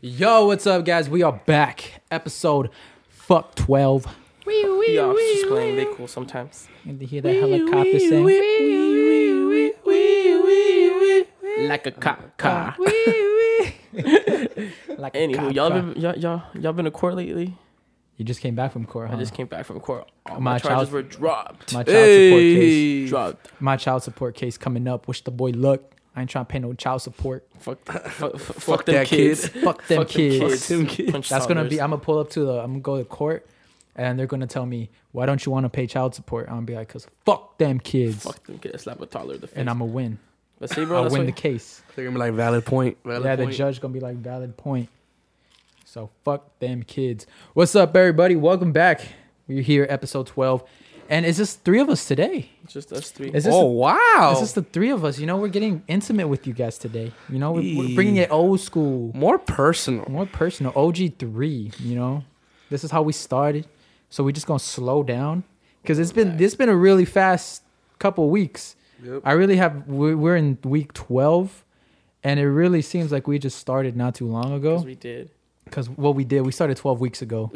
Yo, what's up, guys? We are back. Episode fuck 12. Wee, wee, Yeah, I was wee, just playing wee, they cool sometimes. And to hear that helicopter sing. wee, wee, wee, wee, wee, wee, Like a cop car. wee, wee. Like a Anywho, cop y'all car. been y'all, y'all y'all been to court lately? You just came back from court, huh? I just came back from court. All Uh, My my, charges child- were dropped. My child support case. Dropped. My child support case coming up. Wish the boy luck. I ain't trying to pay no child support. Fuck, fuck, fuck, Fuck them that kid. kids. Fuck them Fuck kids. them kids. Punch That's gonna toddlers. be. I'm gonna pull up to the. I'm gonna go to court, and they're gonna tell me why don't you want to pay child support? I'm gonna be like, cause fuck them kids, Fuck them kids. Slap a toddler in the face. and I'm gonna win. but see, bro, I'll that's win what, the case. They're gonna be like valid point. Valid Yeah, the point. judge gonna be like, valid point. So fuck them kids. What's up, everybody? Welcome back. We're here, episode 12, and it's just three of us today. it's just us three. It's just oh wow! It's just the three of us. You know, we're getting intimate with you guys today. You know, we're, we're Yee. bringing it old school, More personal. more personal. OG three. You know, this is how we started. So we're just gonna slow down because it's been this been a really fast couple weeks. Yep. I really have. We're, we're in week twelve, and it really seems like we just started not too long 'Cause ago. we did. Because what we did, we started twelve weeks ago.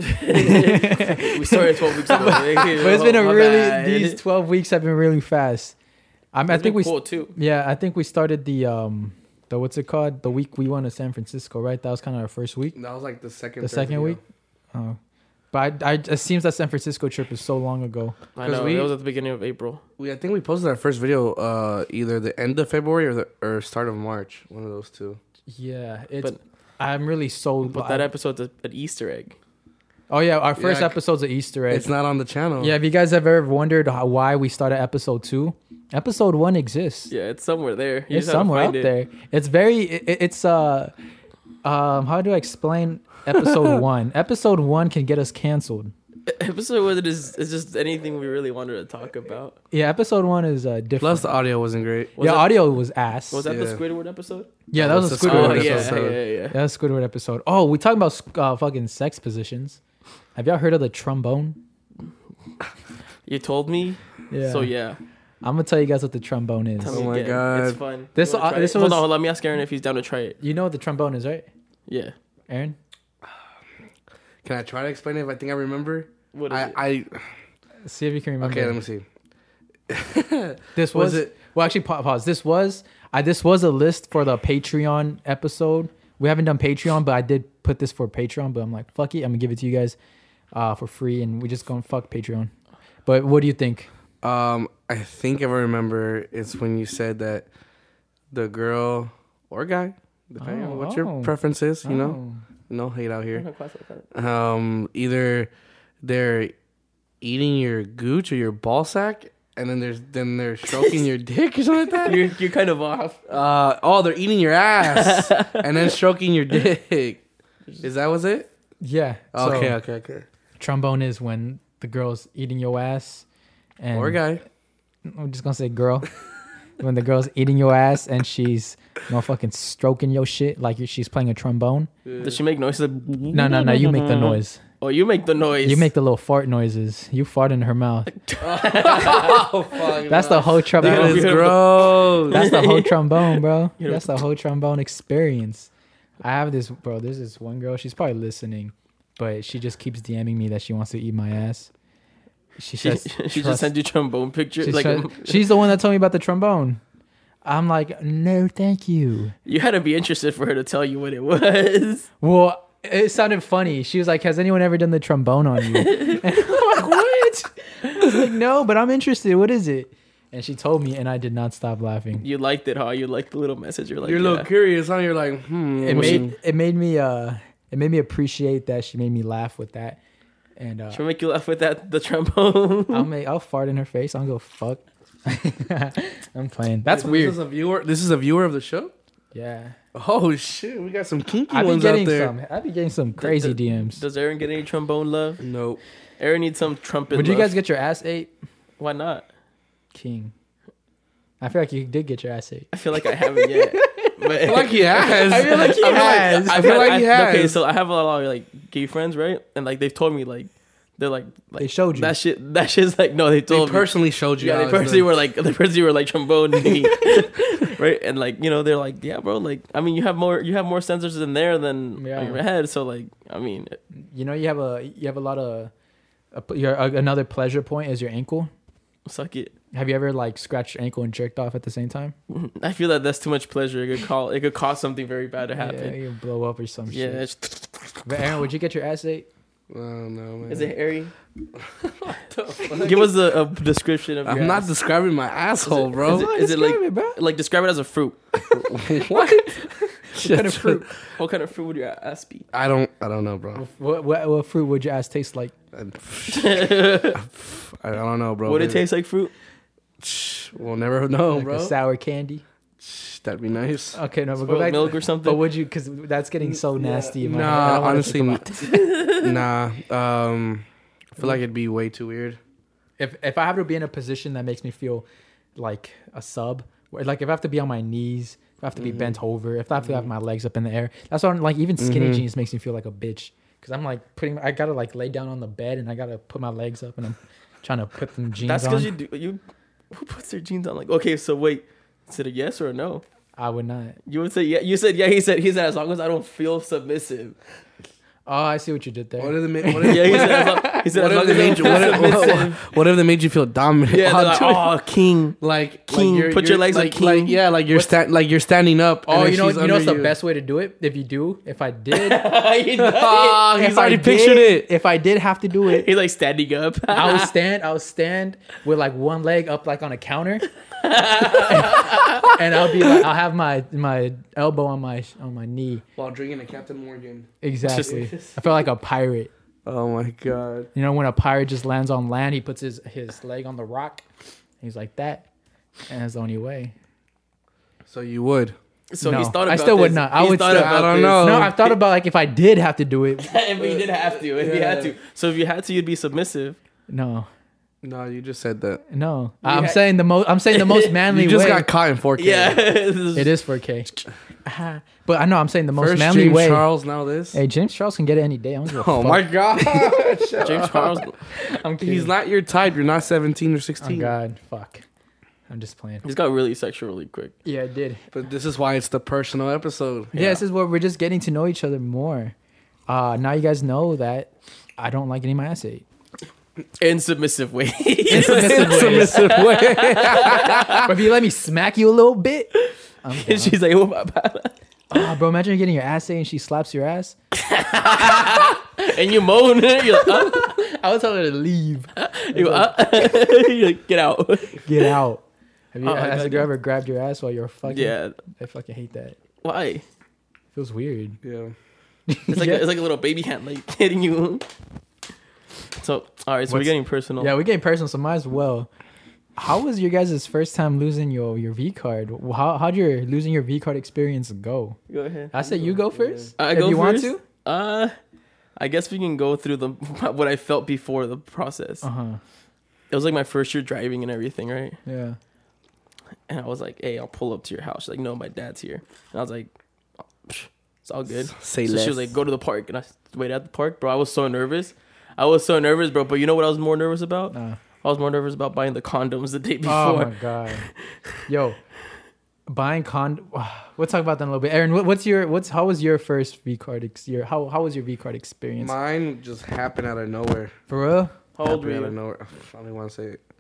We started 12 weeks ago. but But it's been a really these twelve weeks have been really fast. I'm, I think we cool too. Yeah, I think we started the um the what's it called? The week we went to San Francisco, right? That was kind of our first week. That was like the second. The third second video. week. Oh. But I, I, it seems that San Francisco trip is so long ago. I 'Cause know. we- that was at the beginning of April. We I think we posted our first video uh either the end of February or the or start of March. One of those two. Yeah, it's. But- I'm really so. But that episode's a- an Easter egg. oh yeah, our first Yeah, I c- episode's an Easter egg. It's not on the channel. yeah, if you guys have ever wondered how, why we started episode two, episode one exists. Yeah, it's somewhere there. You it's just have to somewhere find out it. there. It's very. It, it's uh, um, how do I explain episode one? Episode one can get us canceled. Episode one is is just anything we really wanted to talk about. Yeah, episode one is uh, different. Plus the audio wasn't great. Was yeah, that- audio was ass. Was that the Yeah. Squidward episode? yeah, that was a That's the Squidward oh, Squidward yeah, episode. episode. yeah, yeah, yeah. That was a Squidward episode. Oh, we talking about uh, fucking sex positions. Have y'all heard of the trombone? You told me. Yeah. So yeah. I'm gonna tell you guys what the trombone is. Tell Oh me my again. God. It's fun. This- You wanna uh, try this it? Hold was- on, hold on. Let me ask Aaron if he's down to try it. You know what the trombone is, right, Yeah. Aaron? Can I try to explain it? If I think I remember. What is I, it? I See if you can remember. okay. Let me see. This was, Was it? it- Well, actually, pa- pause. This was I. This was a list for the Patreon episode. We haven't done Patreon, but I did put this for Patreon. But I'm like, fuck it, I'm gonna give it to you guys uh, for free, and we just gonna fuck Patreon. But what do you think? Um, I think if I remember, it's when you said that the girl or guy, depending Oh, on what oh. your preference is, you know, no hate out here. Um, either they're eating your gooch or your ball sack, and then there's then they're stroking your dick or something like that. You're, you're kind of off. Uh, oh, they're eating your ass and then stroking your dick. Is that was it? Yeah. so- Okay, okay, okay. trombone is when the girl's eating your ass and Or guy. I'm just gonna say girl. when the girl's eating your ass and she's motherfucking stroking your shit like you- she's playing a trombone. Does she make noises? No, no, no. You make the noise. Oh, you make the noise. You make the little fart noises. You fart in her mouth. That's the whole That Dude, trombone. is you- gross. That's the whole trombone, bro. You know- That's the whole trombone experience. I have this, bro. There's this one girl. She's probably listening, but she just keeps DMing me that she wants to eat my ass. She, She, says, she "Trust just sent you trombone pictures. She's, Like try- she's the one that told me about the trombone. I'm like, no, thank you. you had to be interested for her to tell you what it was. Well, it sounded funny. She was like, has anyone ever done the trombone on you? And I'm like, what? I was like, no, but I'm interested. What is it? And she told me, and I did not stop laughing. You liked it, huh? You liked the little message. You're like, you're a little yeah. curious, huh? You're like, hmm. It what should- made it made me uh it made me appreciate that she made me laugh with that, and uh, Should we make you laugh with that the trombone? I'll make I'll fart in her face. I'll go fuck. I'm playing. That's So This weird. is a viewer. This is a viewer of the show. Yeah, Oh shit, we got some kinky I've been ones out getting there. some. I've been getting some crazy the- DMs. Does Aaron get any trombone love? Nope. Aaron needs some trumpet. Would you love. guys get your ass ate? Why not? King. I feel like you did get your ass ate. I feel like I haven't yet. But I feel like he has. I feel like he I feel like- I feel like he has. Okay, so I have a lot of like gay friends, right? And like they've told me like They're like, like They showed you. that shit. That shit's like no. They They told me. personally showed you. yeah, how they it's personally done. were like they personally were like trombone, right? And like you know they're like yeah, bro. Like I mean you have more you have more sensors in there than Yeah. on your head. So like I mean You know, you have a you have a lot of a, your a, another pleasure point is your ankle. suck it. Have you ever like scratched your ankle and jerked off at the same time? I feel that that's too much pleasure. It could call it could cause something very bad to Yeah, happen. you blow up or some Yeah. shit. it's- But Aaron, would you get your ass ate? Oh, no, man. Is it hairy? Give us a, a description of. I'm your not ass. describing my asshole, bro. Is it, is it like Describe it, bro. like describe it as a fruit? what? What kind of fruit? What kind of fruit would your ass be? I don't. I don't know, bro. What, what, what fruit would your ass taste like? I, would I don't know, bro. it taste like fruit? taste? We'll never know, like Oh, bro. a sour candy. Shh, That'd be nice. Okay, no, but go Spoiled back. milk or but something? would you? Because that's getting so nasty. in my head. I Nah, don't wanna honestly, think about- nah. Um, I feel like it'd be way too weird. if if I have to be in a position that makes me feel like a sub, where- like if I have to be on my knees, if I have to be bent over, if I have to have my legs up in the air, that's why I'm like even skinny jeans makes me feel like a bitch because I'm like putting I gotta like lay down on the bed and I gotta put my legs up and I'm trying to put them jeans That's on. because you do you. Who puts their jeans on? Like okay, so wait, is it a yes or a no? I would not. You would say yeah. You said yeah. He said he said as long as I don't feel submissive. Oh, I see what you did there. What if they made? What if, Yeah, he said as long, he said as what if long they as I don't made you? feel What if, what, submissive. what, what if they made you feel dominant? Yeah, while they're like, doing- oh king. like King, like you're- put your you're- legs up, like, king. like yeah, like you're sta- like you're standing up. Oh, and you then know, she's you know, what's under the best way to do it. If you do, if I did, He done Oh, if he's I already did- pictured it. If I did have to do it. it, He's like standing up. I would stand. I would stand with like one leg up, like on a counter, and I'll be like, I'll have my my elbow on my on my knee. While drinking a Captain Morgan. Exactly. I felt like a pirate. Oh my god. You know, when a pirate just lands on land, he puts his his leg on the rock. He's like that, and that's the only way. So you would. So No, he's thought about I still would this. not. I He's would thought still- about I don't this. know. Oh. No, I've thought about like if I did have to do it. if you did have to, if you had to. Uh, So if you had to, you'd be submissive. No, No, you just said that. no. I'm had- saying the most. I'm saying the most manly You just way. got caught in 4K. Yeah. This it is- is 4K. Ah, but I know I'm saying the most First manly James way. Charles, now this. Hey, James Charles can get it any day. I don't give a oh fuck. my god. Shut James up. Charles. I'm kidding. He's not your type. You're not 17 or Oh 16. God, fuck. I'm just playing. He's got really sexual really quick. Yeah, I did. But this is why it's the personal episode. Yeah. this is where we're just getting to know each other more. Uh, now you guys know that I don't like any of my ass ate. In submissive way. Submissive ways. Submissive way. But if you let me smack you a little bit, I'm down. She's like, oh, my bad." Ah, bro, imagine getting your ass ate and she slaps your ass. and you moan. You're like, uh, I would tell her to leave. you uh. You're like, get out. Get out. Have you, Oh, I has a girl got you. ever grabbed your ass while you're fucking? Yeah. I fucking hate that. Why? Feels weird. yeah. It's like yeah. a, it's like a little baby hand like hitting you. So all right, so we're What's- getting personal. yeah, we're getting personal, so might as well. How was your guys' first time losing your, your V card? How how'd your losing your V card experience go? Go ahead. I say you go first. I if go you want first? to. Uh, I guess we can go through the what I felt before the process. Uh huh. It was like my first year driving and everything, right? Yeah. And I was like, "Hey, I'll pull up to your house." She's like, "No, my dad's here." And I was like, "Oh, psh, "It's all good." Say so less. she was like, "Go to the park," and I waited at the park, bro. I was so nervous. I was so nervous, bro. But you know what I was more nervous about? Nah. I was more nervous about buying the condoms the day Oh my before. god. Yo, buying con. We'll talk about that in a little bit. Aaron, what, what's your what's how was your first V card? Ex- your how how was your V card experience? Mine just happened out of nowhere. For real? How old were happened out of you? nowhere. I don't even want to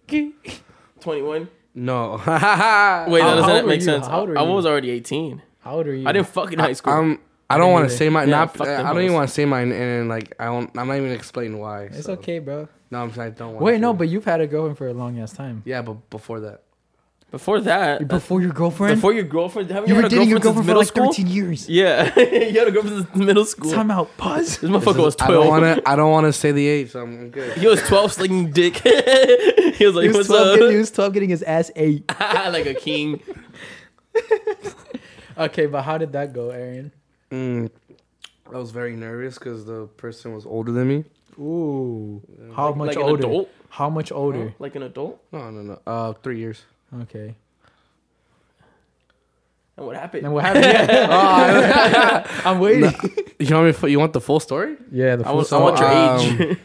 say it. Twenty-one. No. Wait, Uh, How- that how doesn't old make were you? sense. How old were I you? Um, was already eighteen. How old are you? I didn't fuck in high school. I'm. I Me don't want to neither. say mine. Yeah, not. uh, fuck I them don't hoes. even want to say mine. And like, I don't. I'm not even explaining why. It's so. okay, bro. No, I'm. I don't want. Wait, no, but you've had a girlfriend for a long ass time. Yeah, but before that. Before that, Before your girlfriend, before your girlfriend, haven't you you, were had a dating your girlfriend, girlfriend since for middle like school? thirteen years. Yeah, you had a girlfriend since middle school. Time out. Pause. This motherfucker was I don't twelve. want to. I don't want to say the age. So I'm good. He was twelve slinging dick. he was like, He was, "What's 12 getting, he up?" was 12 getting his ass ate. like a king. Okay, but how did that go, Aaron? Mm, I was very nervous because the person was older than me. Ooh. How much like an older? adult? How much older? Like an adult. No, no, no. Uh, three years. Okay. And what happened? And what happened? Yeah. I'm waiting. You want me? You want the full story? Yeah, the I, was, full I want your story. age.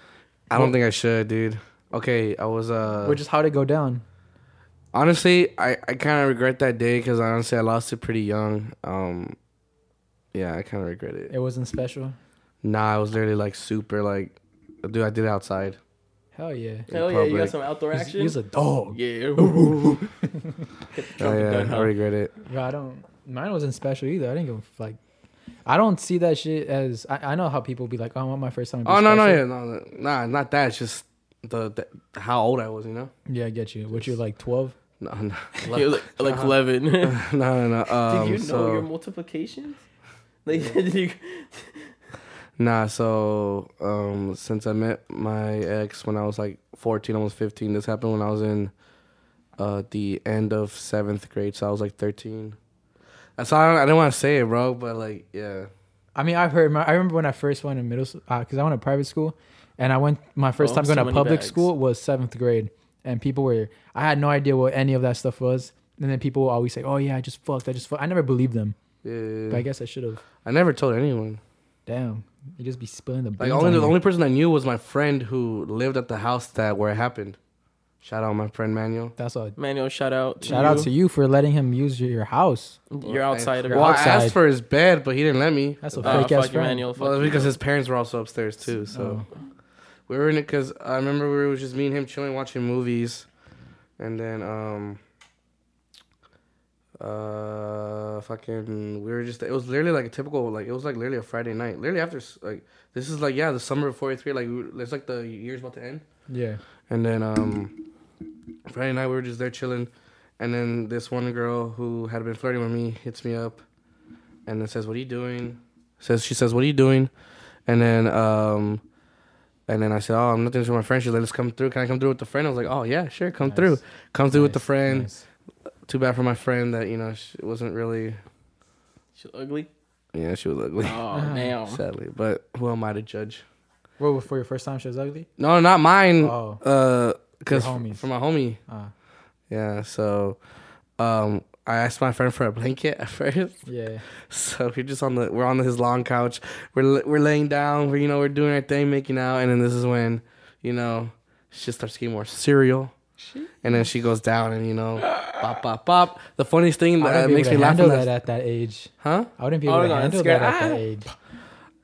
I don't think I should, dude. Okay, I was uh. Or just how'd it go down? honestly, I I kind of regret that day because honestly, I lost it pretty young. Um, yeah, I kind of regret it. It wasn't special. Nah, I was literally like super like, dude, I did it outside. Hell yeah. in Hell yeah, you public. got some outdoor He's, action. he's a dog. yeah. Oh, yeah, I regret it. Bro, I don't. Mine wasn't special either. I didn't give a, like. I don't see that shit as. I, I know how people be like, "Oh, I want my first time." To be Oh no no special." yeah no, no nah not that. It's just the, the how old I was, you know. Yeah, I get you. What you're like twelve? No no He was like, like eleven. no no. no. Uh-huh. Um, Did you know so, your multiplications? Like, did you, Nah, so um, since I met my ex when I was like 14, almost 15, this happened when I was in uh, the end of seventh grade, so I was like 13. That's all I, I didn't want to say it, bro, but like, yeah. I mean, I've heard. My, I remember when I first went to middle school because I went to private school, and I went my first Oh, time going so to many public bags. school was seventh grade, and people were. I had no idea what any of that stuff was, and then people would always say, "Oh yeah, I just fucked. I just fucked." I never believed them, yeah. but I guess I should have. I never told anyone. Damn, you just be spilling the. Like, beans only on the me. only person I knew was my friend who lived at the house that where it happened. Shout out my friend Manuel. That's all. Manuel? Shout out. To Shout out to you for letting him use your, your house. you. You're outside of Well, I outside. asked for his bed, but he didn't let me. That's a Uh, fake ass fuck you, friend. Manuel. Well, fuck because you. his parents were also upstairs too, so we were in it. Cause I remember we were just me and him chilling, watching movies, and then um, uh, fucking, we were just. It was literally like a typical, like it was like literally a Friday night, literally after s- like this is like yeah, the summer of '43. Like we were- it's like the year's about to end, Yeah. and then um, Friday night we were just there chilling, and then this one girl who had been flirting with me hits me up, and then says, "What are you doing?" Says she says, "What are you doing?" And then um, and then I said, "Oh, I'm nothing with my friend." She's like, "Let's come through. Can I come through with the friend?" I was like, "Oh yeah, sure, come Nice. through. Come through with the Nice, friend." nice. Too bad for my friend that you know she wasn't really. She's ugly. Yeah, she was ugly, Oh damn. sadly. But who am I to judge? Well, for your first time, she was ugly. No, not mine. Oh. Uh, cause Your homies. for my homie. Ah, Yeah, so um I asked my friend for a blanket at first. yeah. So we're just on the we're on his long couch. We're we're laying down. We're you know we're doing our thing, making out, and then this is when you know she starts getting more cereal, and then she goes down, and you know pop pop pop. The funniest thing I that wouldn't be makes able me to laugh Oh, handle is that that, at that age. huh? I wouldn't be I able to would've gone handle scared. that at that Ah. age.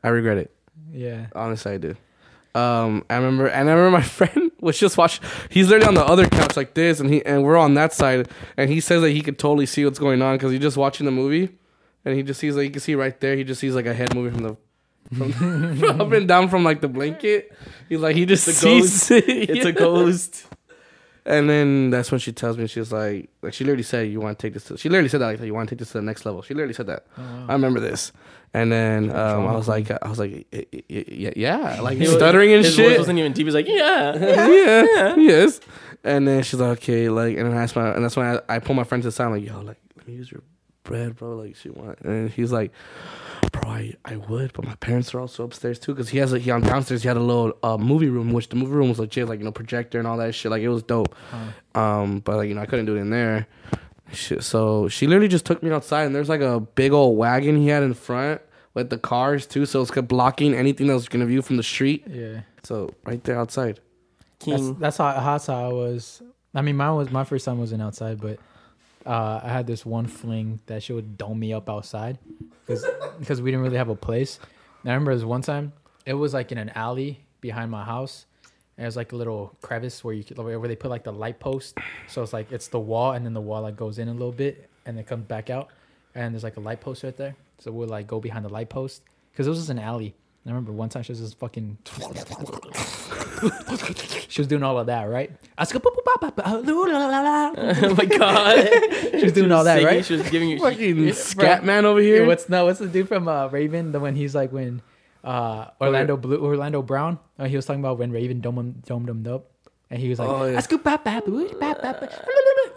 I regret it. Yeah. Honestly, I do. Um, I remember, and I remember my friend was just watching. He's literally on the other couch like this, and he and we're on that side, and he says that he could totally see what's going on because he's just watching the movie, and he just sees like you can see right there. He just sees like a head moving from the. From, from up and down from like the blanket, he's like he just It's a sees ghost. it, It's a ghost. and then that's when she tells me she's like, like she literally said you want to take this. To, she literally said that like you want to take this to the next level. She literally said that. Oh, wow. I remember this. And then um, I Trauma was like, I was like, "Y- y- y- y- yeah, like He was- stuttering and His voice shit. wasn't even deep. He's like, yeah. yeah, yes. And then she's like, okay, like, and then I asked my, and that's when I, I pull my friend to the side, I'm like, yo, like, let me use your bread, bro. Like, she want, and he's like, bro, I, I would, but my parents are also upstairs too, because he has a, he on downstairs, he had a little uh, movie room, which the movie room was legit, like, you know, projector and all that shit. Like, it was dope. Uh, Um, but like, you know, I couldn't do it in there. Shit, so she literally just took me outside, and there's like a big old wagon he had in front with the cars too, so it's kept blocking anything that was gonna view from the street. Yeah. So right there outside. That's, King. that's how that's how I was. I mean, mine was my first time wasn't outside, but uh, I had this one fling that she would dome me up outside because we didn't really have a place. And I remember this one time it was like in an alley behind my house. And it was like a little crevice where you could, where they put like the light post. So it's like it's the wall, and then the wall like goes in a little bit, and then comes back out. And there's like a light post right there. So we'll like go behind the light post because it was just an alley. And I remember one time she was just fucking she was doing all of that, right? I was like, "Boop, boop, bop, bop, loo, la, la, la, la." oh my god. She was doing all that, singing, right? She was giving you. Fucking Yeah, scat bro. man over Yeah, here. what's no? What's the dude from uh, Raven? The when he's like when uh, Orlando Blue, Orlando Brown. Uh, he was talking about when Raven domed him, domed him up, and he was like, Oh, yeah. "I scoop bop bop boop, bop bop." bop."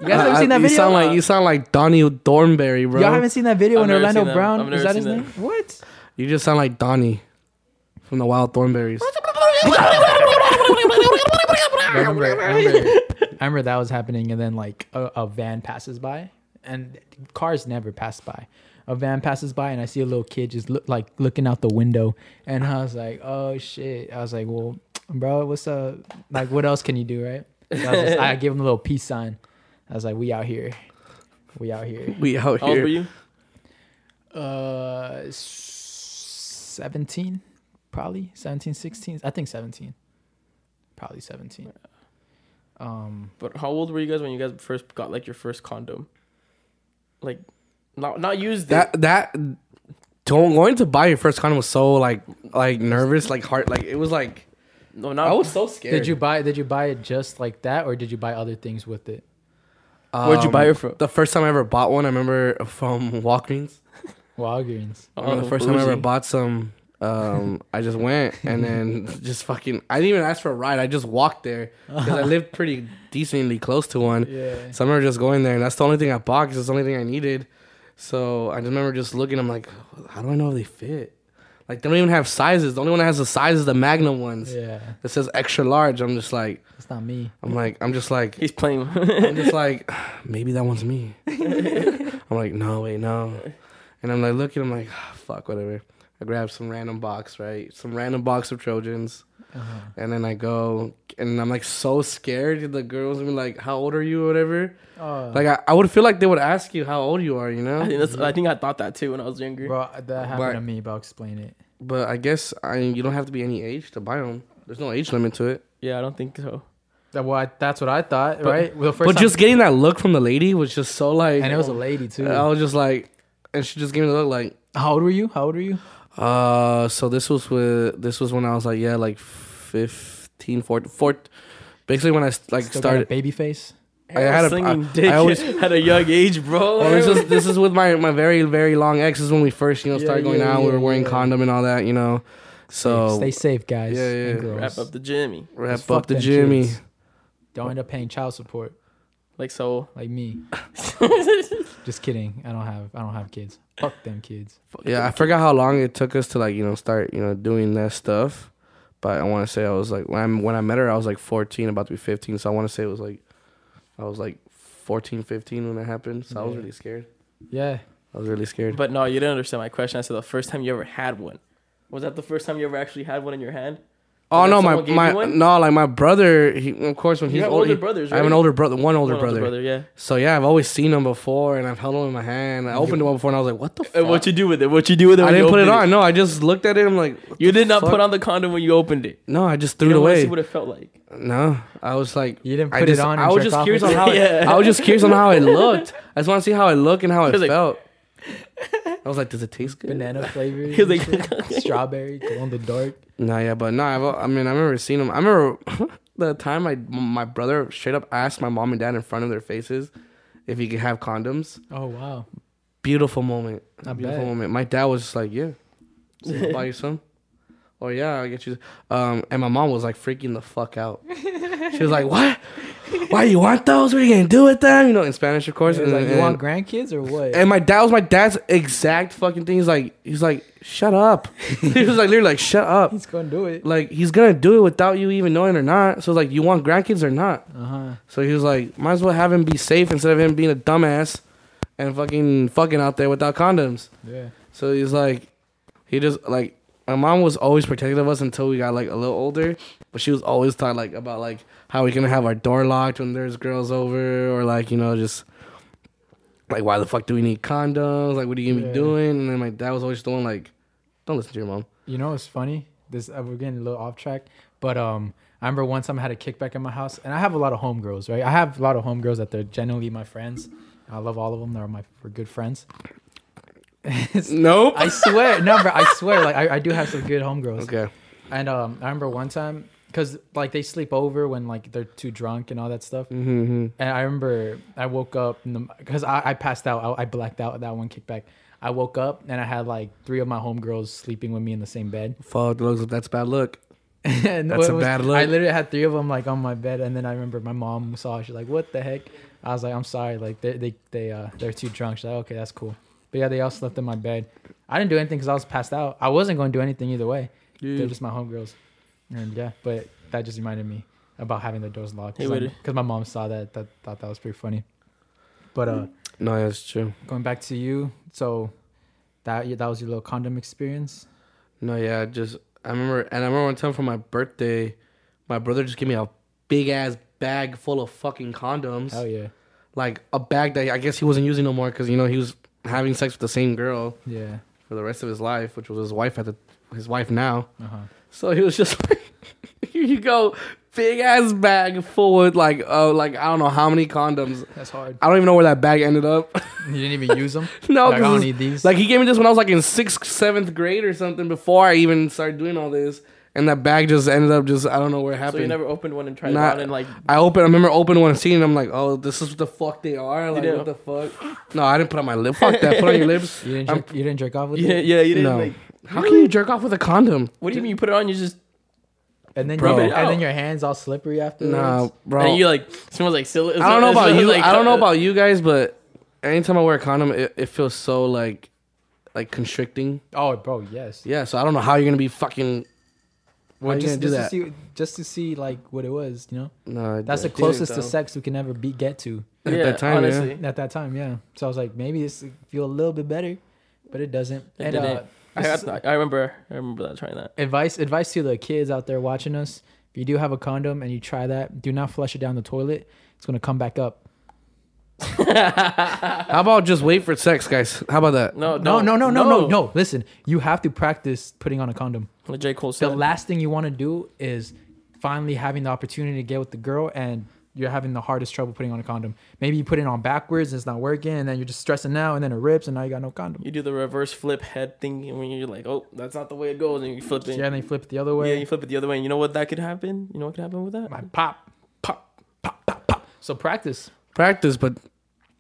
You guys Uh, ever seen that you video? sound like you sound like Donnie Thornberry, bro. Y'all haven't seen that video I've when never Orlando seen that. I've Brown never is that his seen name? What? You just sound like Donnie from the Wild Thornberries. I remember, I, remember, I remember that was happening, and then like a, a van passes by, and cars never pass by. A van passes by, and I see a little kid just look, like looking out the window, and I was like, "Oh shit!" I was like, "Well, bro, what's up? Like, what else can you do, right? So I, was just- I gave him a little peace sign. I was like, we out here. We out here. We out Oh, How old were here. you? Uh, s- 17, probably 17, 16. I think 17. Probably 17. Um, But how old were you guys when you guys first got like your first condom? Like, not not used it. That that don't going to buy your first condom was so like like nervous, like heart, like it was like No, not. I was so scared. did you buy did you buy it just like that or did you buy other things with it? Where'd you buy Um, it from? The first time I ever bought one, I remember from Walgreens. Walgreens. Oh, I remember the first time I ever bought some, um, I just went and then just fucking. I didn't even ask for a ride. I just walked there because I lived pretty decently close to one. Yeah. So I remember just going there, and that's the only thing I bought because it's the only thing I needed. So I just remember just looking. I'm like, how do I know if they fit? Like they don't even have sizes. The only one that has a size is the Magnum ones. Yeah. It says extra large. I'm just like, That's not me. I'm like, I'm just like, He's playing. I'm just like, maybe that one's me. I'm like, no, wait, no. And I'm like looking, I'm like, ah, fuck, whatever. I grab some random box, right? Some random box of Trojans. Uh-huh. And then I go and I'm like so scared. The girls would be like, How old are you? or whatever. Oh, Like I, I would feel like they would ask you how old you are, you I think know? that's. I think I thought that too when I was younger. bro, that happened But- to me, but I'll explain it. But I guess I you don't have to be any age to buy them. There's no age limit to it. Yeah, I don't think so. That well, I, that's what I thought, right? Well, the first but time- just getting that look from the lady was just so like and it was a lady too. I was just like and she just gave me the look like How old were you? How old were you? Uh, so this was with this was when I was like yeah, like 15, 14, 14 basically when I s- like Still got a started. baby face. I had a- slinging I- dick I always- at a young age, bro. Well, Oh, this is this is with my my very very long ex. This is when we first you know Yeah, started going yeah, out. we yeah, were wearing yeah. condom and all that, you know. So Stay safe, guys. Yeah, yeah. And girls. Wrap up the Jimmy. Just wrap fuck up the them Jimmy. kids. Don't end up paying child support Like so. like me. just kidding. I don't have I don't have kids. Fuck them kids. Yeah, I forgot how long it took us to like you know start you know doing that stuff. But I want to say I was like when I when I met her I was like 14, about to be 15. So I want to say it was like I was like 14, 15 when that happened. So I was Yeah. really scared. Yeah. I was really scared. But no, you didn't understand my question. I said the first time you ever had one. Was that the first time you ever actually had one in your hand? Oh And then no, my someone gave my you one? no, like my brother. He of course when You he's have old, older he- brothers, I have an right? older brother, one older One brother. yeah. So yeah, I've always seen him before, and I've held him in my hand. I opened him up before, and I was like, "What the fuck?" And what you do with it? What you do with it? I when didn't you put it opened on. No, I just looked at it. I'm like, what You the did not fuck? put on the condom when you opened it. No, I just You threw it didn't wanna away. See what it felt like. no, I was like, You didn't I put just- it on. I and was jerk just off curious with on it? how. It, Yeah. I was just curious on how it looked. I just want to see how it looked and how it was like- felt. I was like, "Does it taste good?" banana flavor, He was like- strawberry, glow in the dark. No, yeah, but no, I've, I mean, I remember seeing him. I remember the time my my brother straight up asked my mom and dad in front of their faces if he could have condoms. Oh wow. Beautiful moment. I Beautiful bet. moment. My dad was just like, yeah, so I'll buy you some. Or yeah, I'll get you. Um, and my mom was like freaking the fuck out. She was like, what? Why you want those? What are you gonna do with them? You know, in Spanish, of course. It was And- like, you want and- grandkids or what? and my dad was my dad's exact fucking thing. He's like, he's like, shut up. he was like, literally like, shut up He's gonna do it. like he's gonna do it without you even knowing or not. So like you want grandkids or not. Uh huh. So he was like, might as well have him be safe instead of him being a dumbass and fucking fucking out there without condoms. Yeah. So he's like, he just like my mom was always protective of us until we got like a little older, but she was always taught like about like how we can have our door locked when there's girls over or like you know just like why the fuck do we need condoms? Like what are you gonna Yeah. be doing? And then my dad was always the one like, don't listen to your mom. You know, it's funny. This uh, we're getting a little off track, but um, I remember one time I had a kickback in my house, and I have a lot of homegirls, right? I have a lot of homegirls that they're generally my friends. I love all of them. They're my we're good friends. Nope. I swear, no, bro, I swear, like I, I do have some good homegirls. Okay. And um, I remember one time, cause like they sleep over when like they're too drunk and all that stuff. Mm-hmm. And I remember I woke up because I, I passed out. I, I blacked out at that one kickback. I woke up and I had like three of my homegirls sleeping with me in the same bed. Fuck, looks that's a bad look. and That's it a bad look. I literally had three of them like on my bed, and then I remember my mom saw. it. She's like, "What the heck?" I was like, "I'm sorry. Like they they they uh they're too drunk." She's like, "Okay, that's cool." But yeah, they all slept in my bed. I didn't do anything because I was passed out. I wasn't going to do anything either way. Yeah. They're just my homegirls, and yeah. But that just reminded me about having the doors locked Hey, because Witter. my mom saw that. That thought that was pretty funny. But uh, No, that's true. going back to you, so that that was your little condom experience. No, yeah, just I remember, and I remember one time for my birthday, My brother just gave me a big ass bag full of fucking condoms. Hell yeah. Like a bag that I guess he wasn't using no more because you know he was having sex with the same girl Yeah. for the rest of his life, which was his wife at the his wife now. Uh huh. So he was just like, here you go, big ass bag full with like oh like I don't know how many condoms. That's hard. I don't even know where that bag ended up. You didn't even use them. no, Like, I 'cause don't it's- need these. Like he gave me this when I was like in sixth, seventh grade or something before I even started doing all this, and that bag just ended up just I don't know where it So happened. you never opened one and tried Nah. it out and like I opened. I remember opening one and seeing. it, I'm like, oh, this is what the fuck they are. Like, did. what the fuck? No, I didn't put on my lip. Fuck that. Put on your lips. you didn't. I'm- Jerk, you didn't jerk off with yeah, it. yeah you didn't No. like How can you jerk off with a condom? what do you mean you put it on you just And then Bro. your, Rub it and out. then your hands all slippery after. Nah, bro. and you like smells like silly I don't know about you. I don't know about you guys, but anytime I wear a condom, it, it feels so like, like constricting. Oh, bro. Yes. Yeah. So I don't know how you're gonna be fucking. Why Well, you just, gonna do just that? to see, just to see like what it was. You know, no, I that's the didn't, closest to though. sex we can ever be get to at that time, yeah. honestly. at that time. Yeah. So I was like, maybe this feel a little bit better, but it doesn't. It and uh, didn't. I, got- I remember I remember that trying that. advice advice to the kids out there watching us if you do have a condom and you try that do not flush it down the toilet it's going to come back up How about just wait for sex, guys? How about that? Oh, No, no don't. no no no no no, listen you have to practice putting on a condom Like J Cole the said. last thing you want to do is finally having the opportunity to get with the girl and you're having the hardest trouble putting on a condom maybe you put it on backwards and it's not working and then you're just stressing out and then it rips and now you got no condom you do the reverse flip head thing, and when you're like, "Oh, that's not the way it goes," and you flip it. yeah and then you flip it the other Yeah, way you flip it the other way, and you know what that could happen? You know what could happen with that? My pop pop pop pop pop so practice Practice, but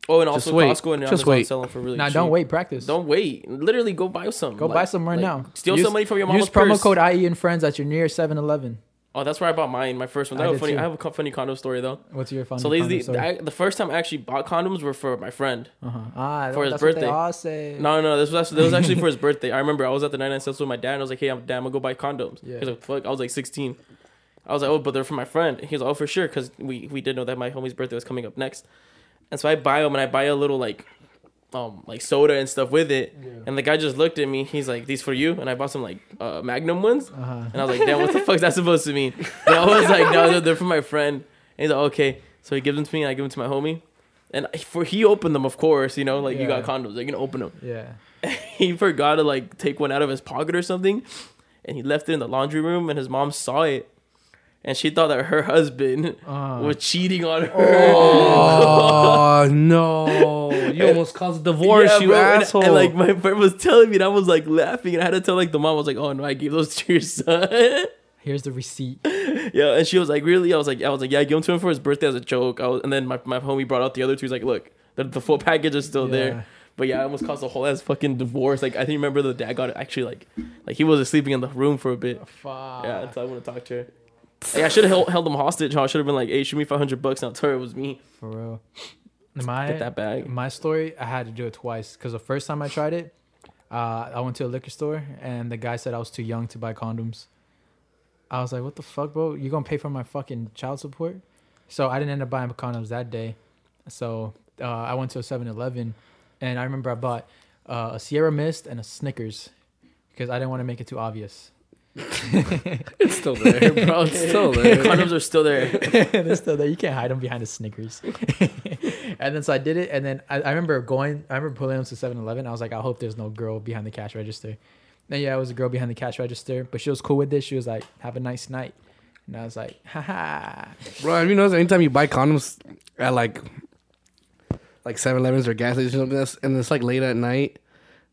Oh, and Just also wait. Costco and Just Amazon wait. selling for really now cheap. don't wait practice Don't wait. Literally, go buy some. Go buy some right now. Steal Use- some money from your mama's Use promo purse. code IE and friends at your near 7-Eleven. Oh, that's where I bought mine. My first one. I That was did funny. too. I have a co- funny condo story though. What's your final So these the, I, the first time I actually bought condoms were for my friend. uh-huh. ah, for his that's What birthday. they all say. No, no, this was actually, this was actually for his birthday. I remember I was at the 99 cents with my dad. And I was like, "Hey, I'm, dad, I'm gonna go buy condoms." Yeah. He's like, "Fuck," I was like 16. I was like, "Oh, but they're for my friend." He was like, "Oh, for sure," because we we did know that my homie's birthday was coming up next, and so I buy them and I buy a little like, um, like soda and stuff with it. And the guy just looked at me. He's like, "These for you?" And I bought some like uh, Magnum ones. Uh-huh. And I was like, damn, what the fuck's that supposed to mean? But I was like, no, no, they're from my friend. And he's like, okay. So he gives them to me, and I give them to my homie. And for he opened them, of course, you know, like you got Yeah. condoms, like you can open them. Yeah. He forgot to like take one out of his pocket or something, and he left it in the laundry room, and his mom saw it, and she thought that her husband Uh. was cheating on her. oh no, you almost caused divorce, Yeah, you bro, and- asshole. And, like my friend was telling me, and I was like laughing, and I had to tell like the mom, I was like, oh no, I gave those to your son. Here's the receipt. Yeah, and she was like, "Really?" I was like, "I was like, yeah, I gave him to him for his birthday as a joke." I was, and then my, my homie brought out the other two. He's like, "Look, the, the full package is still Yeah. there." But yeah, it almost caused a whole ass fucking divorce. Like I think remember the dad got actually like, like he was sleeping in the room for a bit. Fuck. Yeah, that's why I want to talk to her. Like, I should have held, held him hostage. huh? I should have been like, "Hey, shoot me five hundred bucks." Now tell her it was me. For real. My Get that bag. my story, I had to do it twice because the first time I tried it, uh, I went to a liquor store and the guy said I was too young to buy condoms. I was like, "What the fuck, bro? You gonna pay for my fucking child support?" So I didn't end up buying condoms that day. So uh, I went to a 7-Eleven, and I remember I bought uh, a Sierra Mist and a Snickers because I didn't want to make it too obvious. it's still there, bro. It's still there. Condoms are still there. They're still there. You can't hide them behind the Snickers. and then so I did it, and then I, I remember going. I remember pulling up to 7-Eleven. I was like, I hope there's no girl behind the cash register. And yeah, it was a girl behind the cash register, but she was cool with this. She was like, "Have a nice night," and I was like, "Haha." Bro, have you noticed anytime you buy condoms at like like 7-Elevens or gas stations or something, that's, and it's like late at night,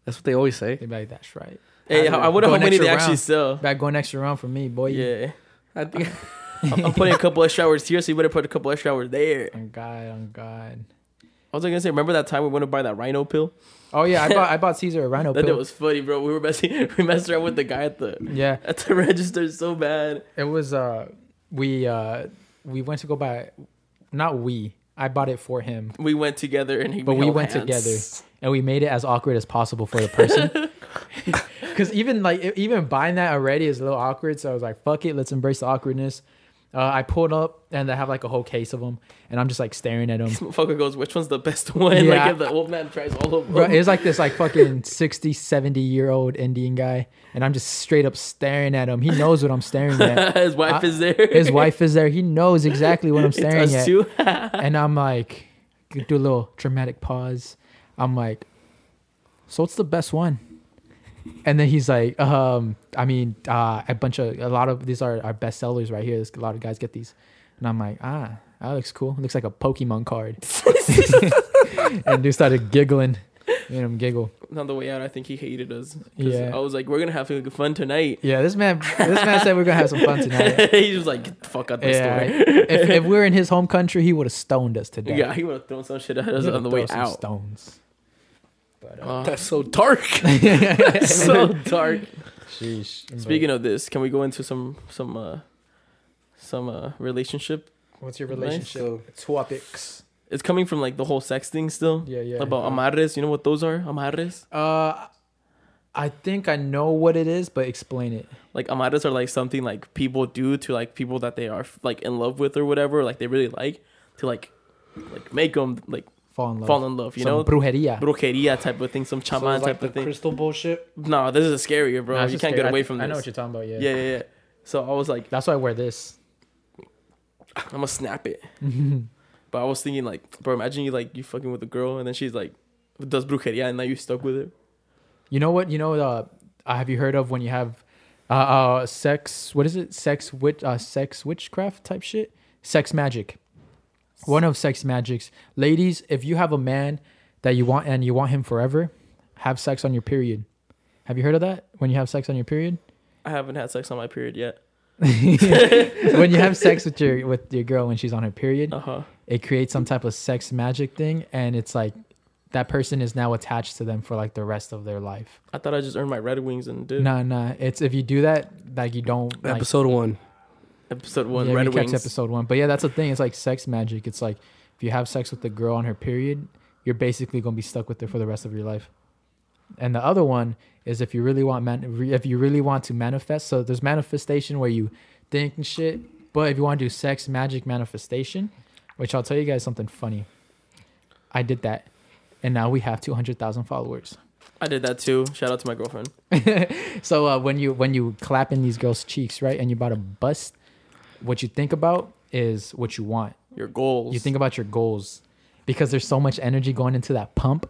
that's what they always say. They'd be like, "That's right." hey, I, I wonder Go how an many extra they actually round. sell. Back going extra round for me, boy. Yeah, I think I'm I'm putting a couple extra hours here, so you better put a couple extra hours there. On God, on God. I was gonna say, remember that time we went to buy that rhino pill? Oh yeah, I bought I bought Caesar a rhino That pill. day was funny, bro. We were messing, we messed around with the guy at the yeah, at the register so bad. it was. Uh, we uh, we went to go buy. Not we. I bought it for him. We went together and he. But we held went hands. together and we made it as awkward as possible for the person. Because even like e- even buying that already is a little awkward. So I was like, fuck it, let's embrace the awkwardness. Uh, I pulled up and I have like a whole case of them, and I'm just like staring at them. This motherfucker goes, which one's the best one? Yeah. Like if the old man tries all of them. Bro, it was like this like fucking 60, 70 year old Indian guy, and I'm just straight up staring at him. He knows what I'm staring at. His wife I- is there. His wife is there. He knows exactly what I'm staring it's us at. too. And I'm like, do a little dramatic pause. I'm like, so what's the best one? And then he's like, um, I mean, uh, a bunch of a lot of these are our best sellers right here. There's a lot of guys get these, and I'm like, ah, that looks cool. It looks like a Pokemon card. and dude started giggling, made him giggle. On the way out, I think he hated us. 'Cause Yeah. I was like, we're gonna have some fun tonight. Yeah, this man, this man said we're gonna have some fun tonight. he was like, get the fuck out the Yeah, store. if, if we were in his home country, he would have stoned us today. Yeah, he would have thrown some shit at He us would've on the way thrown some out. Stones. Uh, That's so dark. so dark. Sheesh. Speaking of this, can we go into some some uh some uh relationship? What's your Nice. relationship topics? It's coming from like the whole sex thing still. Yeah, yeah. About amarres, you know what those are? Amarres? Uh, I think I know what it is, but explain it. Like amarres are like something like people do to like people that they are like in love with or whatever, like they really like to like like make them like Fall in love. fall in love, you Some know? brujeria. Brujeria type of thing, some chaman type of thing. crystal bullshit. no, this is scarier, bro. Nah, it's you just can't scary. get I away th- from this. I know what you're talking about. Yeah. yeah, yeah, yeah. So I was like, That's why I wear this. I'm gonna snap it. but I was thinking like, bro, imagine you like you fucking with a girl and then she's like does brujeria and now you stuck with her. You know what? You know uh, uh, have you heard of when you have uh, uh sex? What is it? Sex witch? Uh, sex witchcraft type shit? Sex magic. One of sex magics, ladies. If you have a man that you want and you want him forever, have sex on your period. Have you heard of that? When you have sex on your period. I haven't had sex on my period yet. when you have sex with your with your girl when she's on her period, Uh huh. it creates some type of sex magic thing, and it's like that person is now attached to them for like the rest of their life. I thought I just earned my red wings and did Nah, nah. It's if you do that, like you don't like Episode one. episode one yeah, red we catch wings. episode one. But yeah, that's the thing. It's like sex magic. It's like if you have sex with the girl on her period, you're basically gonna be stuck with her for the rest of your life. And the other one is if you really want man, re- if you really want to manifest. So there's manifestation where you think and shit, but if you want to do sex magic manifestation, which I'll tell you guys something funny. I did that, and now we have two hundred thousand followers. I did that too. Shout out to my girlfriend. So uh, when you when you clap in these girls' cheeks, right, and you about to bust, what you think about is what you want. Your goals. you think about your goals because there's so much energy going into that pump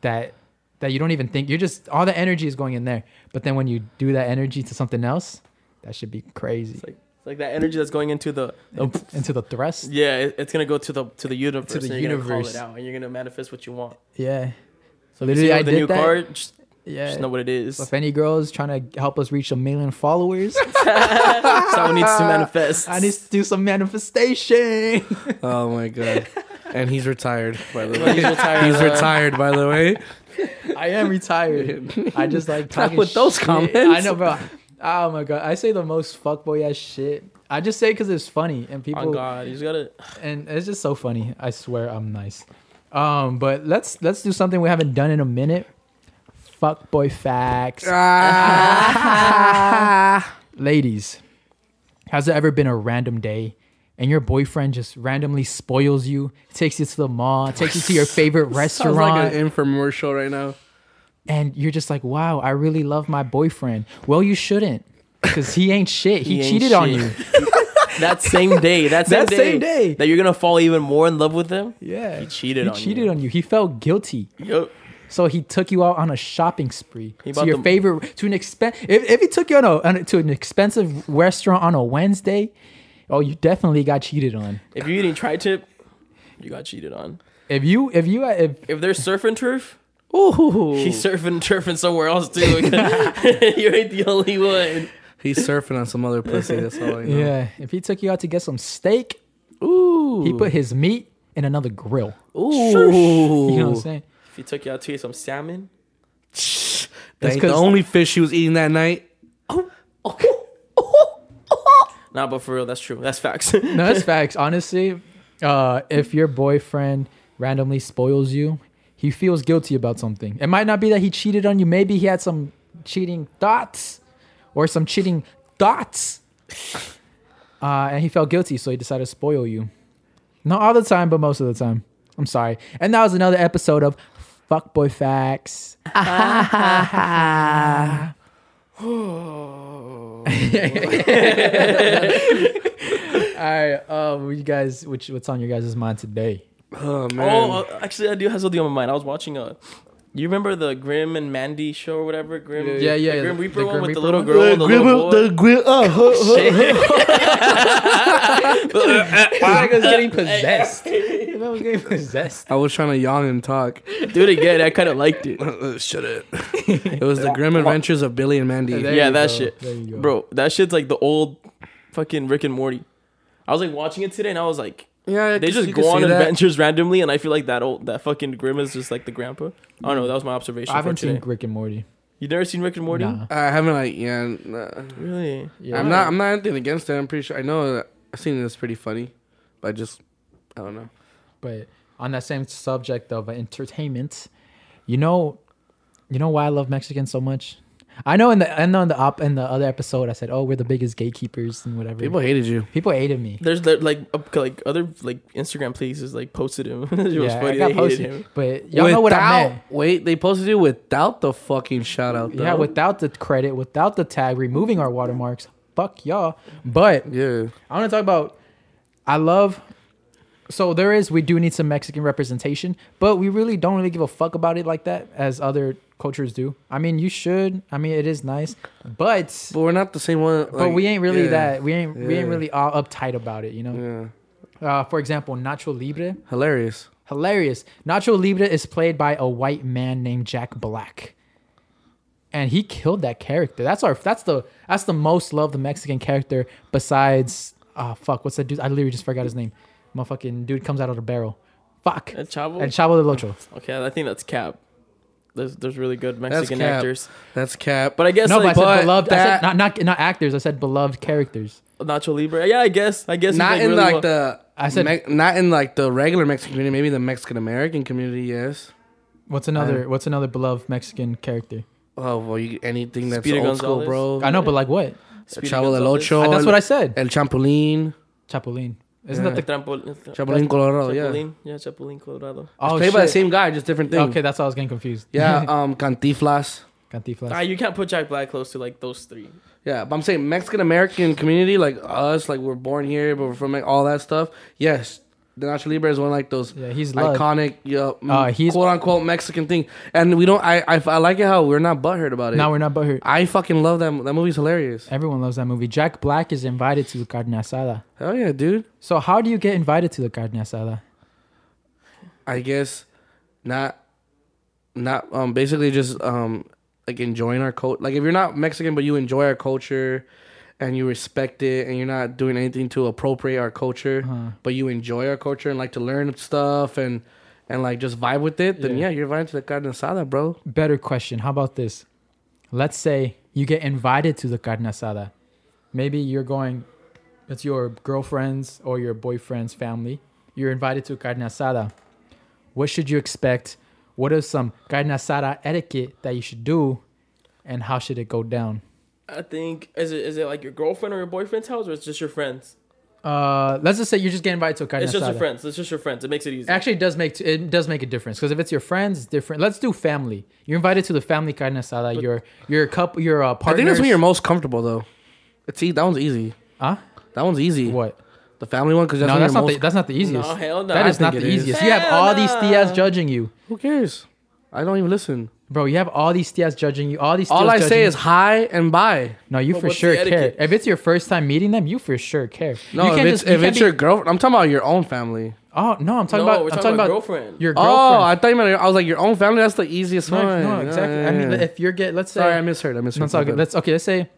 that that you don't even think you're just all the energy is going in there but then when you do that energy to something else that should be crazy it's like it's like that energy that's going into the, the Into- into the thrust yeah, it- it's gonna go to the to the universe. the and you're gonna call universe. it out and you're gonna manifest what you want. yeah so If you literally see i the did new that card, just, yeah just know what it is. So if any girls trying to help us reach a million followers Someone needs to manifest. i need to do some manifestation Oh my god. And he's retired, by the way. He's retired, He's uh, retired, by the way. i am retired i just like talking with those shit. comments. i know bro oh my god i say the most fuckboy ass shit i just say because it's funny and On people Oh, God, you just gotta. and it's just so funny. I swear I'm nice. Um, but let's let's do something we haven't done in a minute. Fuck boy facts. Ah, Ladies, has there ever been a random day and your boyfriend just randomly spoils you, takes you to the mall, takes you to your favorite Sounds restaurant, like an infomercial right now. and you're just like, "Wow, I really love my boyfriend." Well, you shouldn't, because he ain't shit. He, He ain't cheated on shit. you. That same day, that same, That day, same day. that you're gonna fall even more in love with them. Yeah, He cheated He on cheated you. on you. He felt guilty. Yo, So he took you out on a shopping spree to bought your the- favorite to an expense. If, if he took you on a, on a- to an expensive restaurant on a Wednesday, oh, you definitely got cheated on. if you're eating tri-tip, you got cheated on. If you if you if If they're surfing turf, Ooh. he's surfing turfing somewhere else too. you ain't the only one. He's surfing on some other pussy. That's all I know. yeah, if he took you out to get some steak, Ooh. he put his meat in another grill. Ooh. You know what I'm saying? If he took you out to eat some salmon, That That's ain't the 'cause- only fish he was eating that night. nah, but for real, that's true. That's facts. No, that's facts. Honestly, uh, if your boyfriend randomly spoils you, he feels guilty about something. It might not be that he cheated on you. Maybe he had some cheating thoughts or some cheating thoughts. uh, and he felt guilty, so he decided to spoil you. Not all the time, but most of the time. I'm sorry. And that was another episode of Fuckboy Facts. Oh, all right, um, you guys, which what's on your guys' mind today? Oh man. Oh, uh, actually, I do have something on my mind. I was watching a. You remember the Grim and Mandy show or whatever? Grim, Yeah, yeah, the Grim the- Reaper the one Grim with Reaper the little one? girl, and the little boy. grill. Uh, huh, huh. I was getting possessed. I was getting possessed. I was trying to yawn and talk. Do it again. I kind of liked it, Uh, Shut it. It was the Grim Adventures of Billy and Mandy. There Yeah, you that go. shit. There you go. bro. That shit's like the old, fucking Rick and Morty. I was like watching it today, and I was like, Yeah, they just go on adventures randomly, and I feel like that old, that fucking Grim is just like the grandpa. I don't know. That was my observation. I for haven't today. seen Rick and Morty. You never seen Rick and Morty? Nah. I haven't like yeah. nah. Really? Yeah. I'm not. I'm not anything against it. I'm pretty sure. I know. That I've seen it's pretty funny, but I just I don't know. But on that same subject of entertainment, you know, you know why I love Mexicans so much. I know in the I know in the op in the other episode I said, oh, we're the biggest gatekeepers and whatever. People, People hated you. hated me. There's the, like up- like other like Instagram places like posted him. it was Yeah, I funny. got They hated him. posted, but y'all know what I meant. Wait, they posted you without the fucking shout out. Though. Yeah, without the credit, without the tag, removing our watermarks. Fuck y'all. But yeah. I want to talk about. I love. So there is we do need some Mexican representation, but we really don't really give a fuck about it like that as other cultures do. I mean, you should. I mean, it is nice, but But we're not the same one. but like, we ain't really yeah, that. We ain't we ain't yeah. really all uptight about it, you know. Yeah, Uh, for example, Nacho Libre, hilarious. hilarious. Nacho Libre is played by a white man named Jack Black. And he killed that character. That's our that's the that's the most loved Mexican character besides ah fuck, what's that dude? I literally just forgot his name. Motherfucking dude comes out of the barrel. Fuck. El Chavo? And Chavo del Ocho. Okay, I think that's cap. There's there's really good Mexican cap. actors, That's cap. but I guess No, like but I but said beloved I that- said not, not not actors, I said beloved characters. Nacho Libre. Yeah, I guess I guess he's, not in really like well- the I said- Me- not in like the regular Mexican community. Maybe the Mexican American community. Yes. What's another what's another beloved Mexican character? Oh well, you, anything that's Speedy old Gonzalez? school, bro. I know, but like what? Speedy Chavo del Gonzalez. Ocho. That's what I said. El Champolín. Chapulín. Isn't Yeah. that the Trampol- Chapolin Colorado, yeah. Chapulín. Yeah, Chapulín Colorado. oh, it's played by the shit. same guy, just different thing. Okay, that's why I was getting confused. Yeah, um, Cantiflas. Cantinflas. Ah, you can't put Jack Black close to like those three. Yeah, but I'm saying Mexican American community, like us, like we're born here, but we're from like, all that stuff. Yes, the Nacho Libre is one of, like those Yeah, he's loved. iconic, yeah, Uh, he's- quote unquote Mexican thing. And we don't. I, I I like it how we're not butthurt about it. Now we're not butthurt. I fucking love that. That movie's hilarious. Everyone loves that movie. Jack Black is invited to the carne asada. Hell yeah, dude. So how do you get invited to the carne asada? I guess not not um basically just um like enjoying our culture. Like if you're not Mexican but you enjoy our culture and you respect it and you're not doing anything to appropriate our culture, but you enjoy our culture and like to learn stuff and and like just vibe with it, then yeah, Yeah. you're invited to the carne asada, bro. Better question. How about this? Let's say you get invited to the carne asada. Maybe you're going, it's your girlfriend's or your boyfriend's family. You're invited to carne asada. What should you expect? What is some carne asada etiquette that you should do? And how should it go down? I think is it is it like your girlfriend or your boyfriend's house or it's just your friends? Uh, let's just say you just get invited to a carne It's asada. just your friends. It's just your friends. It makes it easy. actually it does make it does make a difference because if it's your friends, it's different. Let's do family. You're invited to the family carne asada. your your couple, your uh, I partners. think that's when you're most comfortable though. It's e- that one's easy. Huh? That one's easy. What? The family one because that's no, when that's you're not the, most. that's not the easiest. no, hell no. that I is not think the it is. easiest. You have all these tias judging you, Who cares? I don't even listen. bro. You have all these tias judging you. All these. All tias I judging say you. is hi and bye. no. You But for what's the sure care. etiquette? If it's your first time meeting them, you for sure care. No, you if can't it's just- you if can't it's be- your girlfriend, I'm talking about your own family. oh no, I'm talking No, about we're I'm talking talking about about girlfriend. Your Oh, girlfriend. I thought you meant. I was like your own family. That's the easiest one. no, no, exactly. I mean, Yeah. if you're get, let's say sorry, I misheard. I misheard. No, it's all good. My bad. Let's okay. Let's say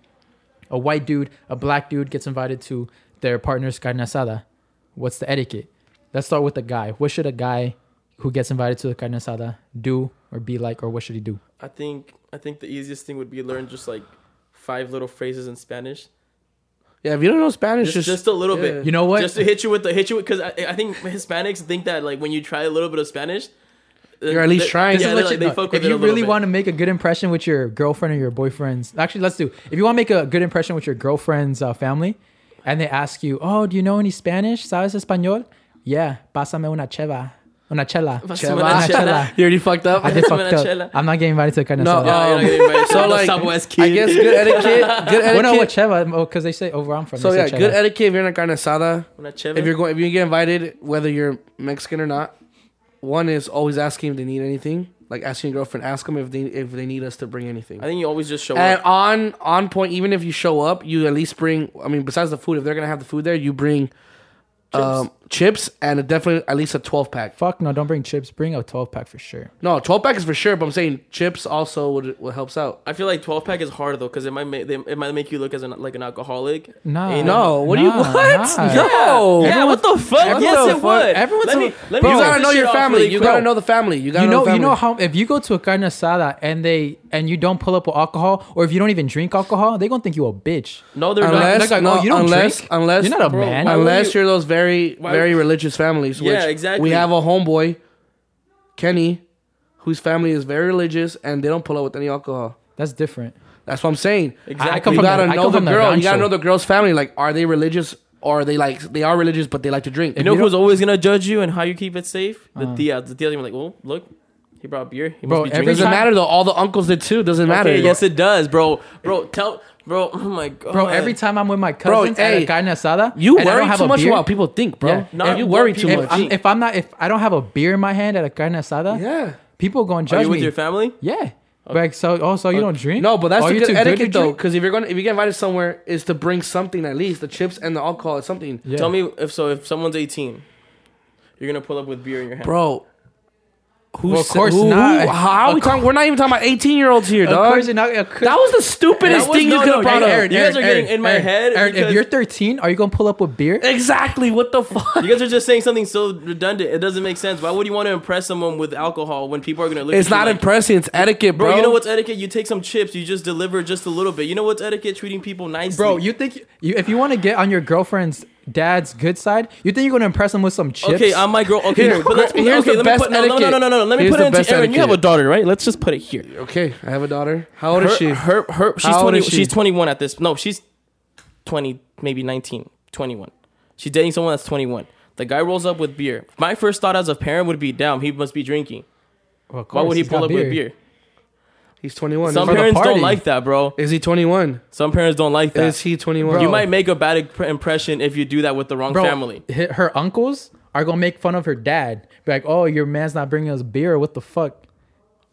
a white dude, a black dude gets invited to their partner's carne asada. What's the etiquette? Let's start with the guy. What should a guy who gets invited to the carne asada do or be like, or what should he do? I think I think the easiest thing would be learn just like five little phrases in Spanish, yeah, if you don't know Spanish, just just, just, a little yeah. bit. You know what? Just to hit you with the hit you because I, I think Hispanics think that like when you try a little bit of Spanish, You're at least trying. Yeah, Just they, let like, you they know, fuck with if it a you little really bit. want to make a good impression with your girlfriend or your boyfriend's, actually, let's do. If you want to make a good impression with your girlfriend's uh, family, and they ask you, "Oh, do you know any Spanish? ¿Sabes español?" Yeah, pásame una cheva, una chela, Pásame una una chela. chela. You already fucked up. I did Pásame fucked una up. chela. I'm not getting invited to the carne No, asada. Yeah, um, you're not getting invited. so No like, Southwest I kid. guess good etiquette. Good well, no, what etiquette. cheva? Because they say, "Oh, where I'm from." So they say yeah, good chela. etiquette. If you're in a carne asada, Una cheve. if you're going, if you get invited, whether you're Mexican or not, one is always asking if they need anything. Like asking your girlfriend, ask them if they if they need us to bring anything. I think you always just show And up. on on point, even if you show up, you at least bring. I mean, besides the food, if they're gonna have the food there, you bring um, chips and definitely at least a twelve pack. Fuck no, don't bring chips. Bring a 12 pack for sure. No, twelve pack is for sure. But I'm saying chips also would what helps out. I feel like 12 pack is hard though, because it might make they, it might make you look as an like an alcoholic. Nah, Ain't No, what do you Nah, what? nah. No, yeah, what the fuck? everyone's- Yes, everyone's it would. a- everyone's let a- me, let me Bro. you rip gotta this know shit your off family. really You quick. gotta know the family. You gotta You know, the you know family. how if you go to a carne asada and they and you don't pull up with alcohol, or if you don't even drink alcohol, they gonna think you a bitch. No, they're not. Unless- They're like, no, oh, you don't unless- drink? unless- you're not a Bro, man. why would Unless you- you're those very, Why very would- religious families. Which Yeah, exactly. We have a homeboy, Kenny, whose family is very religious and they don't pull out with any alcohol. That's different. That's what I'm saying. Exactly. I Exactly. come You from gotta the- I know come the from the girl. You rancho. gotta know the girl's family. Like, are they religious or are they like they are religious but they like to drink? You know who's always gonna judge you and how you keep it safe? The tias. The tias are like, well, look, he brought beer. He Uh. Bro, must be every drinking. doesn't time- matter though. All the uncles did too. Doesn't matter. Okay, yes, it does, bro. Bro, tell, bro. Oh my god, Bro, every time I'm with my cousins at hey, a carne asada, You and I worry don't have too a much beer, about what people think, bro. Yeah. Not If you what worry too people much. if I'm, think. if I'm not if I don't have a beer in my hand at a carne asada, yeah. people gonna Are judge you me. with your family? yeah. Like so, oh, so you don't drink? No, but that's oh, the you're good too to etiquette though. drink? Because if you're gonna if you get invited somewhere, is to bring something at least the chips and the alcohol is something. Yeah. Tell me if so. If someone's 18, you're gonna pull up with beer in your hand. Bro. Who Well, of sa- course who- not. who- how are we talking? We're not even talking about 18 year olds here, Of dog. course, you're not. Of course, that was the That stupidest was- thing you no, could no, have Oh, brought Aaron, up. Aaron, You guys are getting in my head Aaron, if because- you're 13, are you gonna pull up with beer? Exactly. What the fuck? You guys are just saying something so redundant. It doesn't make sense. Why would you want to impress someone with alcohol when people are gonna look? It's at you not like, impressing. It's etiquette, bro. Bro, you know what's etiquette? You take some chips, you just deliver just a little bit. You know what's etiquette? Treating people nicely. Bro, you think you, if you want to get on your girlfriend's dad's good side, you think you're gonna impress them with some chips? Okay, I'm my girl. Okay, Here, but let's put, here's okay, the let me best put, no, no, no, etiquette. no, no, no. Let me Here's put it the into best Aaron. You have a etiquette. daughter, right? Let's just put it here. Okay, I have a daughter. How old Her, is she? her, her, she's How old 20, is she? she's 21 at this. No, she's 20, maybe 19, 21. She's dating someone that's 21. The guy rolls up with beer. My first thought as a parent would be, damn, he must be drinking. Well, of Why course, would he he's pull got up with beer? He's 21. Some for the parents don't party. like that, bro. is he 21? Some parents don't like that. Is he 21? Bro. you might make a bad imp- impression if you do that with the wrong Bro, family. hi- her uncles are gonna make fun of her dad. Be like, "Oh, your man's not bringing us beer. What the fuck?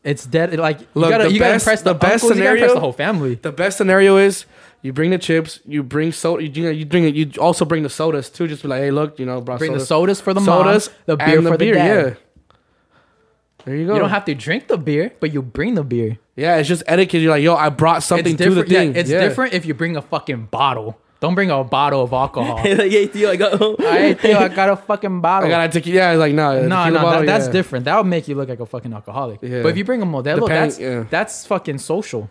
It's dead." Like, Look, you gotta, the you gotta best- impress the, the best uncles. you gotta impress scenario- the whole family. The best scenario is you bring the chips, you bring soda, you, you drink it, you also bring the sodas too. Just be like, hey, look, you know, brought Bring the sodas. sodas for the sodas, mom, the beer and for the dad. Yeah. There you go. You don't have to drink the beer, but you bring the beer. yeah, it's just etiquette. You're like, yo, I brought It's something to the different. yeah, thing. it's Yeah. different if you bring a fucking bottle. Don't bring a bottle of alcohol. Hey, like, hey, Theo, I got. I Theo, I got a fucking bottle. I gotta take Yeah, like no, Uh, the No, tequila no, bottle, that, that's yeah. different. That would make you look like a fucking alcoholic. Yeah. But if you bring a Modelo, Depending- that's yeah. that's fucking social.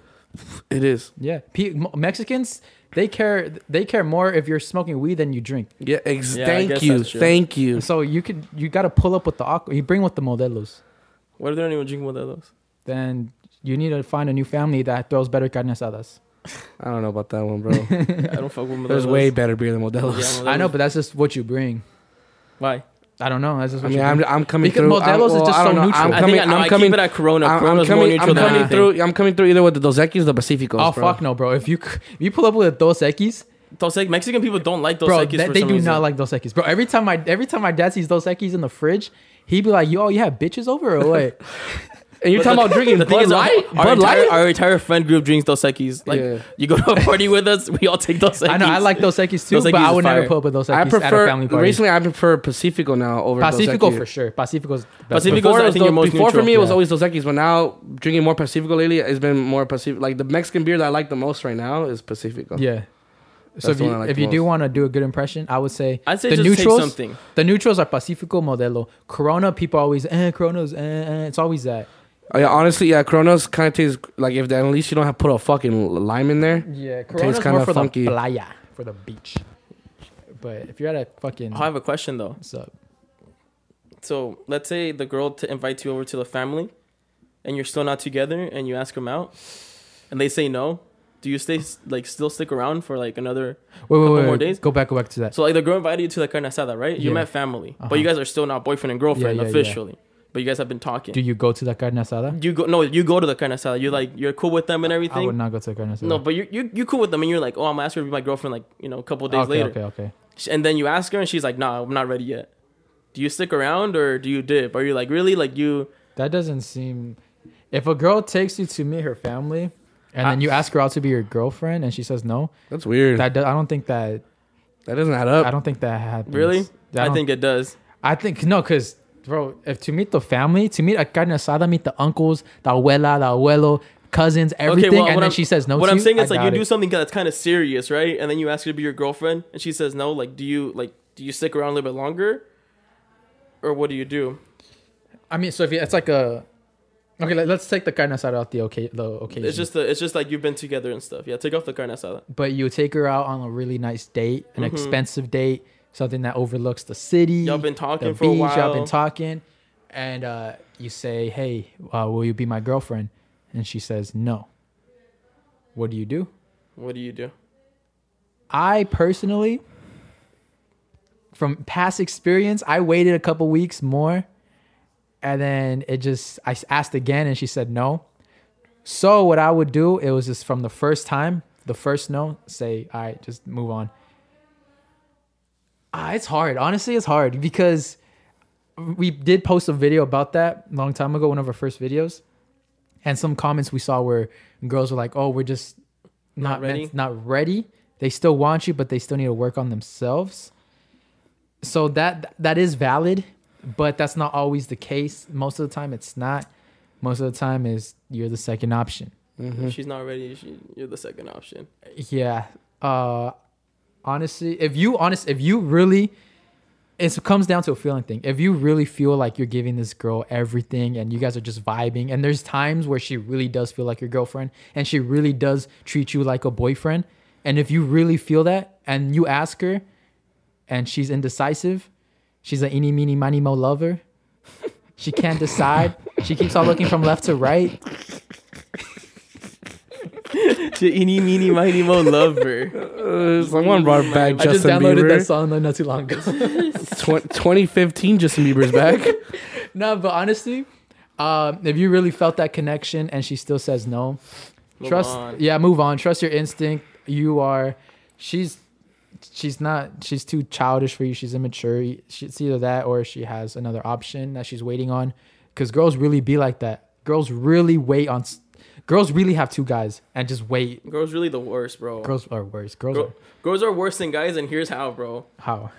It is. Yeah, P- M- Mexicans they care they care more if you're smoking weed than you drink. Yeah, ex- Yeah, I thank guess you, that's true. thank you. So you could you got to pull up with the alcohol. You bring with the Modelos, What if they don't even drink one of those? then you need to find a new family that throws better carne asadas. I don't know about that one, bro. I don't fuck with Modelo's. There's way better beer than Yeah, Modelo's. Modelo's. I know, but that's just what you bring. why? I don't know. That's just I what mean, you I'm, bring. I'm coming Because through. Modelo's I'm, is well, just I don't so know. neutral. I'm I I coming. think I, no, I'm I coming. keep it at Corona. I'm, I'm Corona's more coming. neutral I'm than coming anything. through. I'm coming through either with the Dos Equis, the Pacificos. Oh bro. fuck no, bro! If you c- if you pull up with Dos Equis, Dos Equis- Mexican people don't like Dos bro, Equis they, for they some do reason. not like Dos Equis, bro. Every time my every time my dad sees Dos Equis in the fridge, he'd be like, "Yo, you have bitches over or what?" And you're talking about drinking The thing Bud is, our- Light? Our, Bud entire, Light? our entire friend group drinks Dos Equis. Like, Yeah. you go to a party with us, we all take Dos Equis. I know I like Dos Equis too, Dos but Equis I is would fire. never pull up with Dos Equis I at a prefer family party. recently. I prefer Pacifico now over Dos Pacifico Equis. for sure. Pacifico's the best. Pacifico's, Before, I it was think, Dos- your most before for neutral. me it was Yeah. always Dos Equis, but now drinking more Pacifico lately has been more Pacific. Like the Mexican beer that I like the most right now is Pacifico. Yeah. So That's if the you, one I like if the you do most. want to do a good impression, I would say I'd say the just take neutrals. something. The neutrals are Pacifico Modelo. Corona people always eh Corona's eh, eh it's always that. Oh, yeah, honestly, yeah, Corona's kind of tastes like if at least you don't have put a fucking lime in there. Yeah, Corona's Corona's kinda more for funky. the playa, for the beach. But if you're at a fucking I have a question, though. what's up? So, let's say the girl to invites you over to the family, and you're still not together, and you ask them out, and they say no. do you stay like still stick around for like another? Wait, wait, Couple wait. more wait. days? Go back, go back to that. So like the girl invited you to the carne asada, right? You Yeah. met family, Uh-huh. but you guys are still not boyfriend and girlfriend yeah, yeah. officially. But you guys have been talking. Do Mm, you go to the carne asada? you go no, you go to the carne asada. You like you're cool with them and I would everything. not go to the carne asada. No, but you you you cool with them and you're like, oh, I'm asking her to be my girlfriend like you know a couple days okay, later. okay, okay. Sh- And then you ask her and she's like, nah, I'm not ready yet. Do you stick around or do you dip? Are you like really like you? That doesn't seem. If a girl takes you to meet her family, and I- then you ask her out to be your girlfriend, and she says no, That's weird. That, that do, I don't think that doesn't add up. I don't think that happens. Really? I, don't- think it does. I think no, cause bro, if to meet the family, to meet a carne asada, meet the uncles, the abuela, the abuelo, cousins, everything, well, and what then I'm- she says no. what to I'm you, saying I is like you doubt do it. something that's kind of serious, right? And then you ask her to be your girlfriend and she says no. Like, do you like do you stick around a little bit longer, or what do you do? I mean, so if you, it's like a. Okay, let, us take the carne asada out the okay the occasion. It's just the, it's just like you've been together and stuff. Yeah, take off the carne asada. but you take her out on a really nice date, an Mhm. expensive date, something that overlooks the city. Y'all been talking the for a beach, while. Y'all been talking, and uh, you say, "Hey, uh, will you be my girlfriend?" And she says, "No." What do you do? what do you do? I personally, from past experience, I waited a couple weeks more, and then it just I s- asked again, and she said no. So what I would do, it was just from the first time, the first no, say, "All right, just move on." Ah, it's hard. Honestly, it's hard because we did post a video about that a long time ago, one of our first videos, and some comments we saw where girls were like, "Oh, we're just not Not ready? meant, not ready. They still want you, but they still need to work on themselves." So that that is valid, but that's not always the case. Most of the time, it's not. Most of the time, is you're the second option. Mm-hmm. If she's not ready, she, you're the second option. Yeah. Uh honestly, if you honest if you really it comes down to a feeling thing. If you really feel like you're giving this girl everything and you guys are just vibing and there's times where she really does feel like your girlfriend and she really does treat you like a boyfriend and if you really feel that and you ask her and she's indecisive, she's an eeny meeny miny mo lover. She can't decide. she keeps on looking from left to right. To eeny meeny miny mo lover. Uh, someone brought I back just Justin downloaded that Bieber. song like, not too long ago. Tw- 2015 Justin Bieber's back. No, but honestly, um, if you really felt that connection and she still says no, Move trust. on. Yeah, move on. Trust your instinct. You are. She's. She's not. She's too childish for you. She's immature. She- It's either that or she has another option that she's waiting on. Because girls really be like that. Girls really wait on. s- Girls really have two guys and just wait. Girls really the worst, bro. Girls are worse. Girls Girl- are girls are worse than guys, and here's how, bro. how?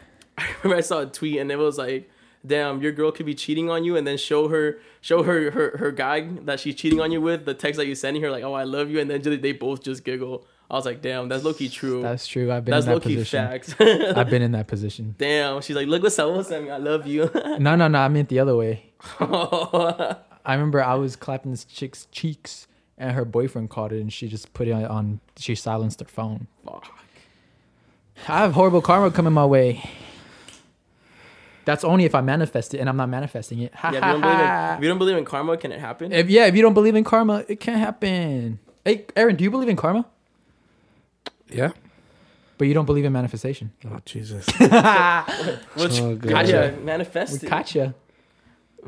remember I saw a tweet and it was like, "Damn, your girl could be cheating on you, and then show her, show her her, her guy that she's cheating on you with the text that you're sending her, like, oh, I love you,' and then ju- they both just giggle." I was like, "Damn, that's low key true. That's, That's true. I've been that's in low that key position. facts." I've been in that position. Damn, she's like, "Look what someone sent me. I love you." No, no, no. I meant the other way. I remember I was clapping this chick's cheeks, and her boyfriend caught it, and she just put it on. on she silenced her phone. I have horrible karma coming my way. That's only if I manifest it, and I'm not manifesting it. yeah, if you, don't believe in, if you don't believe in karma, can it happen? if, yeah, if you don't believe in karma, it can't happen. Hey, Aaron, do you believe in karma? Yeah. But you don't believe in manifestation. Oh Jesus. Which Oh, God. gotcha, Yeah. manifest We Mm. it. caught ya.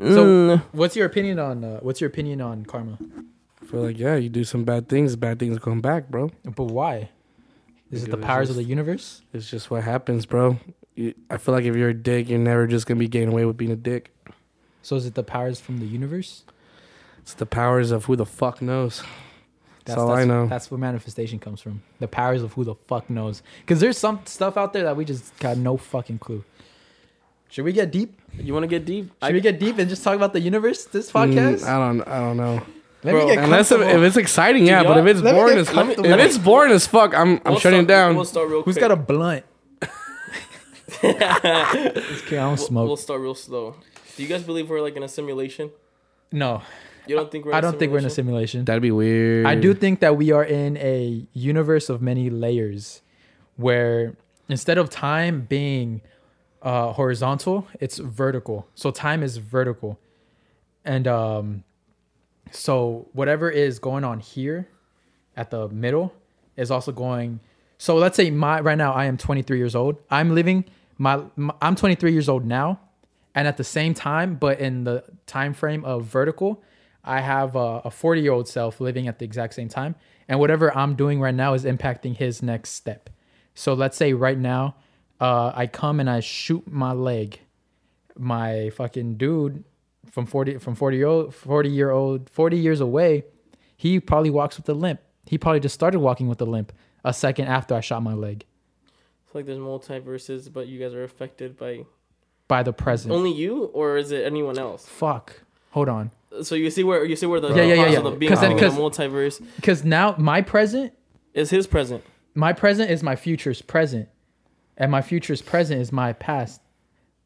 So What's your opinion on uh, What's your opinion on karma? I feel like yeah, you do some bad things, bad things come back, bro. But why? Is it the Because powers it's- of the universe? It's just what happens, bro. You, I feel like if you're a dick, you're never just gonna be getting away with being a dick. So is it the powers from the universe? It's the powers of who the fuck knows. That's all I that's, know. That's where manifestation comes from. The powers of who the fuck knows. Because there's some stuff out there that we just got no fucking clue. Should we get deep? You want to get deep? Should I, we get deep and just talk about the universe this podcast? Mm, I don't. I don't know. let bro, me get Unless if, comfortable. if it's exciting, yeah. Dude, But if y'all- it's let me boring get as if comfortable. it's boring as fuck, I'm I'm we'll shutting start- down. We'll start real Who's quick. got a blunt? okay, I don't We'll, smoke. we'll start real slow. Do you guys believe we're like in a simulation? no, You don't think we're? I don't think we're in a simulation. That'd be weird. I do think that we are in a universe of many layers where instead of time being uh, horizontal, it's vertical. So time is vertical. And um, so whatever is going on here at the middle is also going. So let's say my right now I am 23 years old. I'm living my, my I'm 23 years old now, and at the same time, but in the time frame of vertical, I have a, a 40 year old self living at the exact same time, and whatever I'm doing right now is impacting his next step. So let's say right now, uh, I come and I shoot my leg, my fucking dude from 40 from 40 year old 40 year old 40 years away he probably walks with a limp he probably just started walking with a limp a second after i shot my leg It's like there's multiverses, but you guys are affected by by the present only you, or is it anyone else? fuck hold on So you see where you see where the Yeah, yeah, yeah, parts yeah. of the being 'Cause of then- the 'cause- multiverse because now my present is his present. my present is my future's present and my future's present is my past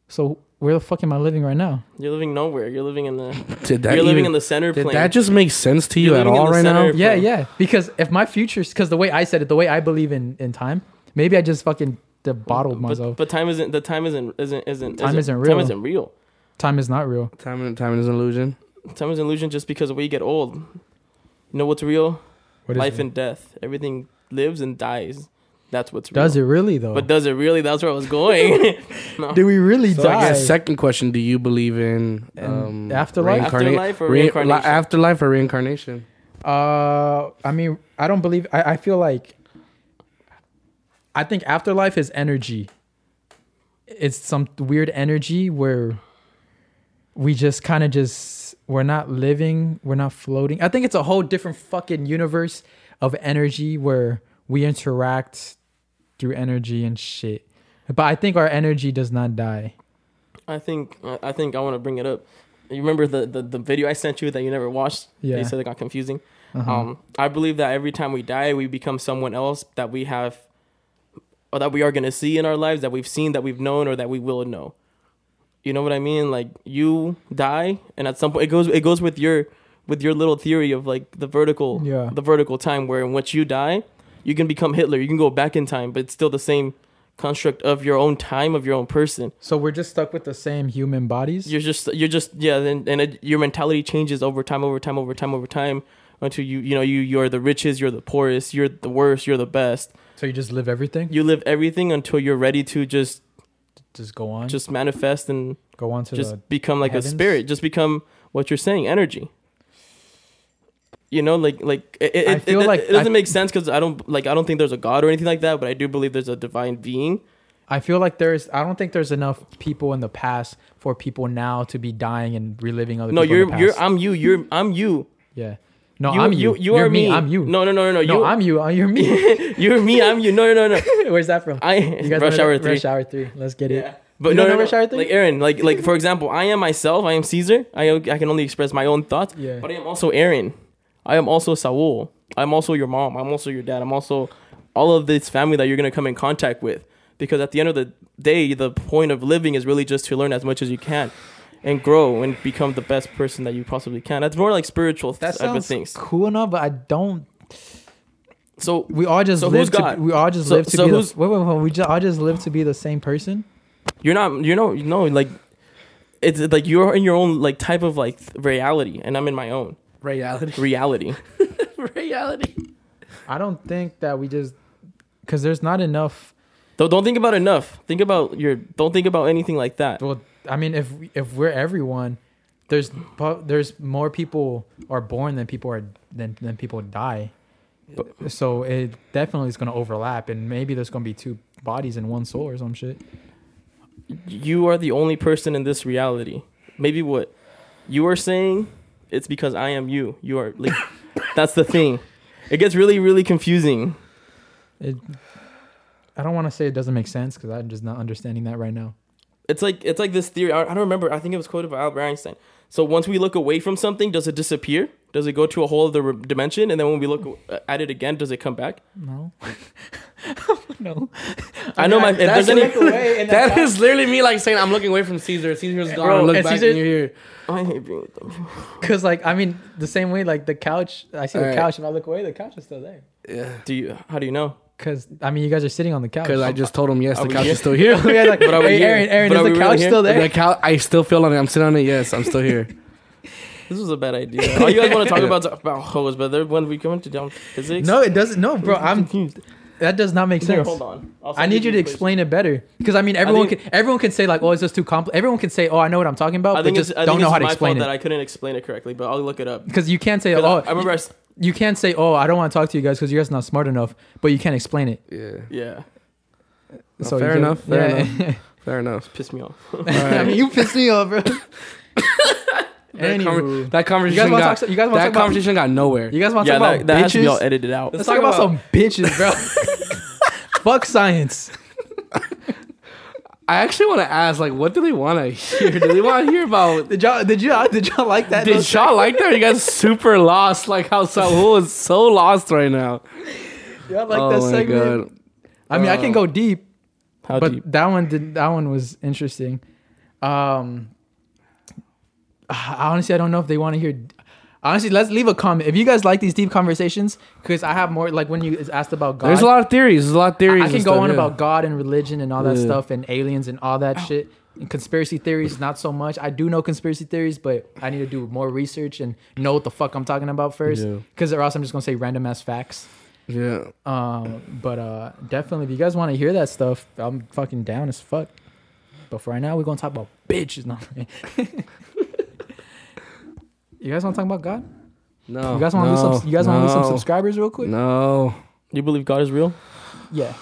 so where the fuck am i living right now You're living nowhere. You're living in the Did that you're living even- in the center Did plane. that just make sense to you You're at living in all the right now? center- yeah Bro. yeah because if my future's because the way i said it the way i believe in in time maybe i just fucking de- bottled but, myself but time isn't the time isn't isn't isn't Time isn't Time real. isn't real. time is not real Time, time is an illusion. Time is an illusion just because we get old. You know what's real? What is Life it? and death. Everything lives and dies. That's what's real. does it really though But does it really? That's where I was going. no. do we really So I die guess second question: Do you believe in um, And afterlife? Afterlife or rein- reincarnation? li- afterlife or reincarnation? Uh, I mean, I don't believe. I, I feel like. I think afterlife is energy. It's some weird energy where we just kind of just we're not living, we're not floating. I think it's a whole different fucking universe of energy where we interact through energy and shit. But I think our energy does not die. I think I I think I want to bring it up. You remember the, the, the video I sent you that you never watched? Yeah. You said it got confusing. Uh-huh. Um, I believe that every time we die, we become someone else that we have, or that we are going to see in our lives, that we've seen, that we've known, or that we will know. You know what I mean? Like you die, and at some point, it goes it goes with your with your little theory of like the vertical Yeah. the vertical time, where in which you die, you can become Hitler. You can go back in time, but it's still the same construct of your own time of your own person So we're just stuck with the same human bodies. you're just you're just yeah and, and it, your mentality changes over time over time over time over time until you you know you you're the richest you're the poorest you're the worst you're the best so you just live everything. you live everything until you're ready to just Just go on. Just just manifest and go on to just the. become like a heavens? spirit just become what you're saying energy you know like like it, it, I it, feel it- like it doesn't I- make sense because i don't like i don't think there's a god or anything like that but i do believe there's a divine being I feel like there's I don't think there's enough people in the past for people now to be dying and reliving other no people. you're in the you're past. i'm you you're i'm you yeah. No, you I'm you. you, You're are me. I'm you. no no no no no, no, you, I'm you. uh, You're me. you're me i'm you no no no no Where's that from? I rush remember hour that? three. Rush hour three. Let's get it. But You no, don't no, know no, Rush Hour Three? Like Aaron, like like for example, I am myself. I am Caesar. I I can only express my own thoughts. Yeah. But I am also Aaron. I am also Saul. I'm also your mom. I'm also your dad. I'm also all of this family that you're gonna come in contact with. Because at the end of the day, the point of living is really just to learn as much as you can, and grow and become the best person that you possibly can. That's more like spiritual That type of sounds things. cool enough, but I don't. So We all just So who's live. To, God? we all just So- live to so be. The, who's- wait, wait, wait. We just all just live to be the same person. you're not you're not you know like it's like you're in your own like type of like reality, and I'm in my own Reality. reality. Reality. I don't think that we just because there's not enough. Don't don't think about enough. Think about your. Don't think about anything like that. Well, I mean, if if we're everyone, there's po- there's more people are born than people are than than people die. But, so it definitely is going to overlap, and maybe there's going to be two bodies in one soul or some shit. You are the only person in this reality. Maybe what you are saying, it's because I am you. You are like, that's the thing. It gets really really confusing. It, I don't want to say it doesn't make sense because I'm just not understanding that right now. It's like it's like this theory. I, I don't remember. I think it was quoted by Albert Einstein. So once we look away from something, does it disappear? Does it go to a whole other re- dimension? And then when we look uh, at it again, does it come back? No, no. I know my- if there's any- That is literally me like saying I'm looking away from Caesar. Caesar's gone. Bro, Look and back Caesar- and you're here. I hate being with them. because like I mean the same way like the couch. I see the Alright. couch. If I look away, the couch is still there. Yeah. Do you? How do you know? Because I mean, you guys are sitting on the couch. Because I just told him yes, Are the we couch here? is still here. yeah, like, But are we hey, here? Aaron, Aaron, But are is we the really couch here? still there? the couch. I still feel on it. I'm sitting on it. Yes, I'm still here. This was a bad idea. All you guys want to talk about about hoes, but then when we come into down physics, No, it doesn't. No, bro, I'm. confused. That does not make Here, sense. hold on. I'll I send need you to the equation. explain it better because I mean everyone think- can everyone can say like oh it's just too complex. Everyone can say oh I know what I'm talking about, I but think just it's, I don't think know it's how to my explain fault that it. I couldn't explain it correctly, but I'll look it up. Because you can't say 'Cause oh I, I remember. I, s- you can't say oh I don't want to talk to you guys because you guys are not smart enough, but you can't explain it. Yeah. yeah, No, you Uh, fair get- enough, fair yeah. Fair enough. pissed me off. I mean you pissed me off, bro. That, conver- Anywho, that you guys conversation want to got talk? You guys want to that talk about? conversation got nowhere. You guys want to yeah, talk that, about that has to be all bitches? edited out. Let's talk about some bitches, bro. Fuck science. I actually want to ask, like, what do they want to hear? Do they want to hear about? Did y'all did y'all did y'all like that? Did y'all like that? Or you guys super lost, like how Saul is so lost right now. y'all like oh that my segment? god! I mean I can Oh. go deep, How but deep? that one did that one was interesting. Um, I- honestly, I don't know if they want to hear. Honestly, let's leave a comment if you guys like these deep conversations because I have more like when you is asked about God. There's a lot of theories. There's a lot of I- theories. I can and go stuff, on yeah. about God and religion and all that Yeah. stuff and aliens and all that shit. And conspiracy theories, not so much. I do know conspiracy theories, but I need to do more research and know what the fuck I'm talking about first, Yeah. because or else I'm just gonna say random ass facts. Yeah. Um, but uh, definitely, if you guys want to hear that stuff, I'm fucking down as fuck. But for right now, we're gonna talk about bitches. No, I'm kidding. you guys want to talk about God? No. You guys want to no, lose some? You guys want to lose some no, subscribers real quick? No. You believe God is real? Yeah.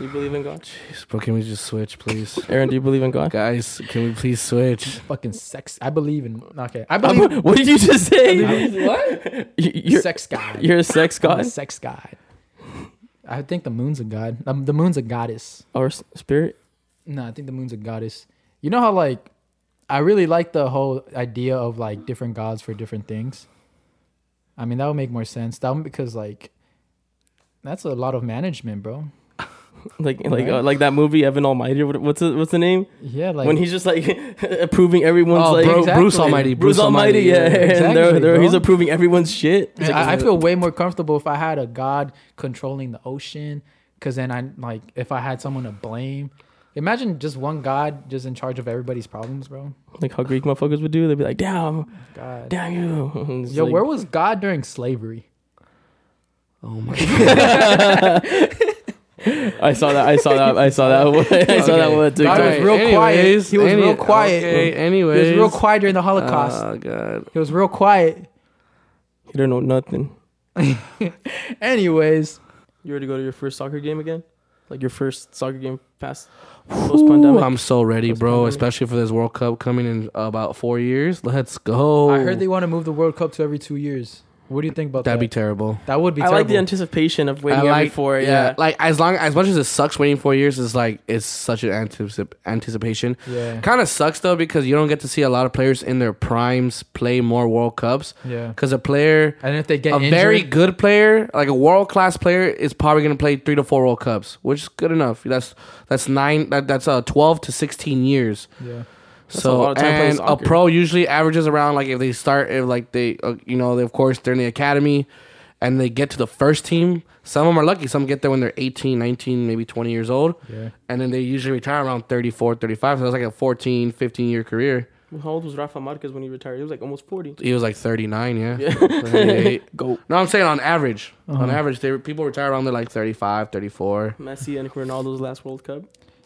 You believe in God? Jeez, bro, can we just switch, please? Aaron, do you believe in God? guys, can we please switch? Fucking sex. I believe in. Okay. I I'm- believe what did you just say? What? You- in You're, sex God. you're a sex I'm a god sex God. I think the moon's a god. Um, the moon's a goddess. or s- spirit? No, I think the moon's a goddess. You know how like I really like the whole idea of like different gods for different things. I mean that would make more sense. That would because like that's a lot of management, bro. Like like Right. uh, like that movie Evan Almighty. What, what's the, what's the name? Yeah, like when he's just like approving everyone's Oh, like bro, Exactly. Bruce Almighty. Bruce Almighty, yeah, Exactly, and they're, they're, he's bro. approving everyone's shit. And I, I feel way more comfortable if I had a god controlling the ocean, because then I like if I had someone to blame. Imagine just one god just in charge of everybody's problems, bro. Like how Greek motherfuckers would do, they'd be like, "Damn, God. damn you." It's Yo, like, where was God during slavery? Oh my I saw that. I saw that. I saw that. one. I saw that Okay. one. Too. God was Alright, real quiet. anyways, He was any- real quiet. Okay, He anyways. was real quiet during the Holocaust. uh, Oh god. He was real quiet. You don't know nothing. Anyways, You ready to go to your first soccer game again? Like your first soccer game past Ooh, post pandemic. I'm so ready, Post bro. pandemic. Especially for this World Cup coming in about four years. Let's go. I heard they want to move the World Cup to every two years. What do you think about Oh. that'd be that? terrible. that would be I terrible. like the anticipation of waiting I every four. Yeah. Like as long as much as it sucks waiting four years, it's like it's such an anticip- anticipation. yeah, Kind of sucks though because you don't get to see a lot of players in their primes play more World Cups. yeah. Because a player, And if they get a injured, very good player, like a world class player, is probably going to play three to four World Cups, which is good enough. That's that's nine. That, that's uh twelve to sixteen years. yeah, That's a so lot of time playing and a soccer. pro usually averages around like if they start if like they uh, you know they, of course they're in the academy and they get to the first team. Some of them are lucky. Some get there when they're 18, 19, maybe 20 years old. yeah. And then they usually retire around 34, 35. So that's like a 14, 15 year career. How old was Rafa Marquez when he retired? He was like almost forty. He was like 39, yeah. Yeah. 38. Go. No, I'm saying on average. On Uh-huh. average, they people retire around they're like 35, 34. Messi and Ronaldo's last World Cup.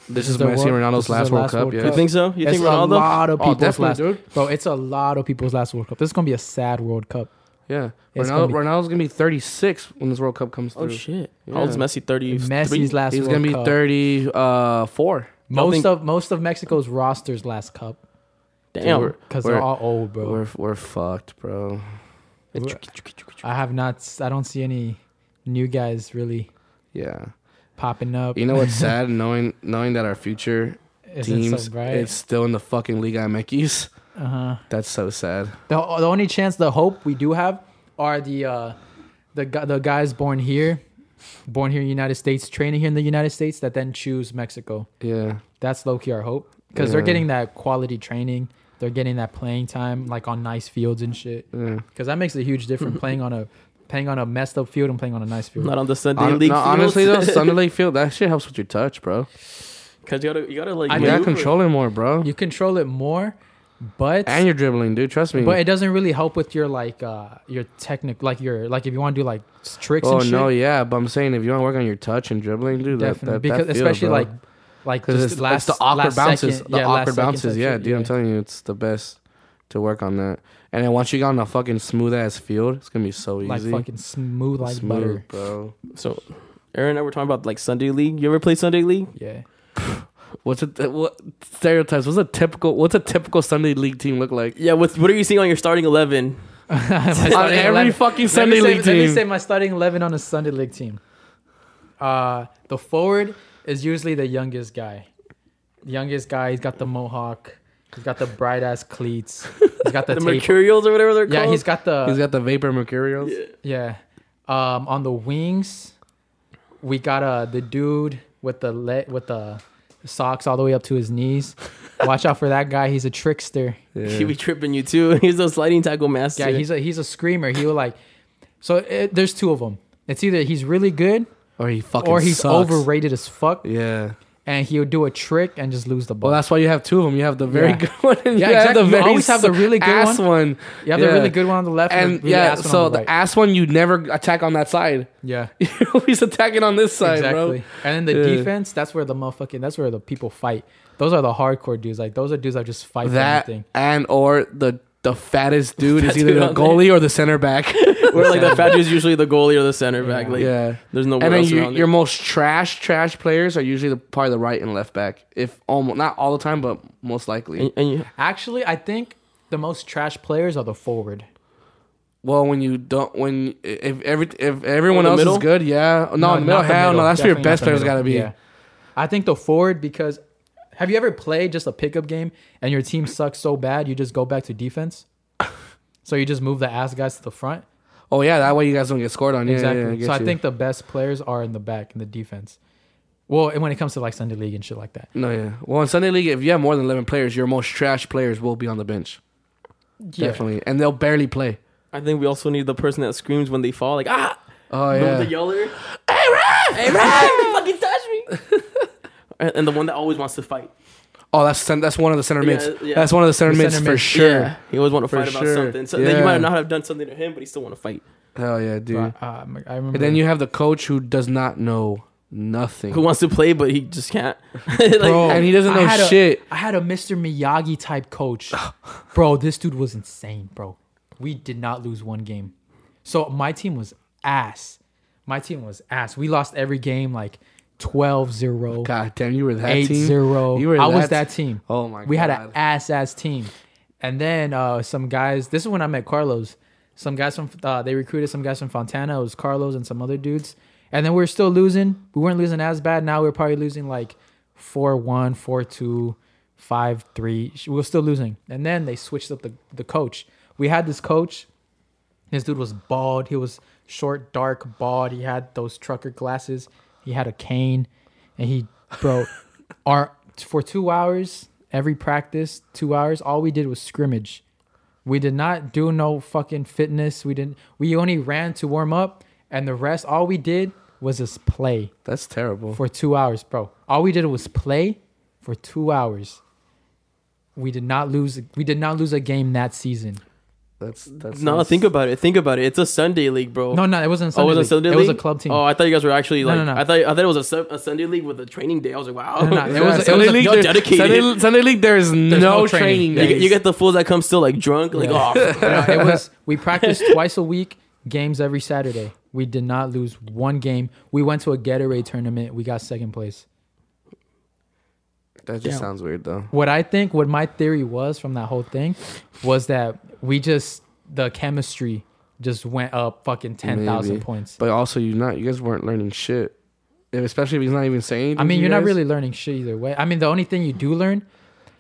This, is is their Messi world- and this Ronaldo's is their last World last Cup. World yeah. You Cup. think so? You It's think a Ronaldo? lot of Oh, people's definitely, last. dude. Bro, it's a lot of people's last World Cup. This is gonna be a sad World Cup. Yeah. It's Ronaldo, gonna be- Ronaldo's going to be 36 when this World Cup comes through. Oh shit! Yeah. How old is Messi? Thirty. Messi's last. He's World going to be Cup. 34. Most Nothing- of most of Mexico's rosters last cup Damn. We're- because we're- they're all old, bro. We're, we're fucked, bro. We're- I have not. s- I don't see any new guys really Yeah. popping up. You know what's sad? knowing knowing that our future Isn't so teams bright. is still in the fucking Liga MX. Uh-huh. That's so sad. The, the only chance, the hope we do have are the uh, the gu- the guys born here, born here in the United States, training here in the United States, that then choose Mexico. Yeah. That's low key our hope because they're Yeah. getting that quality training. They're getting that playing time, like on nice fields and shit. yeah. Because that makes a huge difference playing on a playing on a messed up field and playing on a nice field. Not on the Sunday Hon- league. no, field. honestly though, Sunday League field that shit helps with your touch, bro. Cause you gotta, you gotta like. I You gotta maneuver. control it more, bro. You control it more, but And you're dribbling, dude. Trust me. but it doesn't really help with your like uh your technic like your like if you want to do like s- tricks oh and shit. no, yeah. But I'm saying if you want to work on your touch and dribbling, dude, that, definitely that, because that feels, especially bro. like like Because just it's, last it's the awkward last bounces. second- the yeah, last awkward second bounces. type Yeah, shit, dude, I'm telling you, it's the best to work on that. And then once you get on a fucking smooth ass field, it's gonna be so like easy. fucking smooth like smooth, butter. bro. So, Aaron and I were talking about like Sunday League. You ever play Sunday League? Yeah, What's it? What stereotypes? What's a typical? What's a typical Sunday league team look like? Yeah. What What are you seeing on your starting eleven? My starting on every 11 fucking Let me Sunday say- league Let me team. say my starting eleven on a Sunday league team. Uh, the forward is usually the youngest guy. The youngest guy. He's got the mohawk. He's got the bright ass cleats. He's got the, The tape. Mercurials or whatever they're Yeah, called. he's got the He's got the vapor mercurials. yeah. Um, on the wings, we got uh the dude with the le- with the socks all the way up to his knees. Watch out for that guy. He's a trickster. Yeah. He be tripping you too. He's a sliding tackle master. Yeah, he's a he's a screamer. He will like. So it, there's two of them. It's either he's really good or he fucking or he's sucks. overrated as fuck, Yeah. and he'll do a trick and just lose the ball. Well, that's why you have two of them. You have the very Yeah. good one. And Yeah, you exactly. Have You the very always have the really good ass one. you have the yeah. really good one on the left and, And the really yeah, ass one so on the, the, right. ass one you never attack on that side. yeah, You're always attacking on this side, exactly. bro. And then the Yeah. defense, that's where the motherfucking that's where the people fight. Those are the hardcore dudes. Like those are dudes that just fight That for anything. and or the the fattest dude is Fat either dude the on goalie or the center back. Where like the fat is usually the goalie or the center back. Like, yeah. There's no. And then else your, around your it. most trash trash players are usually the probably the right and left back. If almost not all the time, but most likely. and, and you, Actually, I think the most trash players are the forward. Well, when you don't, when if every if everyone the else middle? is good, yeah. No, Not- in the middle, not the hell middle. no. That's where Definitely your not best the players middle. gotta be. Yeah. I think the forward because have you ever played just a pickup game and your team sucks so bad you just go back to defense? so you just move the ass guys to the front? Oh yeah, that way you guys don't get scored on. Yeah, Exactly. exactly. Yeah, I get so I you. think the best players are in the back in the defense. Well, and when it comes to like Sunday league and shit like that. no, yeah. Well, in Sunday league, if you have more than eleven players, your most trash players will be on the bench, definitely, and they'll barely play. I think we also need the person that screams when they fall. Like ah, Oh The- the yeah. yeller. Hey ref! Hey ref! you fucking touch me! and, and the one that always wants to fight. Oh, that's cen- that's one of the center Yeah, mids. yeah. That's one of the center The mids center for mids. sure. Yeah, he always want to For fight about sure. something. So then you Yeah. might not have done something to him, but he still want to fight. Hell yeah, dude. But, um, I remember And then you have the coach who does not know nothing, Who wants to play, but he just can't. like, Bro, and he doesn't I know had a- shit. I had a Mr. Miyagi type coach. bro, this dude was insane, bro. We did not lose one game. So my team was ass. My team was ass. We lost every game like 12 0, God damn, you were that 8 team. 0. You were I was that that te- team. Oh my We had God. an ass ass team. And then uh, some guys, this is when I met Carlos. Some guys from, uh, they recruited some guys from Fontana. It was Carlos and some other dudes. And then we were still losing. We weren't losing as bad. Now we are probably losing like 4 1, 4 2, 5 3. We were still losing. And then they switched up the, the coach. We had this coach. This dude was bald. He was short, dark, bald. He had those trucker glasses. He had a cane, and he, bro, our for two hours every practice, two hours. All we did was scrimmage. We did not do no fucking fitness. We didn't. We only ran to warm up, and the rest, all we did was just play That's terrible. for two hours, bro. All we did was play for two hours. We did not lose. We did not lose a game that season. That's that's no, think about it. Think about it. It's a Sunday league, bro. No, no, it wasn't. Oh, Sunday it was a league. Sunday It was league. a club team. Oh, I thought you guys were actually No, like. no, no. I thought I thought it was a, sub, a Sunday league with a training day. I was like, wow. No, no, it Yeah, was- it Sunday was a- league. Y'all there- dedicated. Sunday, Sunday league. There is no, no training. training. you, days. get- you get the fools that come still like drunk, like Yeah. oh. f- No, it was we practiced twice a week, games every Saturday. We did not lose one game. We went to a Gatorade tournament. We got second place. that just Yeah. sounds weird though. What I think, what my theory was from that whole thing, was that we just the chemistry just went up fucking ten thousand Maybe. points. But also, you not you guys weren't learning shit. If, especially if he's not even saying. anything I mean, to you're you not guys. really learning shit either way. I mean, the only thing you do learn,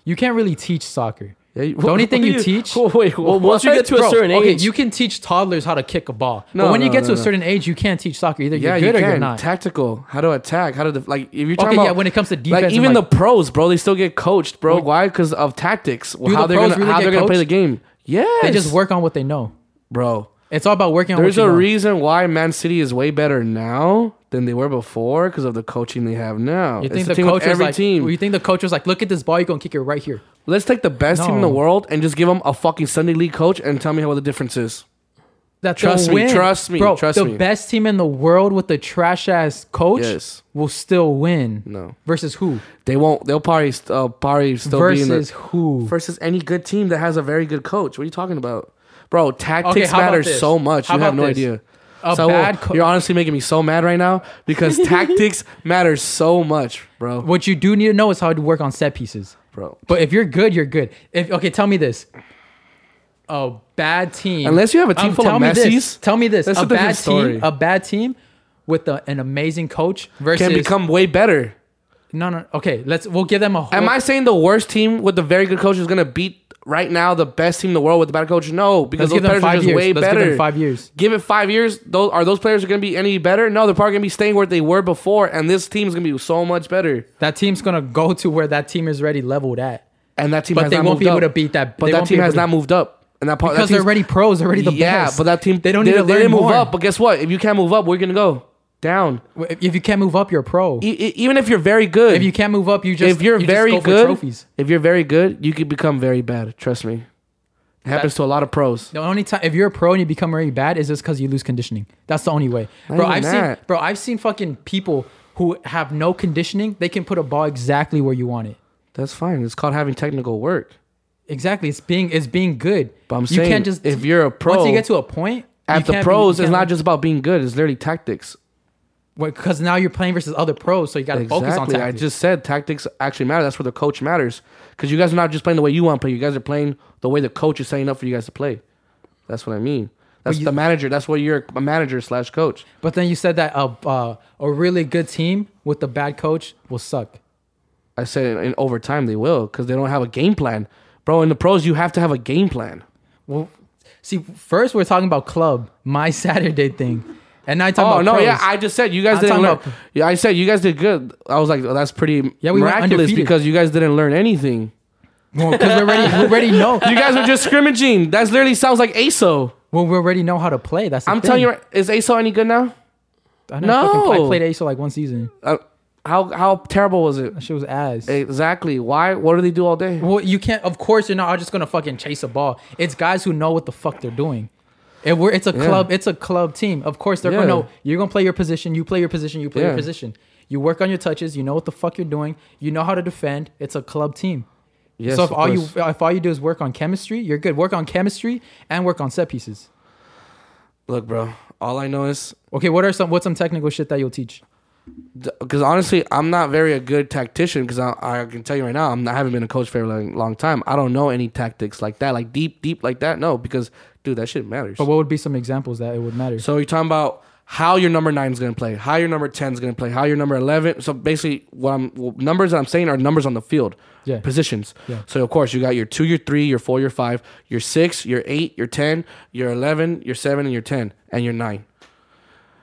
you can't really teach soccer. Yeah, you- The only thing you teach- Wait, wait, oh, Well, once you what? get to a Bro, certain okay, age, you can teach toddlers how to kick a ball, No, but when you no, get to no, a no. certain age, you can't teach soccer either. yeah, you're you good can. or you're not. Tactical. How to attack? How to def- like? If you're talking okay, about yeah, when it comes to defense, like I'm even like, the pros, bro, they still get coached, bro. Wait. Why? Because of tactics. the how they're pros gonna really how get they're gonna play the coached? game? Yes, they just work on what they know. bro. It's all about working on. There's what a you know. reason why Man City is way better now than they were before because of the coaching they have now. You It's think the the team with coach was every like? team? You think the coach was like, "Look at this ball. You're gonna kick it right here." Let's take the best team in the No. world and just give them a fucking Sunday league coach and tell me what the difference is. That's Trust me, trust me, bro. trust the me. best team in the world with the trash ass coach Yes. will still win. No. Versus who? They won't. They'll probably st- uh, probably still versus be in the who? versus any good team that has a very good coach. What are you talking about, bro? Okay, Tactics how about matter this? so much. How you have about no this? idea. a So, bad coach. You're honestly making me so mad right now because tactics matter so much, bro. What you do need to know is how to work on set pieces. Bro, But if you're good, you're good. If okay, tell me this. A bad team. Um, Unless you have a team full of tell me this. Messis, Tell me this. that's a a different bad story. team. A bad team with a, an amazing coach versus can become way better. no no okay let's we'll give them a whole Am I saying the worst team with the very good coach is going to beat right now the best team in the world with the bad coach? No, because let's those give them players are five just years way let's better. give them five years Give it five years. Those are those players are going to be any better? No, they're probably going to be staying where they were before, and this team is going to be so much better. that team's gonna go to where that team is already leveled at And that team, But has they not won't moved be able up. to beat that- But they that won't be team able has to- not moved up, and that part that because they're team's- already pros they're already the yeah, best but that team they don't need to they learn didn't more. move up. But guess what? If you can't move up, we're gonna go down. If- if you can't move up you're a pro E- e- even if you're very good, if you can't move up you just if you're you just very go for good, trophies if you're very good, you could become very bad. Trust me, it happens to a lot of pros. The only time if you're a pro and you become really bad is just because you lose conditioning. That's the only way, bro. even I've seen, that. bro. I've seen fucking people who have no conditioning. They can put a ball exactly where you want it. That's fine. It's called having technical work. Exactly. It's being it's being good. But I'm you saying, can't just if you're a pro, once you get to a point At the pros, it's not just about being good. It's literally tactics. because now you're playing versus other pros, so you got to focus on Exactly. I tactics. just said tactics actually matter. That's where the coach matters. Because you guys are not just playing the way you want to play. You guys are playing the way the coach is setting up for you guys to play. That's what I mean. That's you- the manager. That's what you're a manager slash coach. but then you said that a uh, a really good team with a bad coach will suck. I said in, in overtime they will because they don't have a game plan, bro. In the pros, you have to have a game plan. Well, see, first we're talking about club, my Saturday thing, and now I talk Oh about no, pros. yeah, I just said you guys I'm didn't talking learn. about- yeah, I said you guys did good. I was like, oh, that's pretty Yeah, we went miraculous undefeated. because you guys didn't learn anything. because we already we already know You guys were just scrimmaging. That literally sounds like ASO. Well, we already know how to play. That's the I'm thing. telling you, right- is ASO any good now? I never fucking play- I No. played ASO like one season. Uh, how how terrible was it? That shit was ass. Exactly. Why? What do they do all day? Well, you can't. Of course, you're not just gonna fucking chase a ball. It's guys who know what the fuck they're doing. And we're it's a club. It's a club team. Of course, they're gonna Yeah. know. You're gonna play your position. You play your position. You play your Yeah. position. You work on your touches. You know what the fuck you're doing. You know how to defend. It's a club team. Yes, so if of all you course. if all you do is work on chemistry, you're good. Work on chemistry and work on set pieces. look, bro. All I know is Okay, what are some what's some technical shit that you'll teach? because honestly, I'm not very a good tactician. Because I, I can tell you right now, I'm not, I haven't been a coach for a long, long time. I don't know any tactics like that, like deep, deep like that. No, because dude, that shit matters. But what would be some examples that it would matter? So you're talking about how your number nine is going to play, how your number ten is going to play, how your number eleven. So basically, what I'm well, numbers that I'm saying are numbers on the field, Yeah. positions. Yeah. So of course you got your two, your three, your four, your five, your six, your eight, your ten, your eleven, your seven, and your ten, and your nine.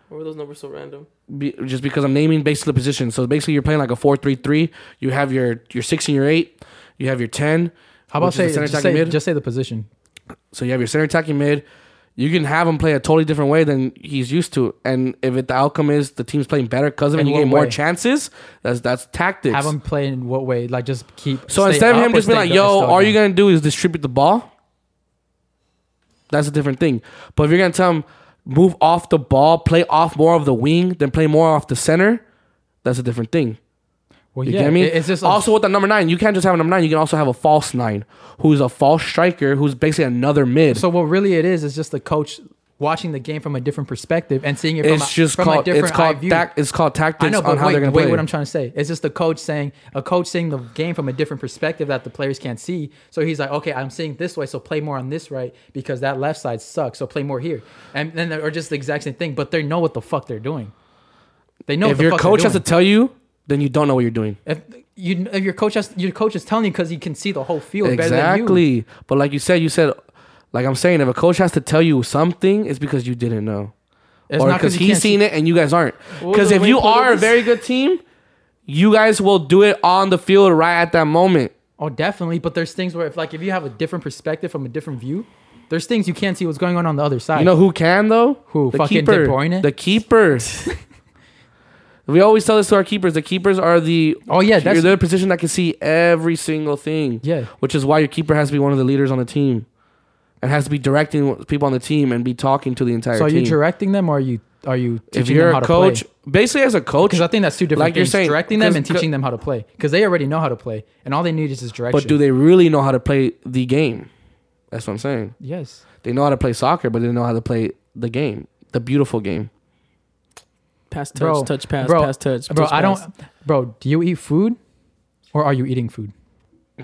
Why were those numbers so random? Be, just because I'm naming basically the positions. So basically, you're playing like a four-three-three. You have your your six and your eight. You have your ten. How about which is the say just, attacking say mid. just say the position? So you have your center attacking mid. You can have him play a totally different way than he's used to, and if it, the outcome is the team's playing better because of In it, and you what get more way? chances. That's that's tactics. Have him play in what way? Like just keep. so stay instead of up him or just being stay like, do- "Yo, stay all you're down? gonna do is distribute the ball," that's a different thing. But if you're gonna tell him move off the ball, play off more of the wing, then play more off the center, that's a different thing. Well, You yeah, get me? it- It's just also with the number nine, you can't just have a number nine. You can also have a false nine, who's a false striker, who's basically another mid. So what really it is is just the coach watching the game from a different perspective and seeing it from, it's a, just from a called different it's eye called view. tac- it's called tactics I know, on but how wait, wait, they're going to play. what I'm trying to say. It's just the coach saying a coach seeing the game from a different perspective that the players can't see. So he's like, okay, I'm seeing this way, so play more on this right because that left side sucks. So play more here, and then or just the exact same thing. But they know what the fuck they're doing. They know what if the your fuck coach they're has to doing. tell you, then you don't know what you're doing. If you if your coach has your coach is telling you because he can see the whole field better than you. Exactly. But like you said, you said, like I'm saying, if a coach has to tell you something, it's because you didn't know, It's or not because 'cause you he's can't see- seen it and you guys aren't. Well, Because the if way you Paul are a does- very good team, you guys will do it on the field right at that moment. Oh, definitely. But there's things where if like if you have a different perspective from a different view, there's things you can't see what's going on on the other side. You know who can though? Who, The fucking De keeper. Bruyne? The keeper. We always tell this to our keepers. The keepers are the Oh yeah, you're that's the position that can see every single thing. yeah. Which is why your keeper has to be one of the leaders on the team, and has to be directing people on the team and be talking to the entire So are team. you directing them or are you are you teaching if you're them how a to play? coach, basically as a coach, Because I think that's two different Like you're things. saying, directing them 'cause- and teaching them how to play. Because they already know how to play, and all they need is just direction. but do they really know how to play the game? That's what I'm saying. Yes. They know how to play soccer, but they don't know how to play the game, the beautiful game. Pass touch, Bro, touch pass, bro, pass touch. Bro, touch, I don't. pass. Bro, do you eat food, or are you eating food?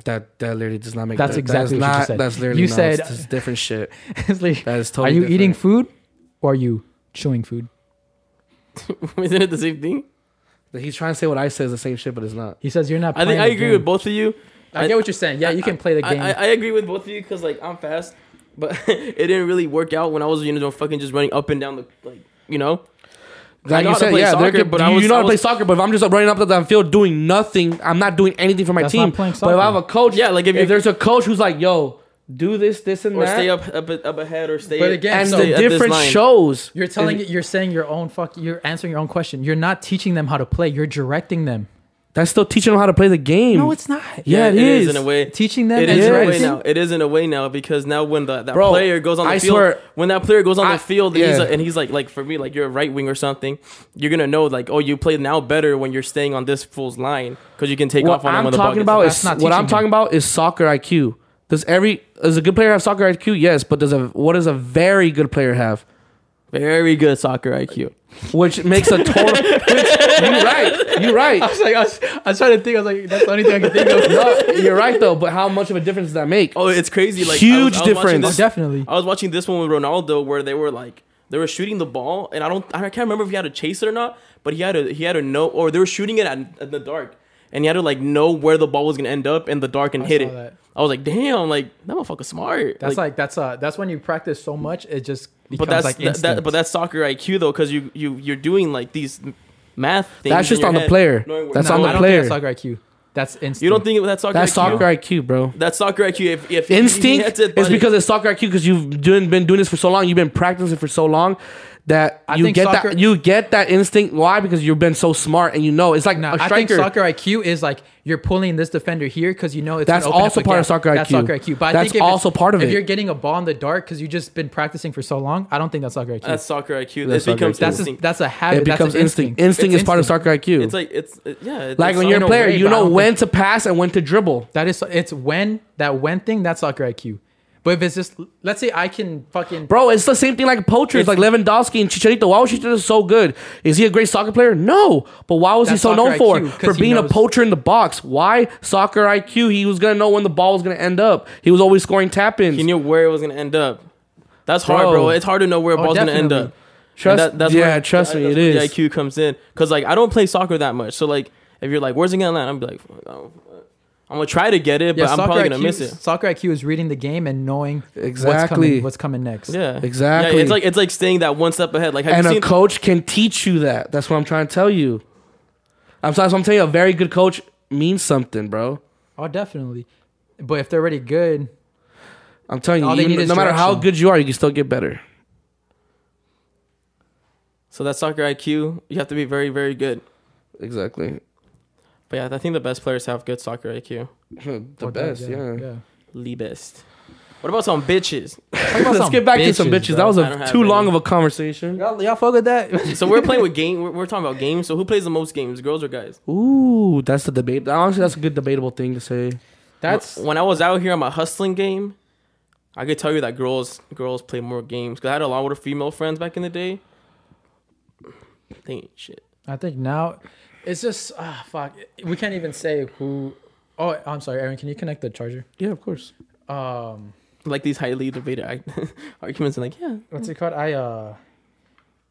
That that literally does not make. That's that- exactly that what is you not, just said. That's literally You not, said- it's just different shit. It's like, That is are totally. you different. eating food, or are you chewing food? Isn't it the same thing? He's trying to say what I say is the same shit, but it's not. He says you're not. I Playing think I the agree game." with both of you. I get what you're saying. Yeah, you can play the I, game. I, I agree with both of you because like I'm fast, but it didn't really work out when I was you know fucking just running up and down the like you know. I Like know you how to said, play yeah, there soccer, could, but but you, I was- you know how to I play was- soccer, but if I'm just running up and down the field doing nothing, I'm not doing anything for my That's team. not playing But if I have soccer. a coach, Yeah, like, if you- if there's a coach who's like, "Yo, do this, this, and Or that," stay up up up ahead or stay. But again, and so- the at this difference line. shows. you're telling. You're saying your own fuck. You're answering your own question. You're not teaching them how to play. You're directing them. That's still teaching them how to play the game. No, it's not. Yeah, it is. in a way. Teaching them It and is in a way directing. now. It is in a way now because now when the, that Bro, player goes on the I field, swear- when that player goes on I- the field, and, he's yeah. a, and he's like, like for me, like you're a right wing or something, you're gonna know like, oh, you play now better when you're staying on this fool's line because you can take off what on him I'm when the ball talking gets about out. That's is not what I'm teaching talking about is soccer IQ. Does every does a good player have soccer IQ? Yes, but does a what does a very good player have? Very good soccer IQ. Which makes a total. which, you're right. You're right. was like, I was, I was trying to think. I was like, that's the only thing I can think of. No, you're right though. But how much of a difference does that make? Oh, it's crazy! Like I was- Huge I was watching difference. Oh, this- definitely. I was watching this one with Ronaldo where they were like they were shooting the ball and I don't I can't remember if he had to chase it or not, but he had to he had to know or they were shooting it at, at the dark and he had to like know where the ball was gonna end up in the dark and hit saw it. that. I was like, damn, like that motherfucker smart. That's like, that's uh that's when you practice so much it just becomes but that's like that, that- instinct. but that's soccer IQ though because you you you're doing like these math things. That's in just your on the head, player. knowing where- That's No, on the I don't player. Think that's soccer IQ. That's instinct. You don't think that's soccer? That's IQ? soccer IQ, bro. That's soccer IQ. If if he- he Instinct hits it, is buddy. because it's soccer IQ because you've doing, been doing this for so long. You've been practicing for so long that I you think get soccer- that you get that instinct. Why? Because you've been so smart and you know it's like Nah, a I think striker. soccer IQ is like you're pulling this defender here because you know it's That's gonna open also up a part gap. of soccer That's IQ. soccer IQ. But I That's think if it's- also part of if it. you're getting a ball in the dark because you've just been practicing for so long, I don't think that's soccer IQ. that's soccer IQ. That's It soccer becomes IQ. that's that's a, that's a habit. it becomes that's an instinct. instinct. Instinct, is It's part of soccer IQ. it's like it's it- yeah. it's- like it's when you're a in a player, way, you but I know don't when to pass and when to dribble. That is it's when that when thing that's soccer IQ. But if it's just let's say I can fucking Bro, it's the same thing like It's- poachers, like Lewandowski and Chicharito. Why was Chicharito so good? Is he a great soccer player? No. But why was he That's so known soccer for? IQ, 'cause For he being a knows- poacher in the box. Why soccer IQ? He was gonna know when the ball was gonna end up. He was always scoring tap ins. He knew where it was gonna end up. That's hard, Bro. bro. It's hard to know where a Oh, ball's gonna end definitely. up. trust, And that- that's yeah, where- trust me, that's it where is. The IQ comes in because like I don't play soccer that much, so like if you're like, "Where's it gonna land?" I'm like, "Oh, "Fuck, I don't- "I'm gonna try to get it, yeah, but I'm soccer probably IQ, gonna miss it." Soccer IQ is reading the game and knowing what's Exactly. coming, what's coming next. Yeah, Exactly. Yeah, it's like it's like staying that one step ahead. Like, have and you a seen? coach can teach you that. That's what I'm trying to tell you. I'm sorry, so I'm telling you a very good coach means something, bro. Oh, definitely. But if they're already good, I'm telling you, All they even- need is no matter how direction. good you are, you can still get better. so that soccer IQ, you have to be very, very good. Exactly. But yeah, I think the best players have good soccer IQ. the or they're- best, yeah. The best. What about some bitches? Talk about Let's some get back to some bitches. That was I don't a have too long any. of a conversation. bro. y'all. Y'all fuck with that. So we're playing with game. We're, we're talking about games. So who plays the most games, girls or guys? Ooh, that's the debate. Honestly, that's a good debatable thing to say. That's when I was out here on my hustling game. I could tell you that girls girls play more games because I had a lot of female friends back in the day. They ain't shit. I think now it's just ah fuck. We can't even say who. Oh, I'm sorry, Aaron. Can you connect the charger? Yeah, of course. Um, Like these highly debated act- arguments, and like yeah, what's it called? I uh,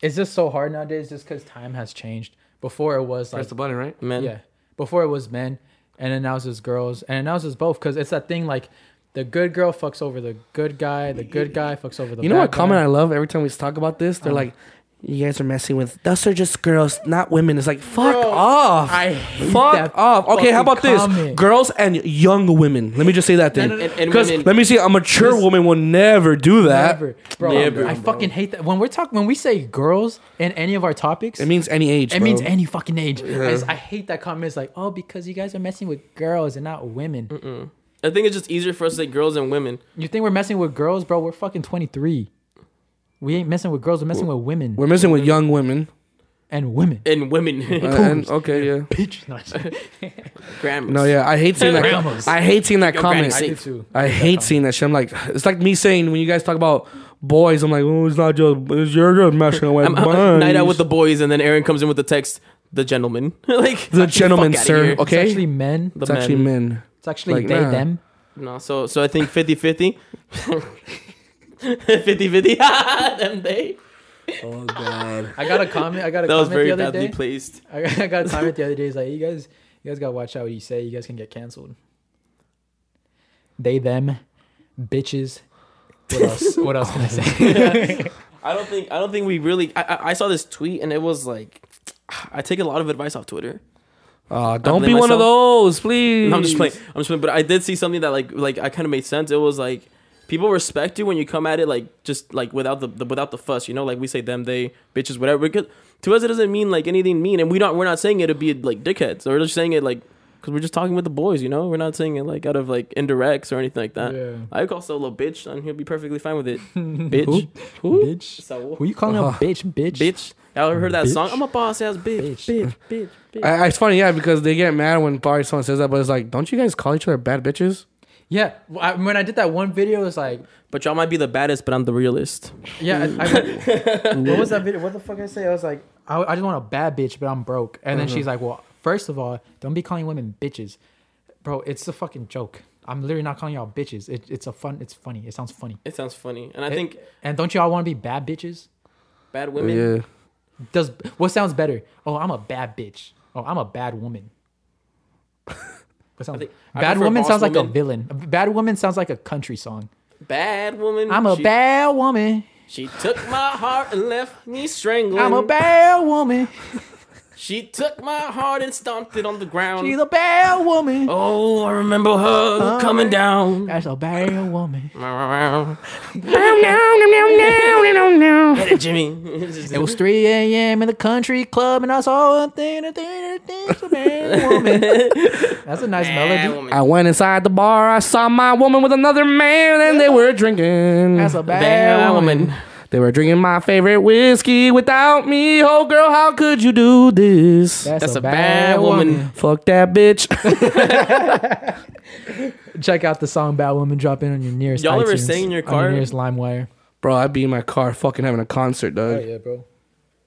it's just so hard nowadays, just because time has changed. Before it was like Press the button, right? man. Yeah. Before it was men, and then now it's just girls, and now it's just both because it's that thing like the good girl fucks over the good guy, the good guy fucks over the. You know bad what comment guy. I love every time we talk about this? They're Uh. like, you guys are messing with those are just girls, not women. It's like fuck Bro, off. I hate fuck that off. Okay, how about fucking this? comment. Girls and young women. Let me just say no, that thing. no. And, and Because women, let me see, a mature woman will never do that. Never. Bro, Never, I bro. fucking hate that. When we're talking, when we say girls in any of our topics, It means any age. It means bro. any fucking age. I, just- I hate that comment. It's like, oh, because you guys are messing with girls and not women. I think it's just easier for us to say girls and women. You think we're messing with girls, bro? We're fucking 23. We ain't messing with girls. We're messing with women We're messing with young women. and women. And women. Uh, and- okay, yeah. Bitch. No, I'm just kidding. Grammars. No, yeah, I hate seeing that. Grandmas. I hate seeing that Your granny comment. I do safe. too. I uh, hate seeing that shit. I'm like, it's like me saying when you guys talk about boys, I'm like, oh, it's not just, it's you're just messing with I'm, I'm boys. night out with the boys, and then Aaron comes in with the text, the gentleman. like the fuck gentleman, outta sir. here. It's Okay, actually men. The it's actually men. men. It's actually Like, they, nah. them. No, so so I think 50 50. 50 50. Them day. Oh god. I got a comment. I got a That was comment the very other badly day. placed. I got, I got a comment the other day. It's like, you guys, you guys gotta watch out what you say. You guys can get canceled. They, them, bitches. What else? what else can I say? I don't think I don't think we really. I, I, I saw this tweet and it was like, I take a lot of advice off Twitter. Uh, don't blame be one of myself. those, please. No, I'm just playing. I'm just playing. But I did see something that like like I kind of made sense. It was like people respect you when you come at it like just like without the, the without the fuss. You know, like we say them, they, bitches, whatever. Because to us, it doesn't mean like anything mean, and we don't. We're not saying it to be like dickheads. We're just saying it like because we're just talking with the boys. You know, we're not saying it like out of like indirects or anything like that. Yeah. I call Solo bitch, and he'll be perfectly fine with it. bitch, bitch. so Who you calling a Uh, bitch? Bitch. bitch. Y'all ever heard that Bitch. song? I'm a boss ass bitch, Bitch. bitch, bitch, bitch. I, I- it's funny, yeah, because they get mad when probably someone says that, but it's like, don't you guys call each other bad bitches? Yeah. well, I, when I did that one video, it's like, But y'all might be the baddest, but I'm the realist. yeah. I, I, Mm. what was that video? What the fuck I say? I was like, I, I just want a bad bitch, but I'm broke. And then Mm-hmm. she's like, well, first of all, don't be calling women bitches, bro. It's a fucking joke. I'm literally not calling y'all bitches. It, it's a fun. It's funny. It sounds funny. It sounds funny, and I think And don't y'all want to be bad bitches? bad women. yeah. Does what sounds better? Oh, I'm a bad bitch. Oh, I'm a bad woman. What sounds, think- I bad prefer woman boss sounds like a woman. villain. Bad woman sounds like a country song. Bad woman. I'm a she, bad woman. She took my heart and left me strangling. I'm a bad woman. She took my heart and stomped it on the ground. She's a bad woman. oh, I remember her Uh-huh. coming down. That's a bad woman. Hit it, Jimmy. It was 3 a.m. in the country club, and I saw a thing, a thing, a thing, a bad woman. That's a nice melody. woman. I went inside the bar, I saw my woman with another man, and they were drinking. That's a bad, Bad woman. woman. They were drinking my favorite whiskey without me. Oh, girl, how could you do this? That's a bad woman. Fuck that bitch. Check out the song "Bad Woman." Drop in on your nearest. Y'all ever iTunes, sing in your on car? nearest LimeWire. Bro, I'd be in my car fucking having a concert, dog. Oh, yeah, bro.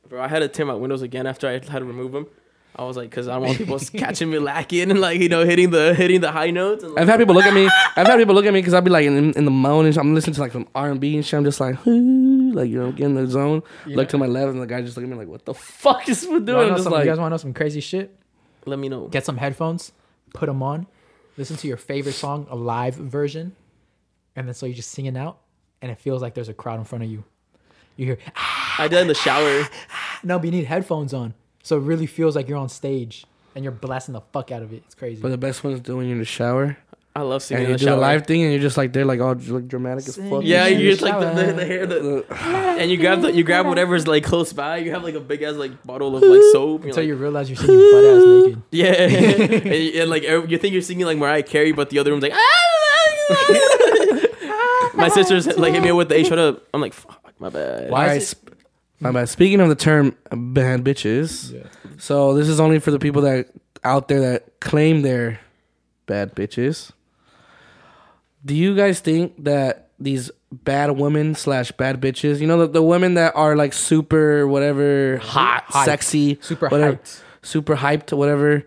Bro, I had to tear my windows again after I had to remove them. I was like, because I don't want people catching me lacking and like you know hitting the hitting the high notes. And, like, I've had people look at me. I've had people look at me because I'd be like in, in the moan. I'm listening to like some R and B and shit. I'm just like, "Ooh," like you know, get in the zone. Look to my left, and the guy just look at me like, "What the fuck is we doing?" I'm just you like, guys want to know some crazy shit? let me know. Get some headphones, put them on, listen to your favorite song, a live version, and then so you just sing it out, and it feels like there's a crowd in front of you. You hear "Ah," I did in the shower. no, but you need headphones on, so it really feels like you're on stage and you're blasting the fuck out of it. It's crazy. but the best one is doing in the shower I love singing and in you the do the shower. live thing, and you're just like, they're like all dr- like dramatic as Sing fuck. Yeah, In you the just like the, the, the hair, the, and you grab the, you grab whatever's like close by. You have like a big ass like bottle of like soap. and You're Until like, you realize you're singing butt ass naked. yeah, and, you- and like every- you think you're singing like Mariah Carey, but the other room's like. "Ah." my sister's like hit me up with the hey, shut up. I'm like, fuck, my bad. Why All is right, it- sp- my bad. Speaking of the term bad bitches, Yeah. so this is only for the people that out there that claim they're bad bitches. Do you guys think that these bad women slash bad bitches, you know, the, the women that are like super whatever hot, Hyped. sexy, Super whatever, hyped. super hyped, whatever?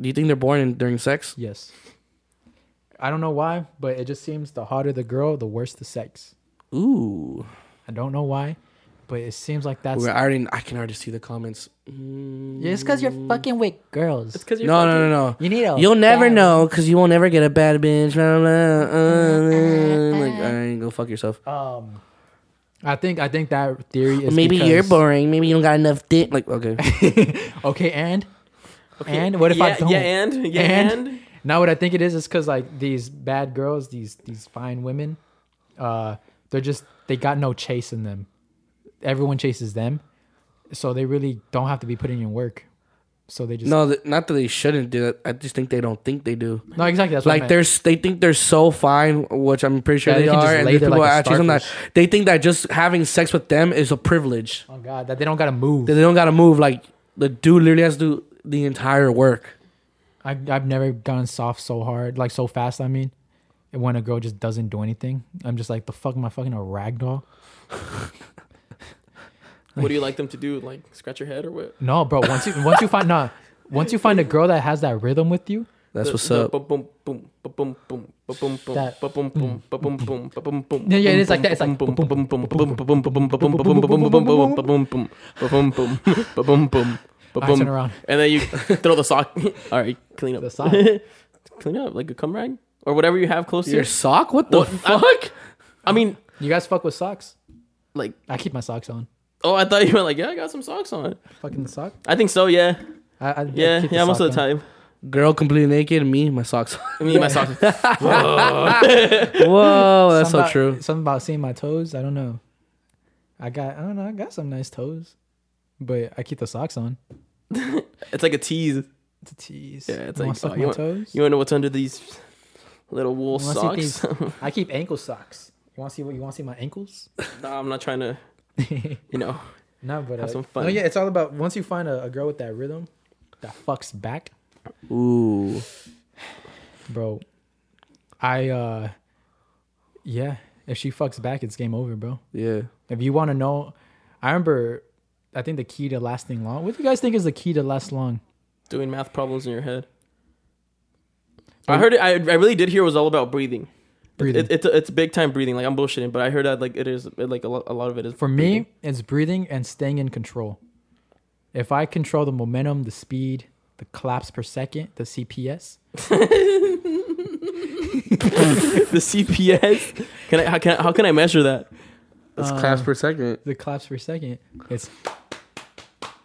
Do you think they're born in, during sex? Yes. I don't know why, but it just seems the hotter the girl, the worse the sex. Ooh, I don't know why, but it seems like that's We're already, I can already see the comments. Mm. Yeah, it's because you're fucking with girls. It's because you're No, fucking- no, no, no. You need a. You'll never bad- know because you won't ever get a bad bitch. Blah, blah, blah, uh, like, all right, go fuck yourself. Um, I think I think that theory is Maybe you're because- boring. Maybe you don't got enough dick. Like, okay. okay, and and what if yeah, I don't? Yeah, and yeah, And? and, Now, what I think it is is because like these bad girls, these these fine women, uh, they're just they got no chase in them. Everyone chases them, so they really don't have to be putting in work. So they just no, No, th- not that they shouldn't do it. I just think they don't think they do. exactly. That's what Like I meant. they're they think they're so fine, which I'm pretty sure Yeah, they, they can just are, and lay there's there people like a that actually that they think that just having sex with them is a privilege oh god that they don't gotta move. that they don't gotta move. Like the dude literally has to do the entire work. I I've never gone soft so hard like so fast. I mean, and when a girl just doesn't do anything, I'm just like the fuck am I fucking a rag doll? what do you like them to do? Like scratch your head or what? No, bro. Once you once you find no, once you find a girl that has that rhythm with you, That's The- what's the up. Boom boom boom boom boom boom boom boom That- Mm. boom boom boom boom boom boom. Yeah, yeah, it is like that. It's like boom boom, boom boom, boom boom, boom boom, boom boom boom boom boom boom boom boom boom boom boom boom boom boom boom boom boom boom I turn boom boom. around. And then you throw the sock. All right, clean up The sock. clean up like a cum rag or whatever you have close to. Your you. sock? What the What? fuck? I mean, You guys fuck with socks? like I keep my socks on. oh, I thought you were like yeah, I got some socks on. Fucking sock? I think so. Yeah, I, I, I yeah, keep the yeah. Most sock of the on. time, Girl completely naked. Me, my socks. I mean my socks. Whoa, Oh, Something that's so about- true. Something about seeing my toes. I don't know. I got. I don't know. I got some nice toes, but I keep the socks on. It's like a tease. It's a tease. Yeah, it's You wanna like, suck oh, my you want- toes. You want to know what's under these little wool You wanna see socks? I keep ankle socks. You want to see what? You want to see my ankles? nah, I'm not trying to, you know. no, but Have uh, some fun. No, yeah, it's all about once you find a, a girl with that rhythm, that fucks back. Ooh. bro i uh yeah if she fucks back it's game over bro Yeah. if you want to know i remember i think the key to lasting long what do you guys think is the key to last long doing math problems in your head. I heard it. I, I really did hear it was all about breathing. breathing It, it's it's big time breathing. Like I'm bullshitting, but I heard that like it is like a lot, a lot of it is for breathing. me it's breathing and staying in control if i control the momentum the speed the claps per second the cps the CPS. Can I how can I, how can I measure that? That's Uh, class per second. the claps per second it's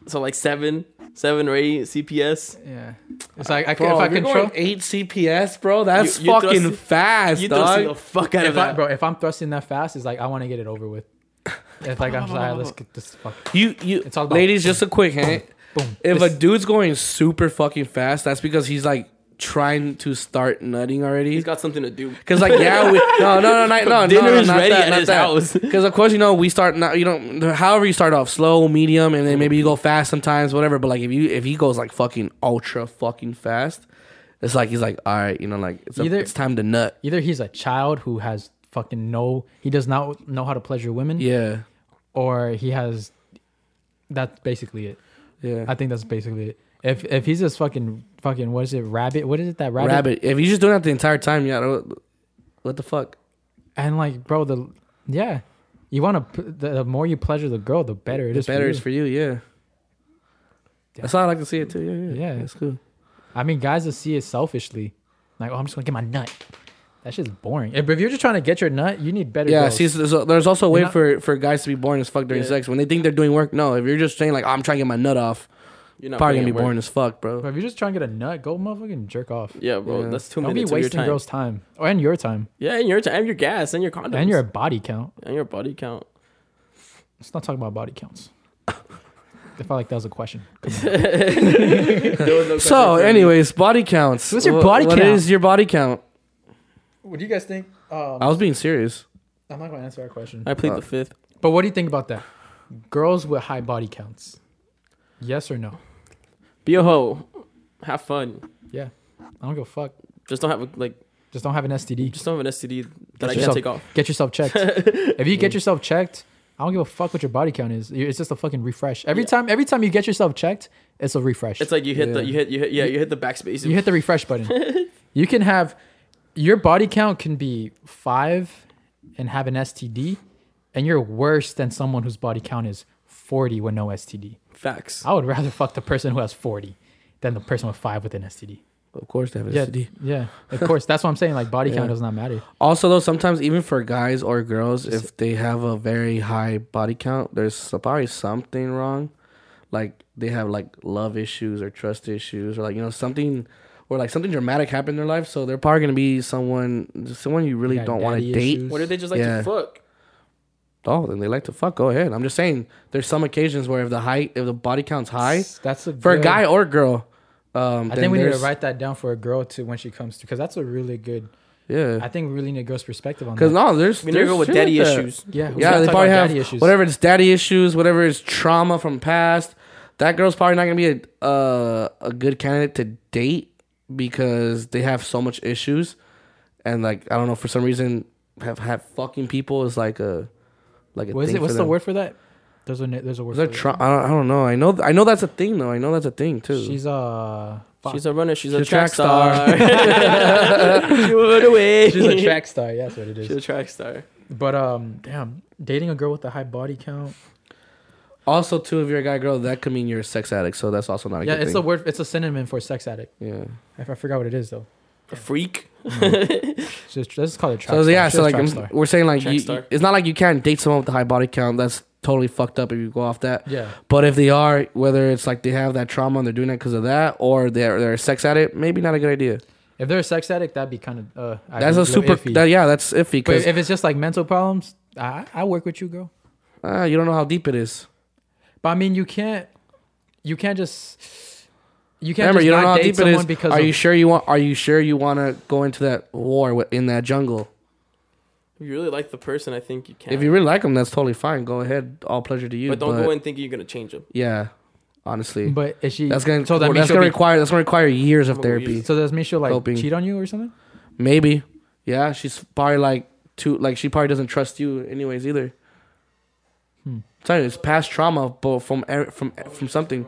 So like seven, seven or eight CPS. yeah it's like I, can Bro, if i if you're control going eight CPS, bro, that's You- you fucking thrusting- fast, You dog. thrusting the fuck out of if I, that, bro if i'm thrusting that fast it's like i want to get it over with if like i'm just like let's get this fuck You you It's all about- ladies, just a quick hint. boom If This- a dude's going super fucking fast, that's because he's like trying to start nutting already. He's got something to do. Cause like yeah, we no no no no no Dinner no, no, is not ready that, at not his that. house. Because of course you know we start not you know however you start off slow, medium, and then maybe you go fast sometimes, whatever. But like if you if he goes like fucking ultra fucking fast, it's like he's like all right, you know like it's, a- Either- it's time to nut. either he's a child who has fucking no he does not know how to pleasure women Yeah or he has that's basically it yeah. i think that's basically it if if he's just fucking fucking what is it rabbit what is it that rabbit, rabbit. If you're just doing that the entire time, yeah. I don't- What the fuck? and like bro the yeah you want to the, the more you pleasure the girl the better it is. It's better for is you. for you, yeah. That's how I like to see it too. Yeah, yeah, Yeah. That's cool. i mean guys that see it selfishly like oh i'm just gonna get my nut that shit's boring if, if you're just trying to get your nut you need better Yeah, girls. see, so there's, there's also a way You're not- for, for guys to be boring as fuck during Yeah. sex when they think they're doing work. No, if you're just saying like "Oh, I'm trying to get my nut off, You're not probably bringing gonna be it work. boring as fuck, Bro, bro. if you're just trying to get a nut go motherfucking jerk off Yeah, bro. Yeah. That's 2 don't be minutes of your wasting time. girls time or and your time Yeah, and your time, your gas, and your condoms, and your body count and your body count. Let's not talk about body counts. I felt like that was a question. So, anyways, body counts. What's your Wha- body What count? is your body count? What do you guys think? Um, I was being serious. I'm not going to answer that question. I plead the fifth. But what do you think about that? Girls with high body counts. Yes or no? Be a hoe. Have fun. Yeah. I don't give a fuck. Just don't have a, like Just don't have an STD. just don't have an STD that I yourself- can't take off. Get yourself checked. if you get yourself checked, I don't give a fuck what your body count is. You- It's just a fucking refresh. Every Yeah. time, every time you get yourself checked, it's a refresh. It's like you hit Yeah. the you hit you hit yeah you hit the backspace. you hit the refresh button. you can have your body count can be five and have an STD, and you're worse than someone whose body count is 40 with no STD. facts. I would rather fuck the person who has 40 than the person with five with an STD. Of course they have an Yeah, STD. yeah. Of course, that's what I'm saying. Like body Yeah. count does not matter. Also, though, sometimes even for guys or girls, if they have a very high body count, there's probably something wrong. Like they have like love issues or trust issues or like you know something or like something dramatic happened in their life, so they're probably gonna be someone someone you really Got don't want to daddy date. issues. What if they just like Yeah. to fuck? Oh, then they like to fuck. Go ahead. I'm just saying, there's some occasions where if the height, if the body count's high That's a for a good- guy or girl, um, I then think we need to there's- write that down for a girl too when she comes to because that's a really good. I Yeah, think we really need a girl's perspective on because that. no, there's We need to there's go with shit daddy like that. issues. yeah, we Yeah, gotta they talk probably about have daddy issues. whatever it's daddy issues, whatever it's trauma from past. That girl's probably not gonna be a uh, a good candidate to date because they have so much issues, and like I don't know for some reason have have fucking people is like a like a What is thing it? for What's the them. word for that? There's a na- there's a word. Is that for tra- I, don't, I don't know. I know. I know that's a thing though. I know that's a thing that. too. She's uh, fuck. She's a runner. She's, a She's a track, track star. star. she ran away. She's a track star. Yeah, that's what it She's a is. track star. But um, damn, dating a girl with a high body count. also, too, if you're a guy or girl, that could mean you're a sex addict. So that's also not a yeah, good it's a thing. word. It's a synonym for sex addict. yeah. I, I forgot what it is though. A freak. She's, let's call it track. So star. yeah, She's so a like track I'm- star. we're saying like Track you, star. it's not like you can't date someone with a high body count. That's totally fucked up if you go off that. yeah, But if they are, whether it's like they have that trauma and they're doing that because of that, or they're they're a sex addict, maybe not a good idea. if they're a sex addict, that'd be kind of uh. I'd that's be a little super. iffy. That, yeah, that's iffy But because if it's just like mental problems, I I work with you, girl. uh, you don't know how deep it is. But I mean, you can't, you can't just, you can't Remember, just you don't not know how date deep it someone is. because are of, you sure you want? Are you sure you want to go into that war with, in that jungle? If you really like the person, I think you can. If you really like them, that's totally fine. Go ahead, all pleasure to you. but don't go in thinking you're gonna change them. Yeah, honestly, But is she? that's gonna So that means that's she'll gonna be, require that's gonna require years of I'm gonna therapy. so that means she'll like Coping. cheat on you or something. Maybe. Yeah, she's probably like too like she probably doesn't trust you anyways either. Hmm. Sorry, it's past trauma, but from er- from from something.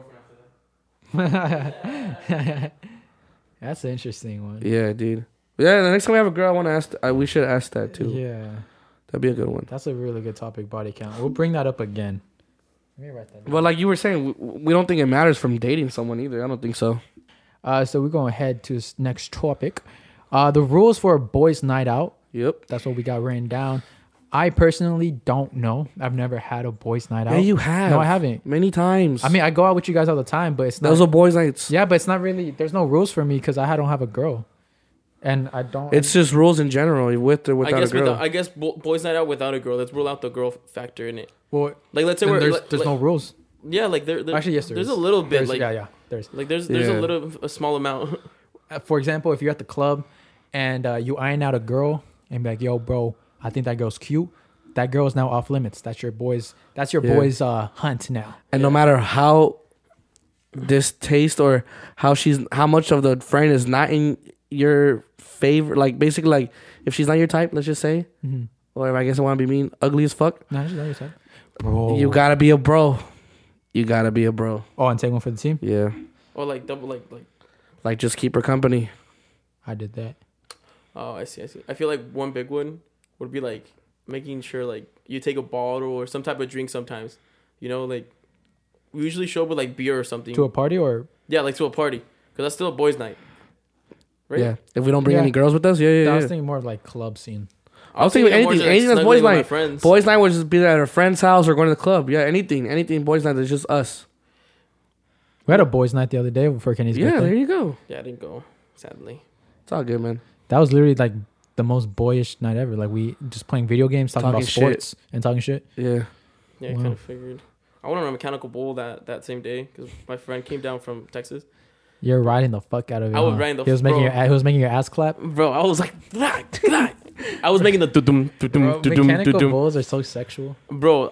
That's an interesting one. Yeah, dude. Yeah, the next time we have a girl, I want to ask. I, we should ask that too. Yeah, That'd be a good one. that's a really good topic. Body count. We'll bring that up again. Let me write that. Down. But like you were saying, we, we don't think it matters from dating someone either. I don't think so. Uh, so we're going to head to this next topic. Uh, the rules for a boys' night out. Yep. That's what we got written down. I personally don't know. I've never had a boys' night out. Yeah, you have. No, I haven't. Many times. I mean, I go out with you guys all the time, but it's not. those are boys' nights. yeah, but it's not really. There's no rules for me because I don't have a girl, and I don't. It's just rules in general, with or I without a guess girl. without, I guess bo- boys night out without a girl. Let's rule out the girl f- factor in it. well, Like let's say then we're there's, like- there's no like- rules. yeah like there, there- Actually, yes, there there's is. a little bit There's- like yeah, yeah. There's. like there's there's Yeah. a little a small amount. Uh, For example, if you're at the club and uh, you iron out a girl and be like, "Yo, bro, I think that girl's cute." That girl is now off limits. That's your boys. That's your Yeah. boys' uh, hunt now. and no matter how this taste or how she's how much of the friend is not in your favor like basically like if she's not your type let's just say Mhm. or if i guess i want to be mean ugly as fuck No, that's- that's what you said. Bro, you gotta be a bro you gotta be a bro oh, and take one for the team. yeah or like double like like like just keep her company I did that. oh I see I see. I feel like one big one would be like making sure like you take a bottle or some type of drink sometimes. You know like we usually show up with like beer or something. to a party or yeah, like to a party because that's still a boys night. Right? yeah if we don't bring Yeah. any girls with us yeah I yeah, was yeah. thinking more of like club scene. I was thinking more anything- just, like, anything that's snuggling boys' with my night. friends. boys night would just be at a friend's house or going to the club yeah anything anything boys night that's just us We had a boys' night the other day for Kenny's yeah there birthday. you go Yeah, I didn't go sadly. it's all good man That was literally like the most boyish night ever. Like we just playing video games, talking, Talking about shit. sports, and talking shit. yeah Yeah, I Wow. kind of figured. I went on a mechanical bull that, that same day because my friend came down from Texas. You're riding the fuck out of it. I was huh? riding the He was f- making your bro. ass, he was making your ass clap. Bro, I was like, "Nah, nah." I was making the dudum, Bro, dudum, dudum, mechanical dudum. bulls are so sexual. Bro,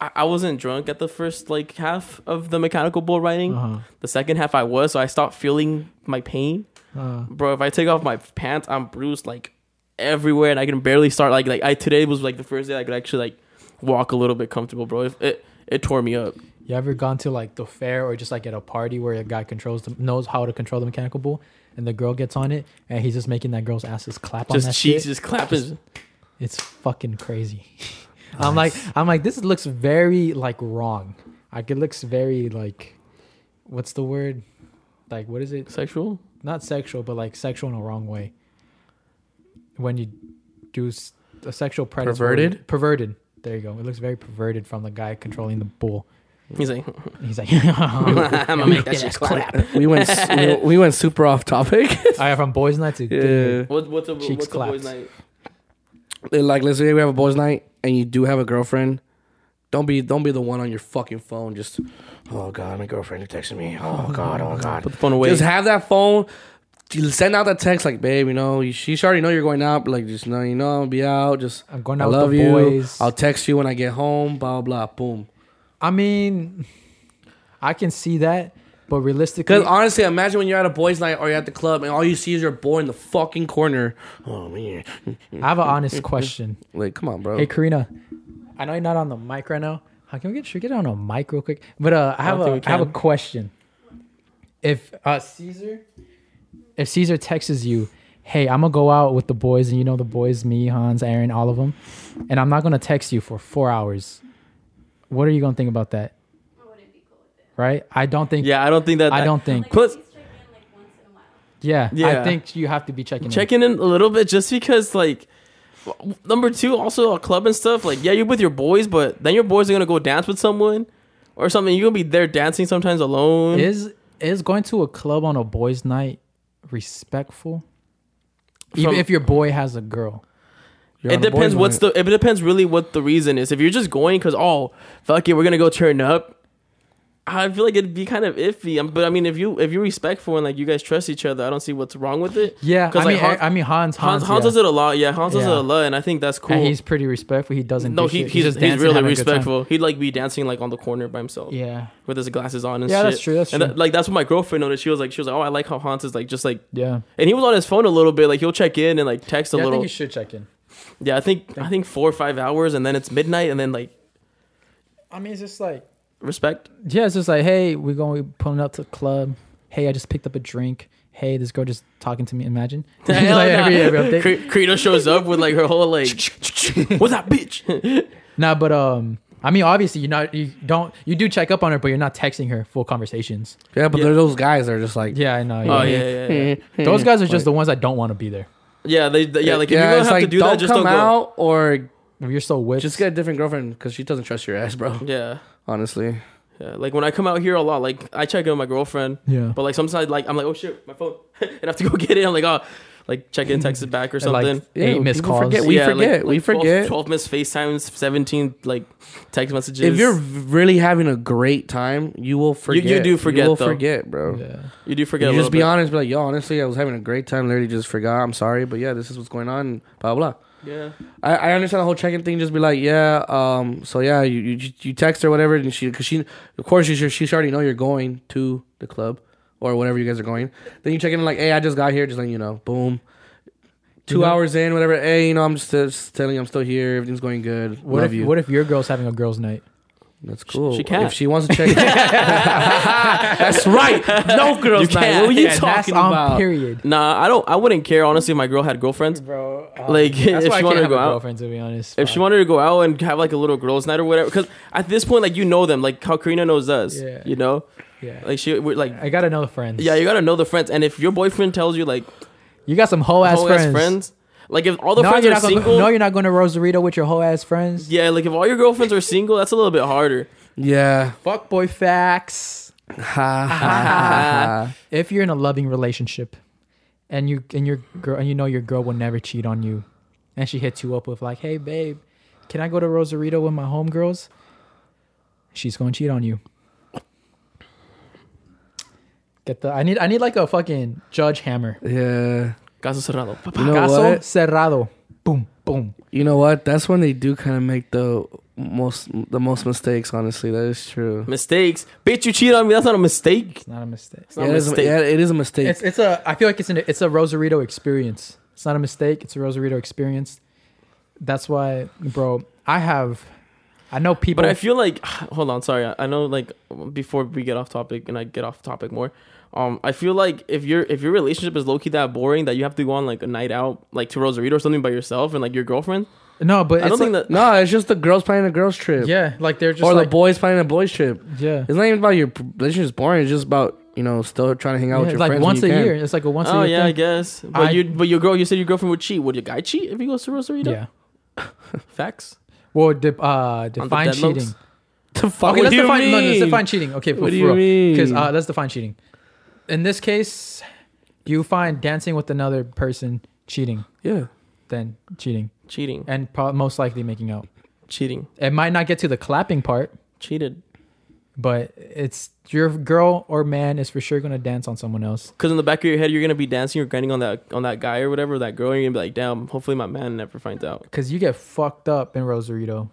I, I wasn't drunk at the first like half of the mechanical bull riding. Uh-huh. The second half I was, so I stopped feeling my pain. Uh, Bro, if I take off my pants, I'm bruised like everywhere, and I can barely start like like I today was like the first day I could actually like walk a little bit comfortable, bro. If it it tore me up. you ever gone to like the fair or just like at a party where a guy controls the, knows how to control the mechanical bull, and the girl gets on it and he's just making that girl's asses clap on that Just cheeks, shit? just clapping. It's fucking crazy. I'm like, I'm like, this looks very like wrong. Like it looks very like, what's the word? Like what is it? Sexual? not sexual, but like sexual in a wrong way. When you do s- a sexual predatory, Perverted? perverted. There you go. It looks very perverted from the guy controlling the bull. He's like, And He's like, I'm gonna make that shit clap. We went s- we, we went super off topic. I Oh, from Boys Night to yeah. What, what's a Cheeks what's a boys' clapped. night? They're like let's say we have a boys' night and you do have a girlfriend. Don't be don't be the one on your fucking phone. Just oh god, my girlfriend texted me. Oh god, oh god. Put the phone away. Just have that phone. Just Send out that text like, babe, you know, you- she should already know you're going out. But like, just know, you know, I'll be out. Just I'm going I out with love the you. boys. I'll text you when I get home. Blah blah. Boom. I mean, I can see that, but realistically, Because honestly, imagine when you're at a boys' night or you're at the club and all you see is your boy in the fucking corner. Oh man, I have an honest question. like come on, bro. Oh. Hey, Karina, I know you're not on the mic right now. How can we get should we get on a mic real quick? But uh, I have don't a think we I have a can. question. If uh, Caesar, if Caesar texts you, hey, I'm gonna go out with the boys, and you know the boys, me, Hans, Aaron, all of them, and I'm not gonna text you for four hours. What are you gonna think about that? I wouldn't be cool with it. Right? I don't think. yeah, I don't think that. I don't think. Like, Plus- at least check in like once in a while. Yeah, I Yeah. think you have to be checking. in. Mm. checking in a little bit just because like w- number two also a club and stuff like yeah you're with your boys but then your boys are gonna go dance with someone or something you're gonna be there dancing sometimes alone Is is going to a club on a boys' night respectful? Even From- if your boy has a girl. You're it on a boys' depends what's night. the it depends really what the reason is if you're just going because oh fuck it we're gonna go turn up I feel like it'd be kind of iffy Um, but I mean if you if you're respectful and like you guys trust each other I don't see what's wrong with it Yeah, 'Cause, I like, mean, Hans- I, I mean Hans, Hans, Hans, Hans yeah. does it a lot yeah Hans does it Yeah. a lot and I think that's cool And he's pretty respectful. He doesn't. no do he, shit. he's, just he's dancing, really having a good time. respectful he'd like be dancing like on the corner by himself Yeah, with his glasses on and Yeah, shit. that's true, that's and true. that- like that's what my girlfriend noticed. She was like, she was like, oh, I like how Hans is like just like, yeah. and he was on his phone a little bit. Like he'll check in and like text a yeah, I little. think you should check in. yeah, I think I think four or five hours, and then it's midnight, and then like I mean, it's just like respect. yeah, it's just like hey, we're going we're pulling up to the club. Hey, I just picked up a drink. Hey, this girl just talking to me. Imagine like Hell nah. every, every update. Cre- Credo shows up with like her whole like, what's that bitch? Nah, but um, I mean, obviously you're not. You don't. You do check up on her, but you're not texting her full conversations. yeah, but yeah. there's those guys that are just like Yeah, I know. oh yeah, yeah, yeah. Those guys are just the ones that don't want to be there. yeah they, they- yeah, like if you're gonna it's have to like, do don't that, just come don't go. out or You're so whipped. just get a different girlfriend because she doesn't trust your ass, bro. Yeah, Honestly, yeah. Like when I come out here a lot, like I check in with my girlfriend. yeah. But like sometimes like I'm like oh shit my phone and I have to go get it I'm like oh like check in text it back or And, like, something eight Yeah, missed people calls. forget. We forget. We 12 forget. 12, missed FaceTimes, 17 like text messages. if you're really having a great time, you will forget. do forget, will though. forget, bro. yeah. you do forget. a you just little be bit. honest, be like, yo, honestly, I was having a great time. Literally, just forgot. I'm sorry, but yeah, this is what's going on. Blah blah. Yeah. I, I understand the whole checking thing. Just be like, yeah, um, so yeah, you you, you text her whatever, and she because she of course she she should already know you're going to the club or whatever you guys are going. Then you check in like, hey, I just got here, just letting you know, boom. Two You know- hours in, whatever. Hey, you know, I'm just, just telling you, I'm still here. Everything's going good. What Love if you. what if your girl's having a girls' night? That's cool. she can't. If she wants to check, that's right. No girls' You night. can't. What were you Yeah, That's talking on about? period, Nah, I don't. I wouldn't care honestly. If my girl had girlfriends. bro. Like, if that's she why I wanted can't to have go a out- girlfriend, to be honest. If she wanted to go out and have like a little girls' night or whatever, because at this point, like you know them, like how Karina knows us. Yeah. You know, yeah, like she we're, like. I gotta know the friends. yeah, you gotta know the friends, and if your boyfriend tells you like you got some hoe ass whole friends. ass friends, like if all the no, friends you're are not going, single, no, you're not going to Rosarito with your hoe ass friends. yeah, like if all your girlfriends are single, that's a little bit harder. Yeah. Fuck boy facts. Ha, ha, ha, ha. If you're in a loving relationship, and you and your girl and you know your girl will never cheat on you, and she hits you up with like, "Hey babe, can I go to Rosarito with my homegirls?" She's going to cheat on you. Get the I need I need like a fucking judge hammer. Yeah. Caso cerrado. Pa, pa. You know Caso what? cerrado. Boom boom. You know what? That's when they do kind of make the most the most mistakes. Honestly, that is true. Mistakes, bitch, you cheat on me. That's not a mistake. It's not a mistake. not Yeah, a it, is, mistake. yeah, it is a mistake. It's it's a I feel like it's an it's a Rosarito experience. It's not a mistake. It's a Rosarito experience. That's why, bro. I have, I know people. But I feel like, hold on, sorry. I- I know, like, before we get off topic and I get off topic more, um, I feel like if your if your relationship is low key that boring that you have to go on like a night out, like to Rosarito or something by yourself and like your girlfriend, no, but I don't it's think like, that. no, it's just the girls playing a girls trip, yeah, like they're just or like the boys playing a boys trip. yeah. It's not even about your relationship is boring. It's just about you know, still trying to hang out with it's your like friends. once a when you can. year. It's like a once a oh yeah, year. I thing. guess. But I- you, but your girl, you said your girlfriend would cheat. Would your guy cheat if he goes to Rosarito? yeah. Facts. Well, de- uh, define deadlocks? cheating. The Okay, fuck? what let's do you define, mean? no, let's define cheating. Okay, What for do you real. mean? Because uh, let's define cheating. In this case, you find dancing with another person cheating, yeah. then cheating, Cheating. and pro- most likely making out. Cheating. It might not get to the clapping part, Cheated. but it's your girl or man is for sure gonna dance on someone else. Because in the back of your head, you're gonna be dancing or grinding on that on that guy or whatever that girl. And you're gonna be like, damn. Hopefully, my man never finds out. Cause you get fucked up in Rosarito,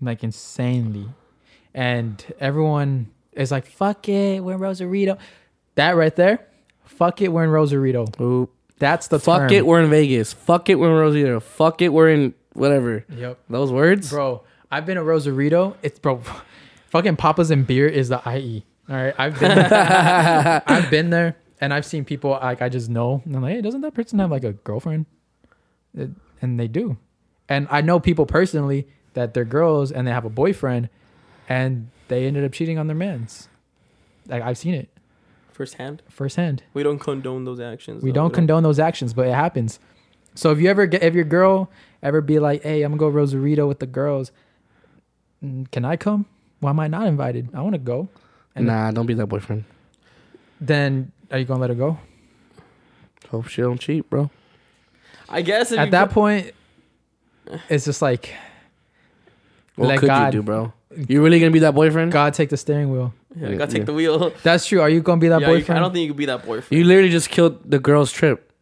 like insanely, and everyone is like, "Fuck it, we're in Rosarito." That right there, fuck it, we're in Rosarito. Oop. That's the Fuck term. it, we're in Vegas. Fuck it, we're in Rosita. Fuck it, we're in whatever. Yep. Those words. Bro, I've been a Rosarito. It's bro, fucking Papa's and beer is the IE. All right, I've been, I've been there, and I've seen people like I just know, and I'm like, hey, doesn't that person have like a girlfriend? It- and they do, and I know people personally that they're girls and they have a boyfriend, and they ended up cheating on their mans. Like I've seen it Firsthand. firsthand. We don't condone those actions. We though. don't condone those actions, but it happens. So if you ever get, if your girl ever be like, "Hey, I'm gonna go Rosarito with the girls," mm, can I come? Why am I not invited? I want to go. And Nah, don't be that boyfriend. Then are you gonna let her go? Hope she don't cheat, bro. I guess if At you that point, it's just like What Let could God- you do, bro? You really gonna be that boyfriend? God take the steering wheel. Yeah, you gotta take Yeah. the wheel. That's true. Are you gonna be that Yeah, you- boyfriend? I don't think you could be that boyfriend. You literally just killed the girl's trip.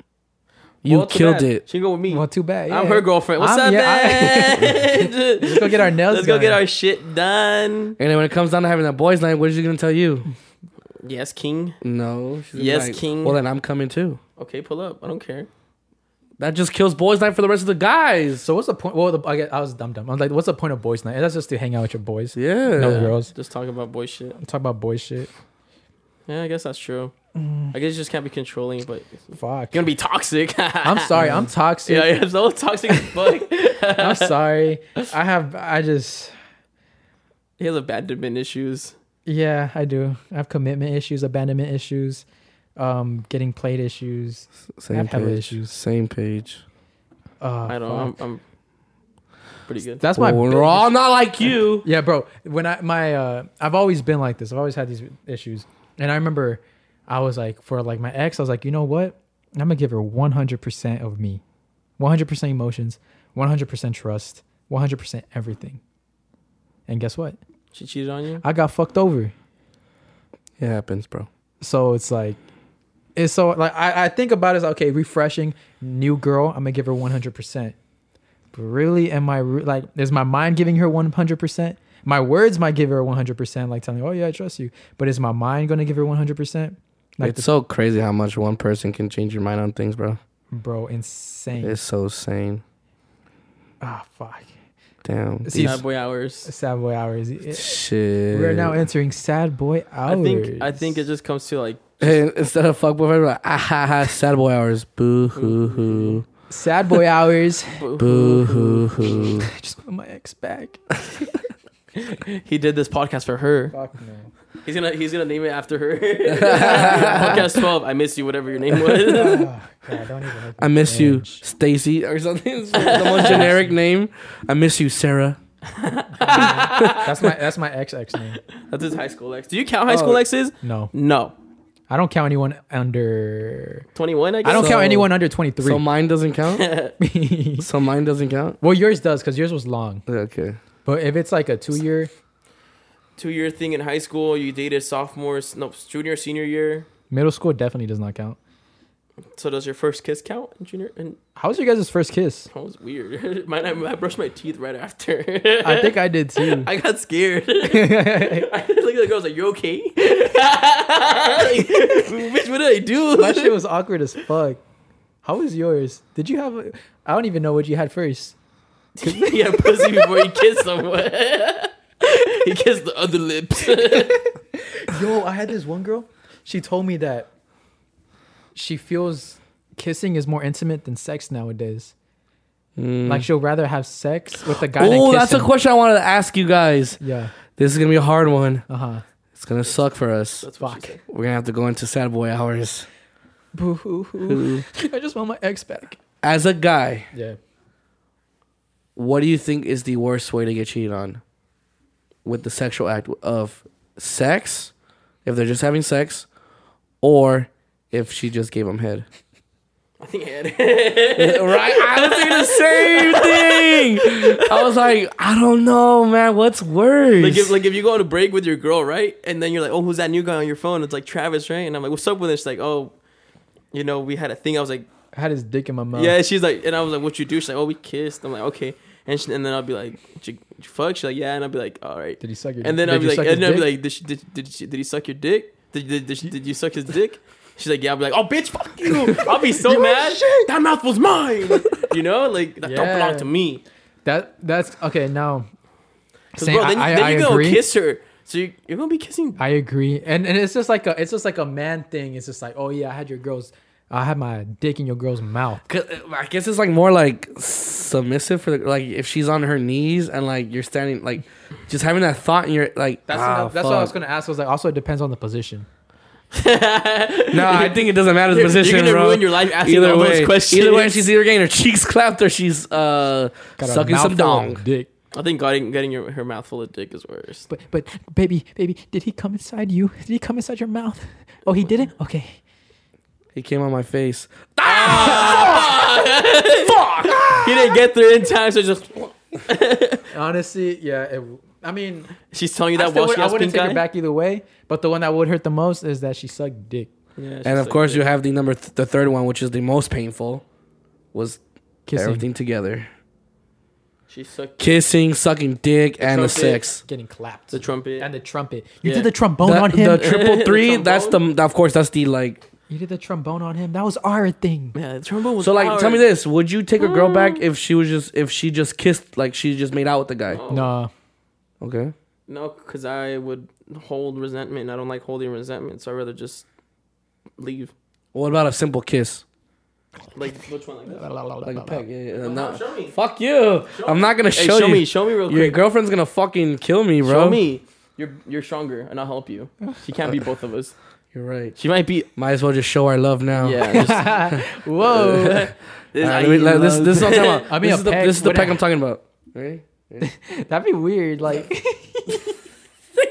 You Well, too killed bad. it. She can go with me. well, too bad. I'm yeah. her girlfriend. What's I'm- up, yeah, man? Let's go get our nails. Let's go done. get our shit done. And then when it comes down to having that boys' night, what is she gonna tell you? Yes, king. No. She's gonna be Yes, king. Well, then I'm coming too. Okay, pull up. I don't care. That just kills boys' night for the rest of the guys. So what's the point? Well, the, I, guess, I was dumb dumb. I was like, what's the point of boys' night? That's just to hang out with your boys. Yeah. No girls. Just talking about boy shit. Talk about boy shit. Yeah, I guess that's true. I guess you just can't be controlling, but you're Fuck. gonna be toxic. Mm. I'm sorry. I'm toxic. yeah, yeah, so toxic as fuck. I'm sorry. I have. I just. he has abandonment issues. Yeah, I do. I have commitment issues, abandonment issues, um, getting played issues. Same I've had page. issues. Same page. Uh, I don't know. fuck. I'm, I'm pretty good. That's my. Well, we're biggest- all not like you. Yeah, bro. When I my uh, I've always been like this. I've always had these issues, and I remember I was like for like my ex, I was like, you know what? I'm gonna give her 100 percent of me, 100 percent emotions, 100 percent trust, 100 percent everything. And guess what? She cheated on you? I got fucked over. It happens, bro. So it's like, it's so like I, I think about it as okay, refreshing, new girl. I'm gonna give her 100. percent But really, am I re- like is my mind giving her 100? percent My words might give her 100, percent like telling, her, oh yeah, I trust you. But is my mind gonna give her 100? percent Like it's so crazy how much one person can change your mind on things, bro. the, bro, insane. It's so sane. Ah, fuck. Damn. See, Bad boy hours. Sad boy hours. It- Shit. we are now entering sad boy I hours. think I think it just comes to like And instead of fuck boyfriend, we're like ah ha ha, sad boy hours. Boo hoo hoo. sad boy hours. Boo hoo hoo. I just want my ex back. he did this podcast for her. Fuck no. He's gonna he's gonna name it after her. Podcast twelve. I miss you, whatever your name was. Oh, God, don't even I miss you, Stacy, or something. The most generic name. I miss you, Sarah. That's my that's my ex ex name. That's his high school ex. Do you count high school exes? No, No. I don't count anyone under. Twenty one. I guess. I don't So- count anyone under twenty three. So mine doesn't count. so mine doesn't count. well, yours does because yours was long. Okay. But if it's like a two year, Two year thing in high school. You dated sophomore, s- no, junior, senior year. middle school definitely does not count. So does your first kiss count in junior? And How was your guys' first kiss? that was weird. Mine, I, I brushed my teeth right after. I think I did too. I got scared. I looked at the girl. I was like, "You okay?" Like, Bitch, what did I do? my shit was awkward as fuck. How was yours? Did you have? A, I don't even know what you had first. he had pussy before he kissed someone. he kissed the other lips. Yo, I had this one girl. She told me that she feels kissing is more intimate than sex nowadays. Like she'll rather have sex with the Mm. guy. that Oh, kissed that's a him. question I wanted to ask you guys. Yeah. This is gonna be a hard one. Uh huh. It's gonna suck for us. That's what she Fuck. said. We're gonna have to go into sad boy hours. Boo hoo hoo. I just want my ex back. As a guy, Yeah. what do you think is the worst way to get cheated on with the sexual act of sex if they're just having sex or if she just gave him head I think I had right i was thinking the same thing i was like i don't know man what's worse Like if, like if you go on a break with your girl, right? And then you're like, oh, who's that new guy on your phone? It's like Travis, right? And I'm like, what's up with this? Like, oh, you know, we had a thing. I was like, I had his dick in my mouth. yeah. She's like, and I was like, what you do? She's like, oh, we kissed. I'm like, okay. And she, and then I'll be like, "Did you- did you fuck. She's like, yeah. And I'll be like, all right. Did he suck your And then did I'll be you like, suck and his I'll be dick? like, did, she, did, did, she, did he suck your dick? Did, did, did, she, did you suck his dick? She's like, yeah. I'll be like, oh, bitch, fuck you. I'll be so mad. That mouth was mine. you know, like that don't Yeah. belong to me. that that's okay now. 'Cause, Same, bro, then, I, then I, you I go agree. kiss her. So you, you're gonna be kissing I agree, and and it's just like a it's just like a man thing. It's just like oh yeah, I had your girl's, I had my dick in your girl's mouth. 'Cause, uh, I guess it's like more like submissive for the, like if she's on her knees and like you're standing like just having that thought in your like That's ah, that's what I was fuck. gonna ask. I was like, also it depends on the position. no I think it doesn't matter the position You're gonna bro. ruin your life asking either all way, those questions. either way, she's either getting her cheeks clapped or she's uh Got a sucking some mouthful of dong. dick. I think getting getting your, her mouth full of dick is worse. But but baby baby, did he come inside you? Did he come inside your mouth? Oh, he didn't. Okay. He came on my face. He didn't get there in time, so just Honestly, yeah. It, I mean, she's telling you I, that still while would, she I has wouldn't pink take eye. her back either way. But the one that would hurt the most is that she sucked dick. Yeah, she's and of like, course, you have the number th- the third one, which is the most painful, was Kissing, everything together: she sucked kissing, sucking dick, and the trumpet. sex. getting clapped, the trumpet. and the trumpet. You Yeah. did the trombone The, on him. the triple three. The that's the of course that's the like. you did the trombone on him. That was our thing. yeah, the trombone was So like, tell me ours. this: Would you take a girl Mm. back if she was just if she just kissed like she just made out with the guy? Oh, No, Okay. no, because I would hold resentment. and I don't like holding resentment, so I'd rather just leave. What about a simple kiss? Like which one? Like that? Like a peck? Yeah, yeah. I'm no, not- show me. fuck you! I'm not gonna Hey, show, show you. me, show me real Your quick. girlfriend's gonna fucking kill me, bro. Show me. You're you're stronger, and I'll help you. She can't be both of us. You're right. She might be. Might as well just show our love now. Yeah. Just, Whoa. this, All I right, let me- let- this, love- this is what I'm talking about. I mean, a this, is the, peg this is the would- peg I'm talking about. Ready? That'd be weird. Like,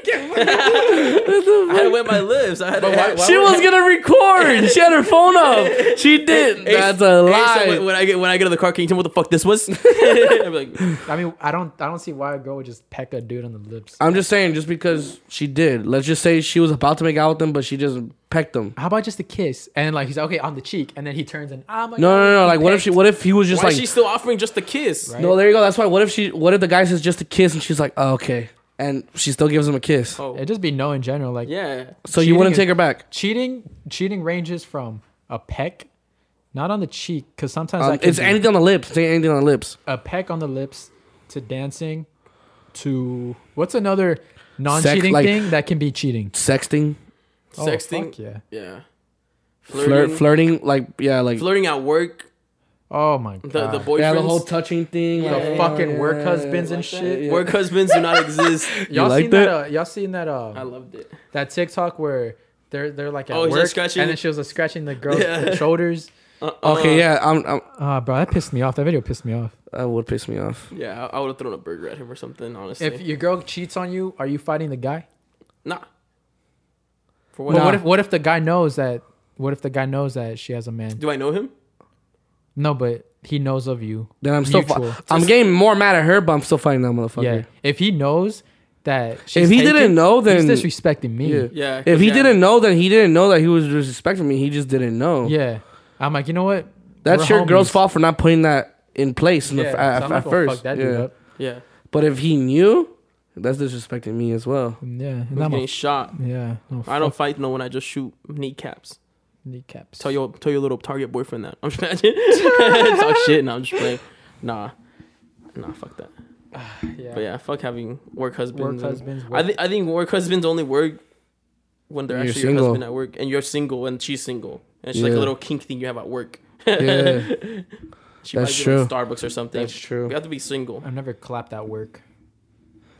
I had to wet my lips. I had to. why- She was gonna record. she had her phone up. She did. Hey, That's hey, a so lie. when, when I get when I get in the car, can you tell me what the fuck this was? I'm like, I mean, I don't, I don't see why a girl would just peck a dude on the lips. I'm just saying, just because she did. Let's just say she was about to make out with him, but she just pecked him. How about just a kiss? And like he's like, okay on the cheek, and then he turns and "Oh I'm No, no, no. no. Like, what if she? What if he was just why like? is she still offering just the kiss? Right. No, there you go. That's why. What if she? What if the guy says just a kiss, and she's like, oh, okay, and she still gives him a kiss. Oh, It'd just be no in general. Like, yeah. So you wouldn't cheating- take her back. cheating, cheating ranges from a peck, not on the cheek, because sometimes Um, that can it's be anything on the lips. Say anything on the lips. a peck on the lips to dancing, to what's another non-cheating like- thing that can be cheating? Sexting, Oh, Sexting. fuck yeah. yeah. flirt, Flirting. flirting, like yeah, like flirting at work. Oh my god. The the boyfriends. Ah. yeah, the whole touching thing, The like fucking yeah, work yeah, husbands yeah. and shit. yeah. Work husbands do not exist. Y'all like seen that? that? uh, y'all seen that? Uh, I loved it. that TikTok where they're they're like at Oh, he's, like, work, scratching- and then she was like, scratching the girl's Yeah. shoulders. Uh, Okay, yeah, I'm, I'm, Ah, bro, that pissed me off. That video pissed me off. that would piss me off. Yeah, I, I would have thrown a burger at him or something. Honestly, If your girl cheats on you, are you fighting the guy? nah. For But what? what if what if the guy knows that? What if the guy knows that she has a man? Do I know him? No, but he knows of you. Then I'm still, Mutual. fi- I'm getting more mad at her, but I'm still fighting that motherfucker. Yeah. If he knows that, she's If he taken, didn't know, then- he's disrespecting me. Yeah. Yeah. Yeah. If 'cause he yeah. didn't know, then he didn't know that he was disrespecting me. He just didn't know. I'm like, you know what? that's We're your girl's homies. fault for not putting that in place in the, Yeah, f- so at, I'm not at gonna first. fuck that yeah. dude up. yeah, But if he knew, that's disrespecting me as well. Mm, Yeah, and I'm I'm a- getting shot. yeah. No, I don't fuck fight no one. I just shoot kneecaps. kneecaps. Tell your tell your little target boyfriend that. I'm just imagine. Talk shit. No, I'm just playing. Nah, nah, fuck that. yeah. uh, But yeah, fuck having work husbands. work and- husbands. I Work. think I think work husbands only work when they're You're actually single. your husband at work, and you're single, and she's single, and it's like Yeah. a little kink thing you have at work. Yeah. She That's might be like true. Starbucks or something. That's true. We have to be single. I've never clapped at work.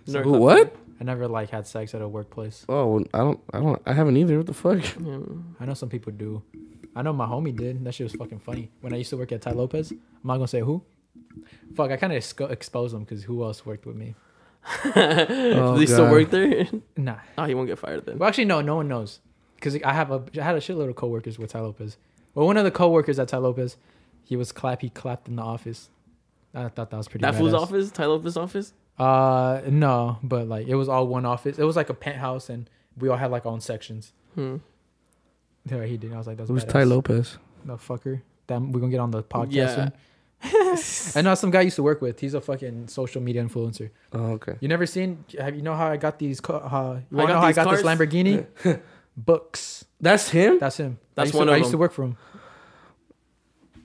Nerd Who- what? company. I never like had sex at a workplace. Oh, well, I don't, I don't, I haven't either. What the fuck? I know some people do. I know my homie did. That shit was fucking funny. When I used to work at Ty Lopez, I'm not gonna say who. Fuck, I kind of exco- exposed him because who else worked with me? Do they still Oh, God. work there? Nah. oh, he won't get fired then. Well, actually, no, no one knows because I have a I had a shitload of coworkers with Ty Lopez. Well, one of the coworkers at Ty Lopez, he was clap. He clapped in the office. I thought that was pretty. That fool's badass. office, Ty Lopez's office. Uh, no, but like it was all one office. It was like a penthouse, and we all had like our own sections. Hmm. Yeah, he did. I was like, that's Who's badass. Ty Lopez? The fucker that we're gonna get on the podcast. Yeah. soon. I know some guy I used to work with. He's a fucking social media influencer. Oh, okay. You never seen? Have you know how I got these? Co- uh, you I wanna know got how I these got this cars? Lamborghini? Books. That's him. That's him. I That's used to- one of I used them. to work for him.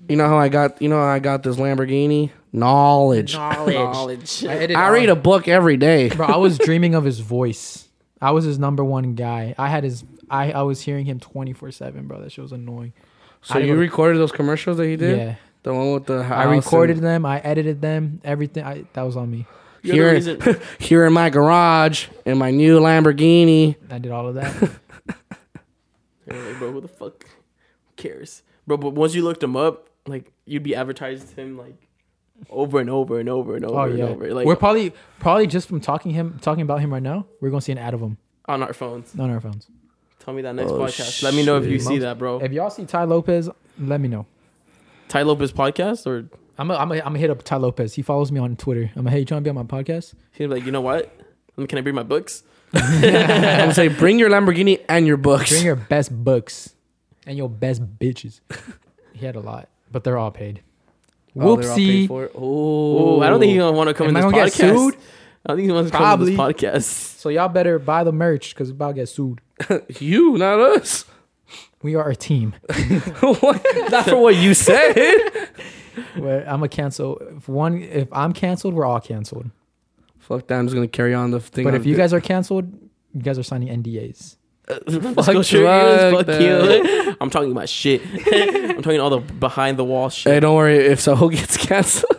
You know how I got? You know how I got this Lamborghini? Knowledge. Knowledge. I, edit I all- read a book every day. Bro, I was dreaming of his voice. I was his number one guy. I had his. I, I was hearing him twenty four seven, bro. That shit was annoying. So I you go- recorded those commercials that he did? Yeah, The one with the house I recorded and- them. I edited them. Everything. I that was on me. You're here, the reason. here in my garage in my new Lamborghini. I did all of that. You're like, bro, who the fuck cares, bro? But once you looked him up, like you'd be advertised him like over and over and over and over oh and yeah, over, like we're probably probably just from talking him talking about him right now. We're gonna see an ad of him on our phones. on our phones. Tell me that next Oh, podcast. Let me know if you shit. see that, bro. If y'all see Ty Lopez, let me know. Ty Lopez podcast, or I'm i I'm i am I'm gonna hit up Ty Lopez. He follows me on Twitter. I'm like, hey, you trying to be on my podcast? he'd be like, you know what? Um, Can I bring my books? I'm gonna say, bring your Lamborghini and your books. Bring your best books and your best bitches. he had a lot, but they're all paid. Oh, they're all paid Whoopsie. for it. Oh, Oh, I don't think he's gonna want to come Am in I this gonna podcast. get sued? I don't think he wants to come on this Probably. podcast. So y'all better buy the merch because about to get sued. you, not us. We are a team. What? not for what you said. Where I'm a cancel. If one, if I'm canceled, we're all canceled. Fuck that! I'm just gonna carry on the thing. But on if you the- guys are canceled, you guys are signing NDAs. Let's go Fuck shoot you. fuck Fuck you. I'm talking my shit. I'm talking all the behind the wall shit. Hey, don't worry. If Saul gets canceled,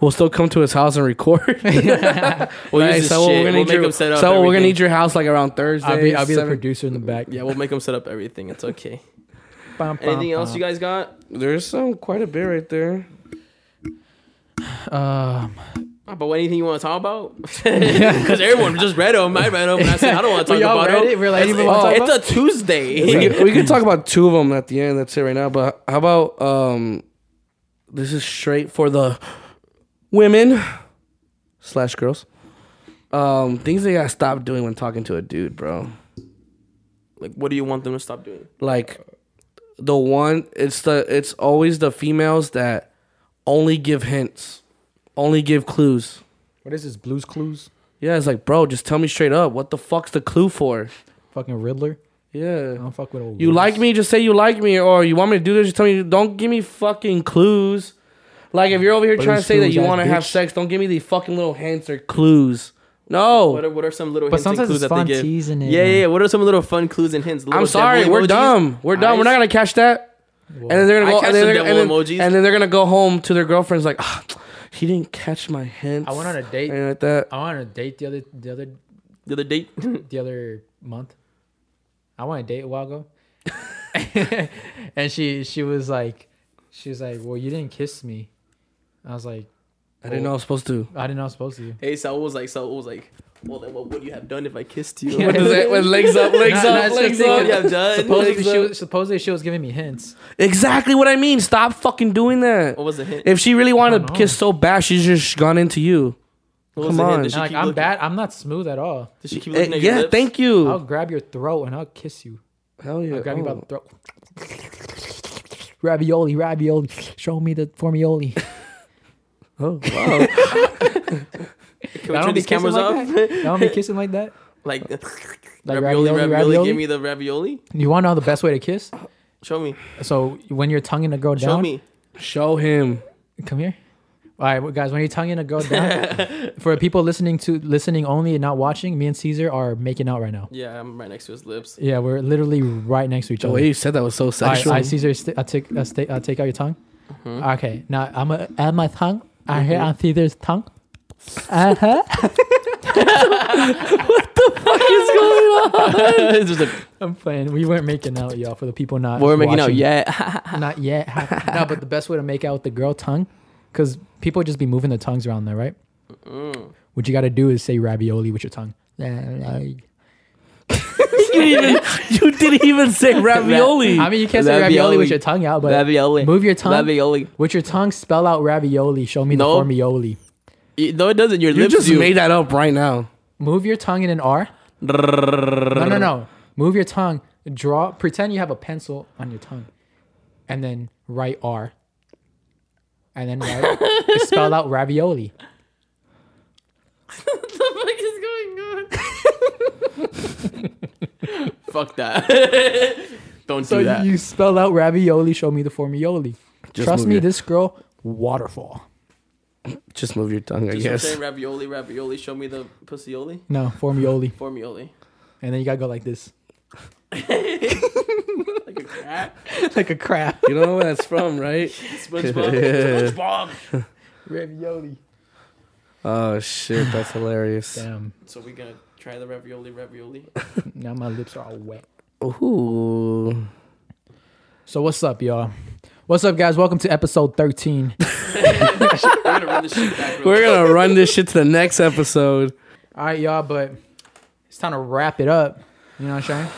we'll still come to his house and record. We'll Hey, use his Saul, shit. We'll we're gonna need make your, him set up. Saul, we're gonna everything. need your house like around Thursday. I'll be, I'll be the 7. producer in the back. Yeah, we'll make him set up everything. It's okay. Bum, bum, Anything else bum. you guys got? There's some quite a bit right there. Um, About anything you want to talk about? Because everyone just read them. I read them. And I said I don't want to talk We all about read them. it? We're like, it's, anyone wanna Oh. talk it's about a Tuesday. we, could, we could talk about two of them at the end. That's it right now. But how about um, this is straight for the women slash girls. Um, things they gotta stop doing when talking to a dude, bro. like, what do you want them to stop doing? Like the one, it's the it's always the females that only give hints, only give clues. what is this? Blues Clues? Yeah, it's like, bro, just tell me straight up. What the fuck's the clue for? Fucking Riddler. I Yeah. don't fuck with old. You Riddlers. like me, just say you like me, or you want me to do this, just tell me. Don't give me fucking clues. Like if you're over here But trying to those say that clues, you ass want to have bitch. sex, don't give me the fucking little hints or clues. No, What are, what are some little But hints and sometimes clues it's that they fun give? teasing it. Yeah, yeah, and- yeah. What are some little fun clues and hints? Little I'm sorry, devil we're emojis? dumb. We're dumb. We're not Eyes? gonna catch that. Whoa. And then they're I gonna go. catch And then the they're, and, then, devil emojis. and then they're gonna go home to their girlfriends like, ah, he didn't catch my hints. I went on a date. and like that. I went on a date the other the other The other date. the other month. I went on a date a while ago, and she she was like, she was like, well, you didn't kiss me. I was like, I didn't know I was supposed to. I didn't know I was supposed to. hey, Saul was like, Saul was like, well, then what would you have done if I kissed you? What does that? With legs up, legs No, no, up, it's legs just up. thinking- Yeah, done. Supposedly Legs she up. was, supposedly she was giving me hints. Exactly what I mean. Stop fucking doing that. What was the hint? If she really wanted I to don't kiss so bad, she's just gone into you. What was come the hint? on. Did she And, like keep I'm looking- bad. I'm not smooth at all. Did she keep Eh, looking at your yeah, lips? thank I'll you. grab your throat and I'll kiss you. Hell yeah. I'll grab you by the Oh. throat. Ravioli, ravioli. Show me the formioli. Oh, wow. Can we I turn don't be these cameras kissing like off? that. Don't be kissing like that. like, Like ravioli, ravioli, ravioli, Give ravioli. me the ravioli. You want to know the best way to kiss? Show me. So when you're tonguing a girl Show down, me. Show him. Come here. All right, well, guys. When you're tonguing a girl down, for people listening to listening only and not watching, me and Caesar are making out right now. Yeah, I'm right next to his lips. Yeah, we're literally right next to each The other. way you said that was so All right, sexual. Mm-hmm. all right, Caesar, st- I take, I sta- I take out your tongue. Okay, now I'm gonna add my tongue. I hear on Caesar's tongue. Uh huh. it's just like, I'm playing. We weren't making out, y'all, for the people not. We're making out watching. yet. Not yet. no, but the best way to make out with the girl tongue, because people just be moving their tongues around there, right? mm. What you got to do is say ravioli with your tongue. I you, didn't even, you didn't even say ravioli. mean, you can't say ravioli Ravioli. with your tongue out, but ravioli. move your tongue. Ravioli. With your tongue, spell out ravioli. Show me No. the formioli. You- No, it doesn't. Your you lips just do. made that up right now. Move your tongue in an R. No, no, no. Move your tongue. Draw. Pretend you have a pencil on your tongue, and then write R. And then write, spell out ravioli. what the fuck is going on? Fuck that. Don't So do that. you spell out ravioli. Show me the formioli. Just Trust move me, your- this girl waterfall. Just move your tongue, I Just from guess. saying ravioli, ravioli. Show me the pussioli, No formioli, formioli, and then you gotta go like this, like a cat. like a crab. You know where that's from, right? SpongeBob. SpongeBob. ravioli. Oh shit, that's hilarious. Damn. So we gonna try the ravioli, ravioli. Now my lips are all wet. Ooh. So what's up, y'all? What's up, guys? Welcome to episode 13. We're gonna run this shit back. Real We're gonna run this shit to the next episode. All right, y'all, but it's time to wrap it up. You know what I'm saying?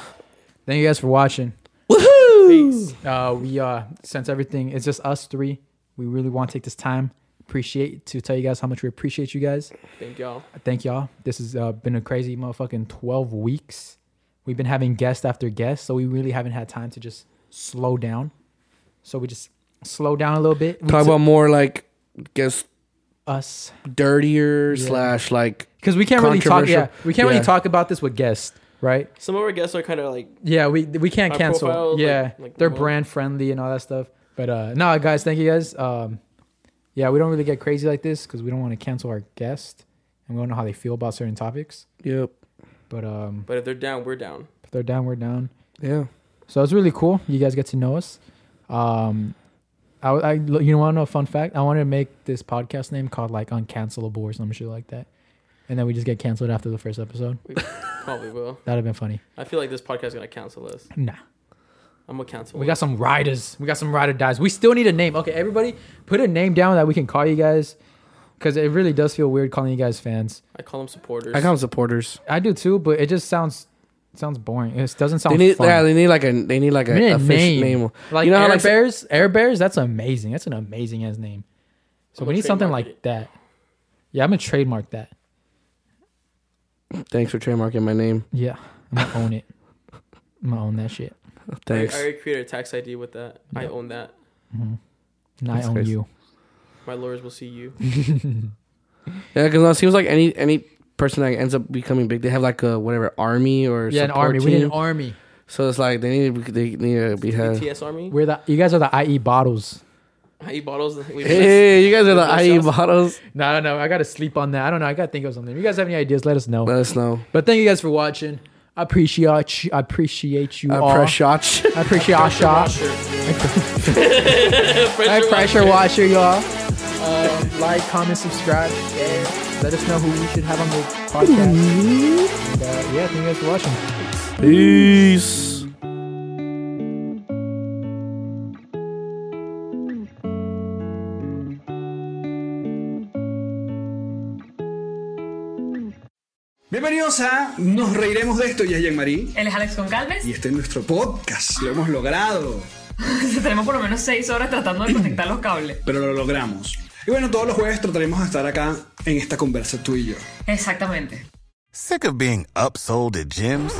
Thank you guys for watching. Woohoo! Uh, we uh, since everything it's just us three, we really want to take this time appreciate to tell you guys how much we appreciate you guys. Thank y'all. Thank y'all. This has uh, been a crazy motherfucking 12 weeks. We've been having guest after guest, so we really haven't had time to just slow down. So we just slow down a little bit. We Talk took about more like guess us dirtier Yeah. slash like because we can't really talk. Yeah, Controversial. we can't Yeah. really talk about this with guests, right? Some of our guests are kind of like Yeah, we we can't Our cancel. profile, like- yeah, like they're remote. brand friendly and all that stuff. But uh no, guys, thank you guys. Um, yeah, we don't really get crazy like this because we don't want to cancel our guest and we don't know how they feel about certain topics. yep But um, But if they're down, we're down. if they're down, we're down. yeah So it's really cool. You guys get to know us. Um, I, I you want to know a fun fact? I wanted to make this podcast name called like Uncancelable or some shit like that, and then we just get canceled after the first episode. Probably will. That'd have been funny. I feel like this podcast is gonna cancel us. Nah. I'm gonna cancel. We got some riders. We got some rider dies. We still need a name. Okay, everybody, put a name down that we can call you guys, because it really does feel weird calling you guys fans. I call them supporters. I call them supporters I do too, but it just sounds sounds boring. It doesn't sound they need fun. yeah they need like a they need like We need a, a a fish name. name, like you know how, Air like, Bears, Air Bears. That's amazing. That's an amazing ass name. So I'm we gonna need something trademark like it. that. Yeah, I'm gonna trademark that. thanks for trademarking my name Yeah, I'm gonna own it. I'm gonna own that shit. I, I thanks already created a tax ID with that. I Yeah. own that. And I That's own crazy. you. My lawyers will see you. yeah because it seems like any any person that ends up becoming big they have like a whatever army or Yeah, an support army. team. We need an army. so it's like they need to be- they need to be had. BTS Army. We're the. You guys are the IE bottles. I eat bottles. We Hey, you guys are the Bless IE us. bottles. No, no, no. I gotta sleep on that. I don't know. I gotta think of something. If you guys have any ideas, let us know. Let us know. But thank you guys for watching. I appreciate you. I appreciate you all. Uh, press shot. I appreciate y'all. shop. I pressure washer y'all. Um, like, comment, subscribe, share. Let us know who we should have on the podcast. And, uh, yeah, thank you guys for watching. Peace. Bienvenidos a Nos Reiremos de Esto, ya es Marie. Él es Alex Goncalves. Y este es nuestro podcast. Lo hemos logrado, Tenemos por lo menos seis horas tratando de conectar los cables. pero lo logramos. Y bueno, todos los jueves trataremos de estar acá en esta conversa tú y yo. Exactamente. Sick of being upsold at gyms?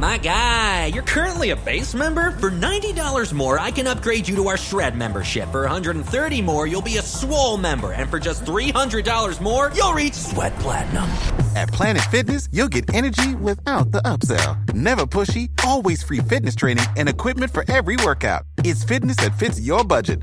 My guy, you're currently a base member. For $90 more, I can upgrade you to our Shred membership. For $130 more, you'll be a Swole member. And for just $300 more, you'll reach Sweat Platinum. At Planet Fitness, you'll get energy without the upsell. Never pushy, always free fitness training and equipment for every workout. It's fitness that fits your budget.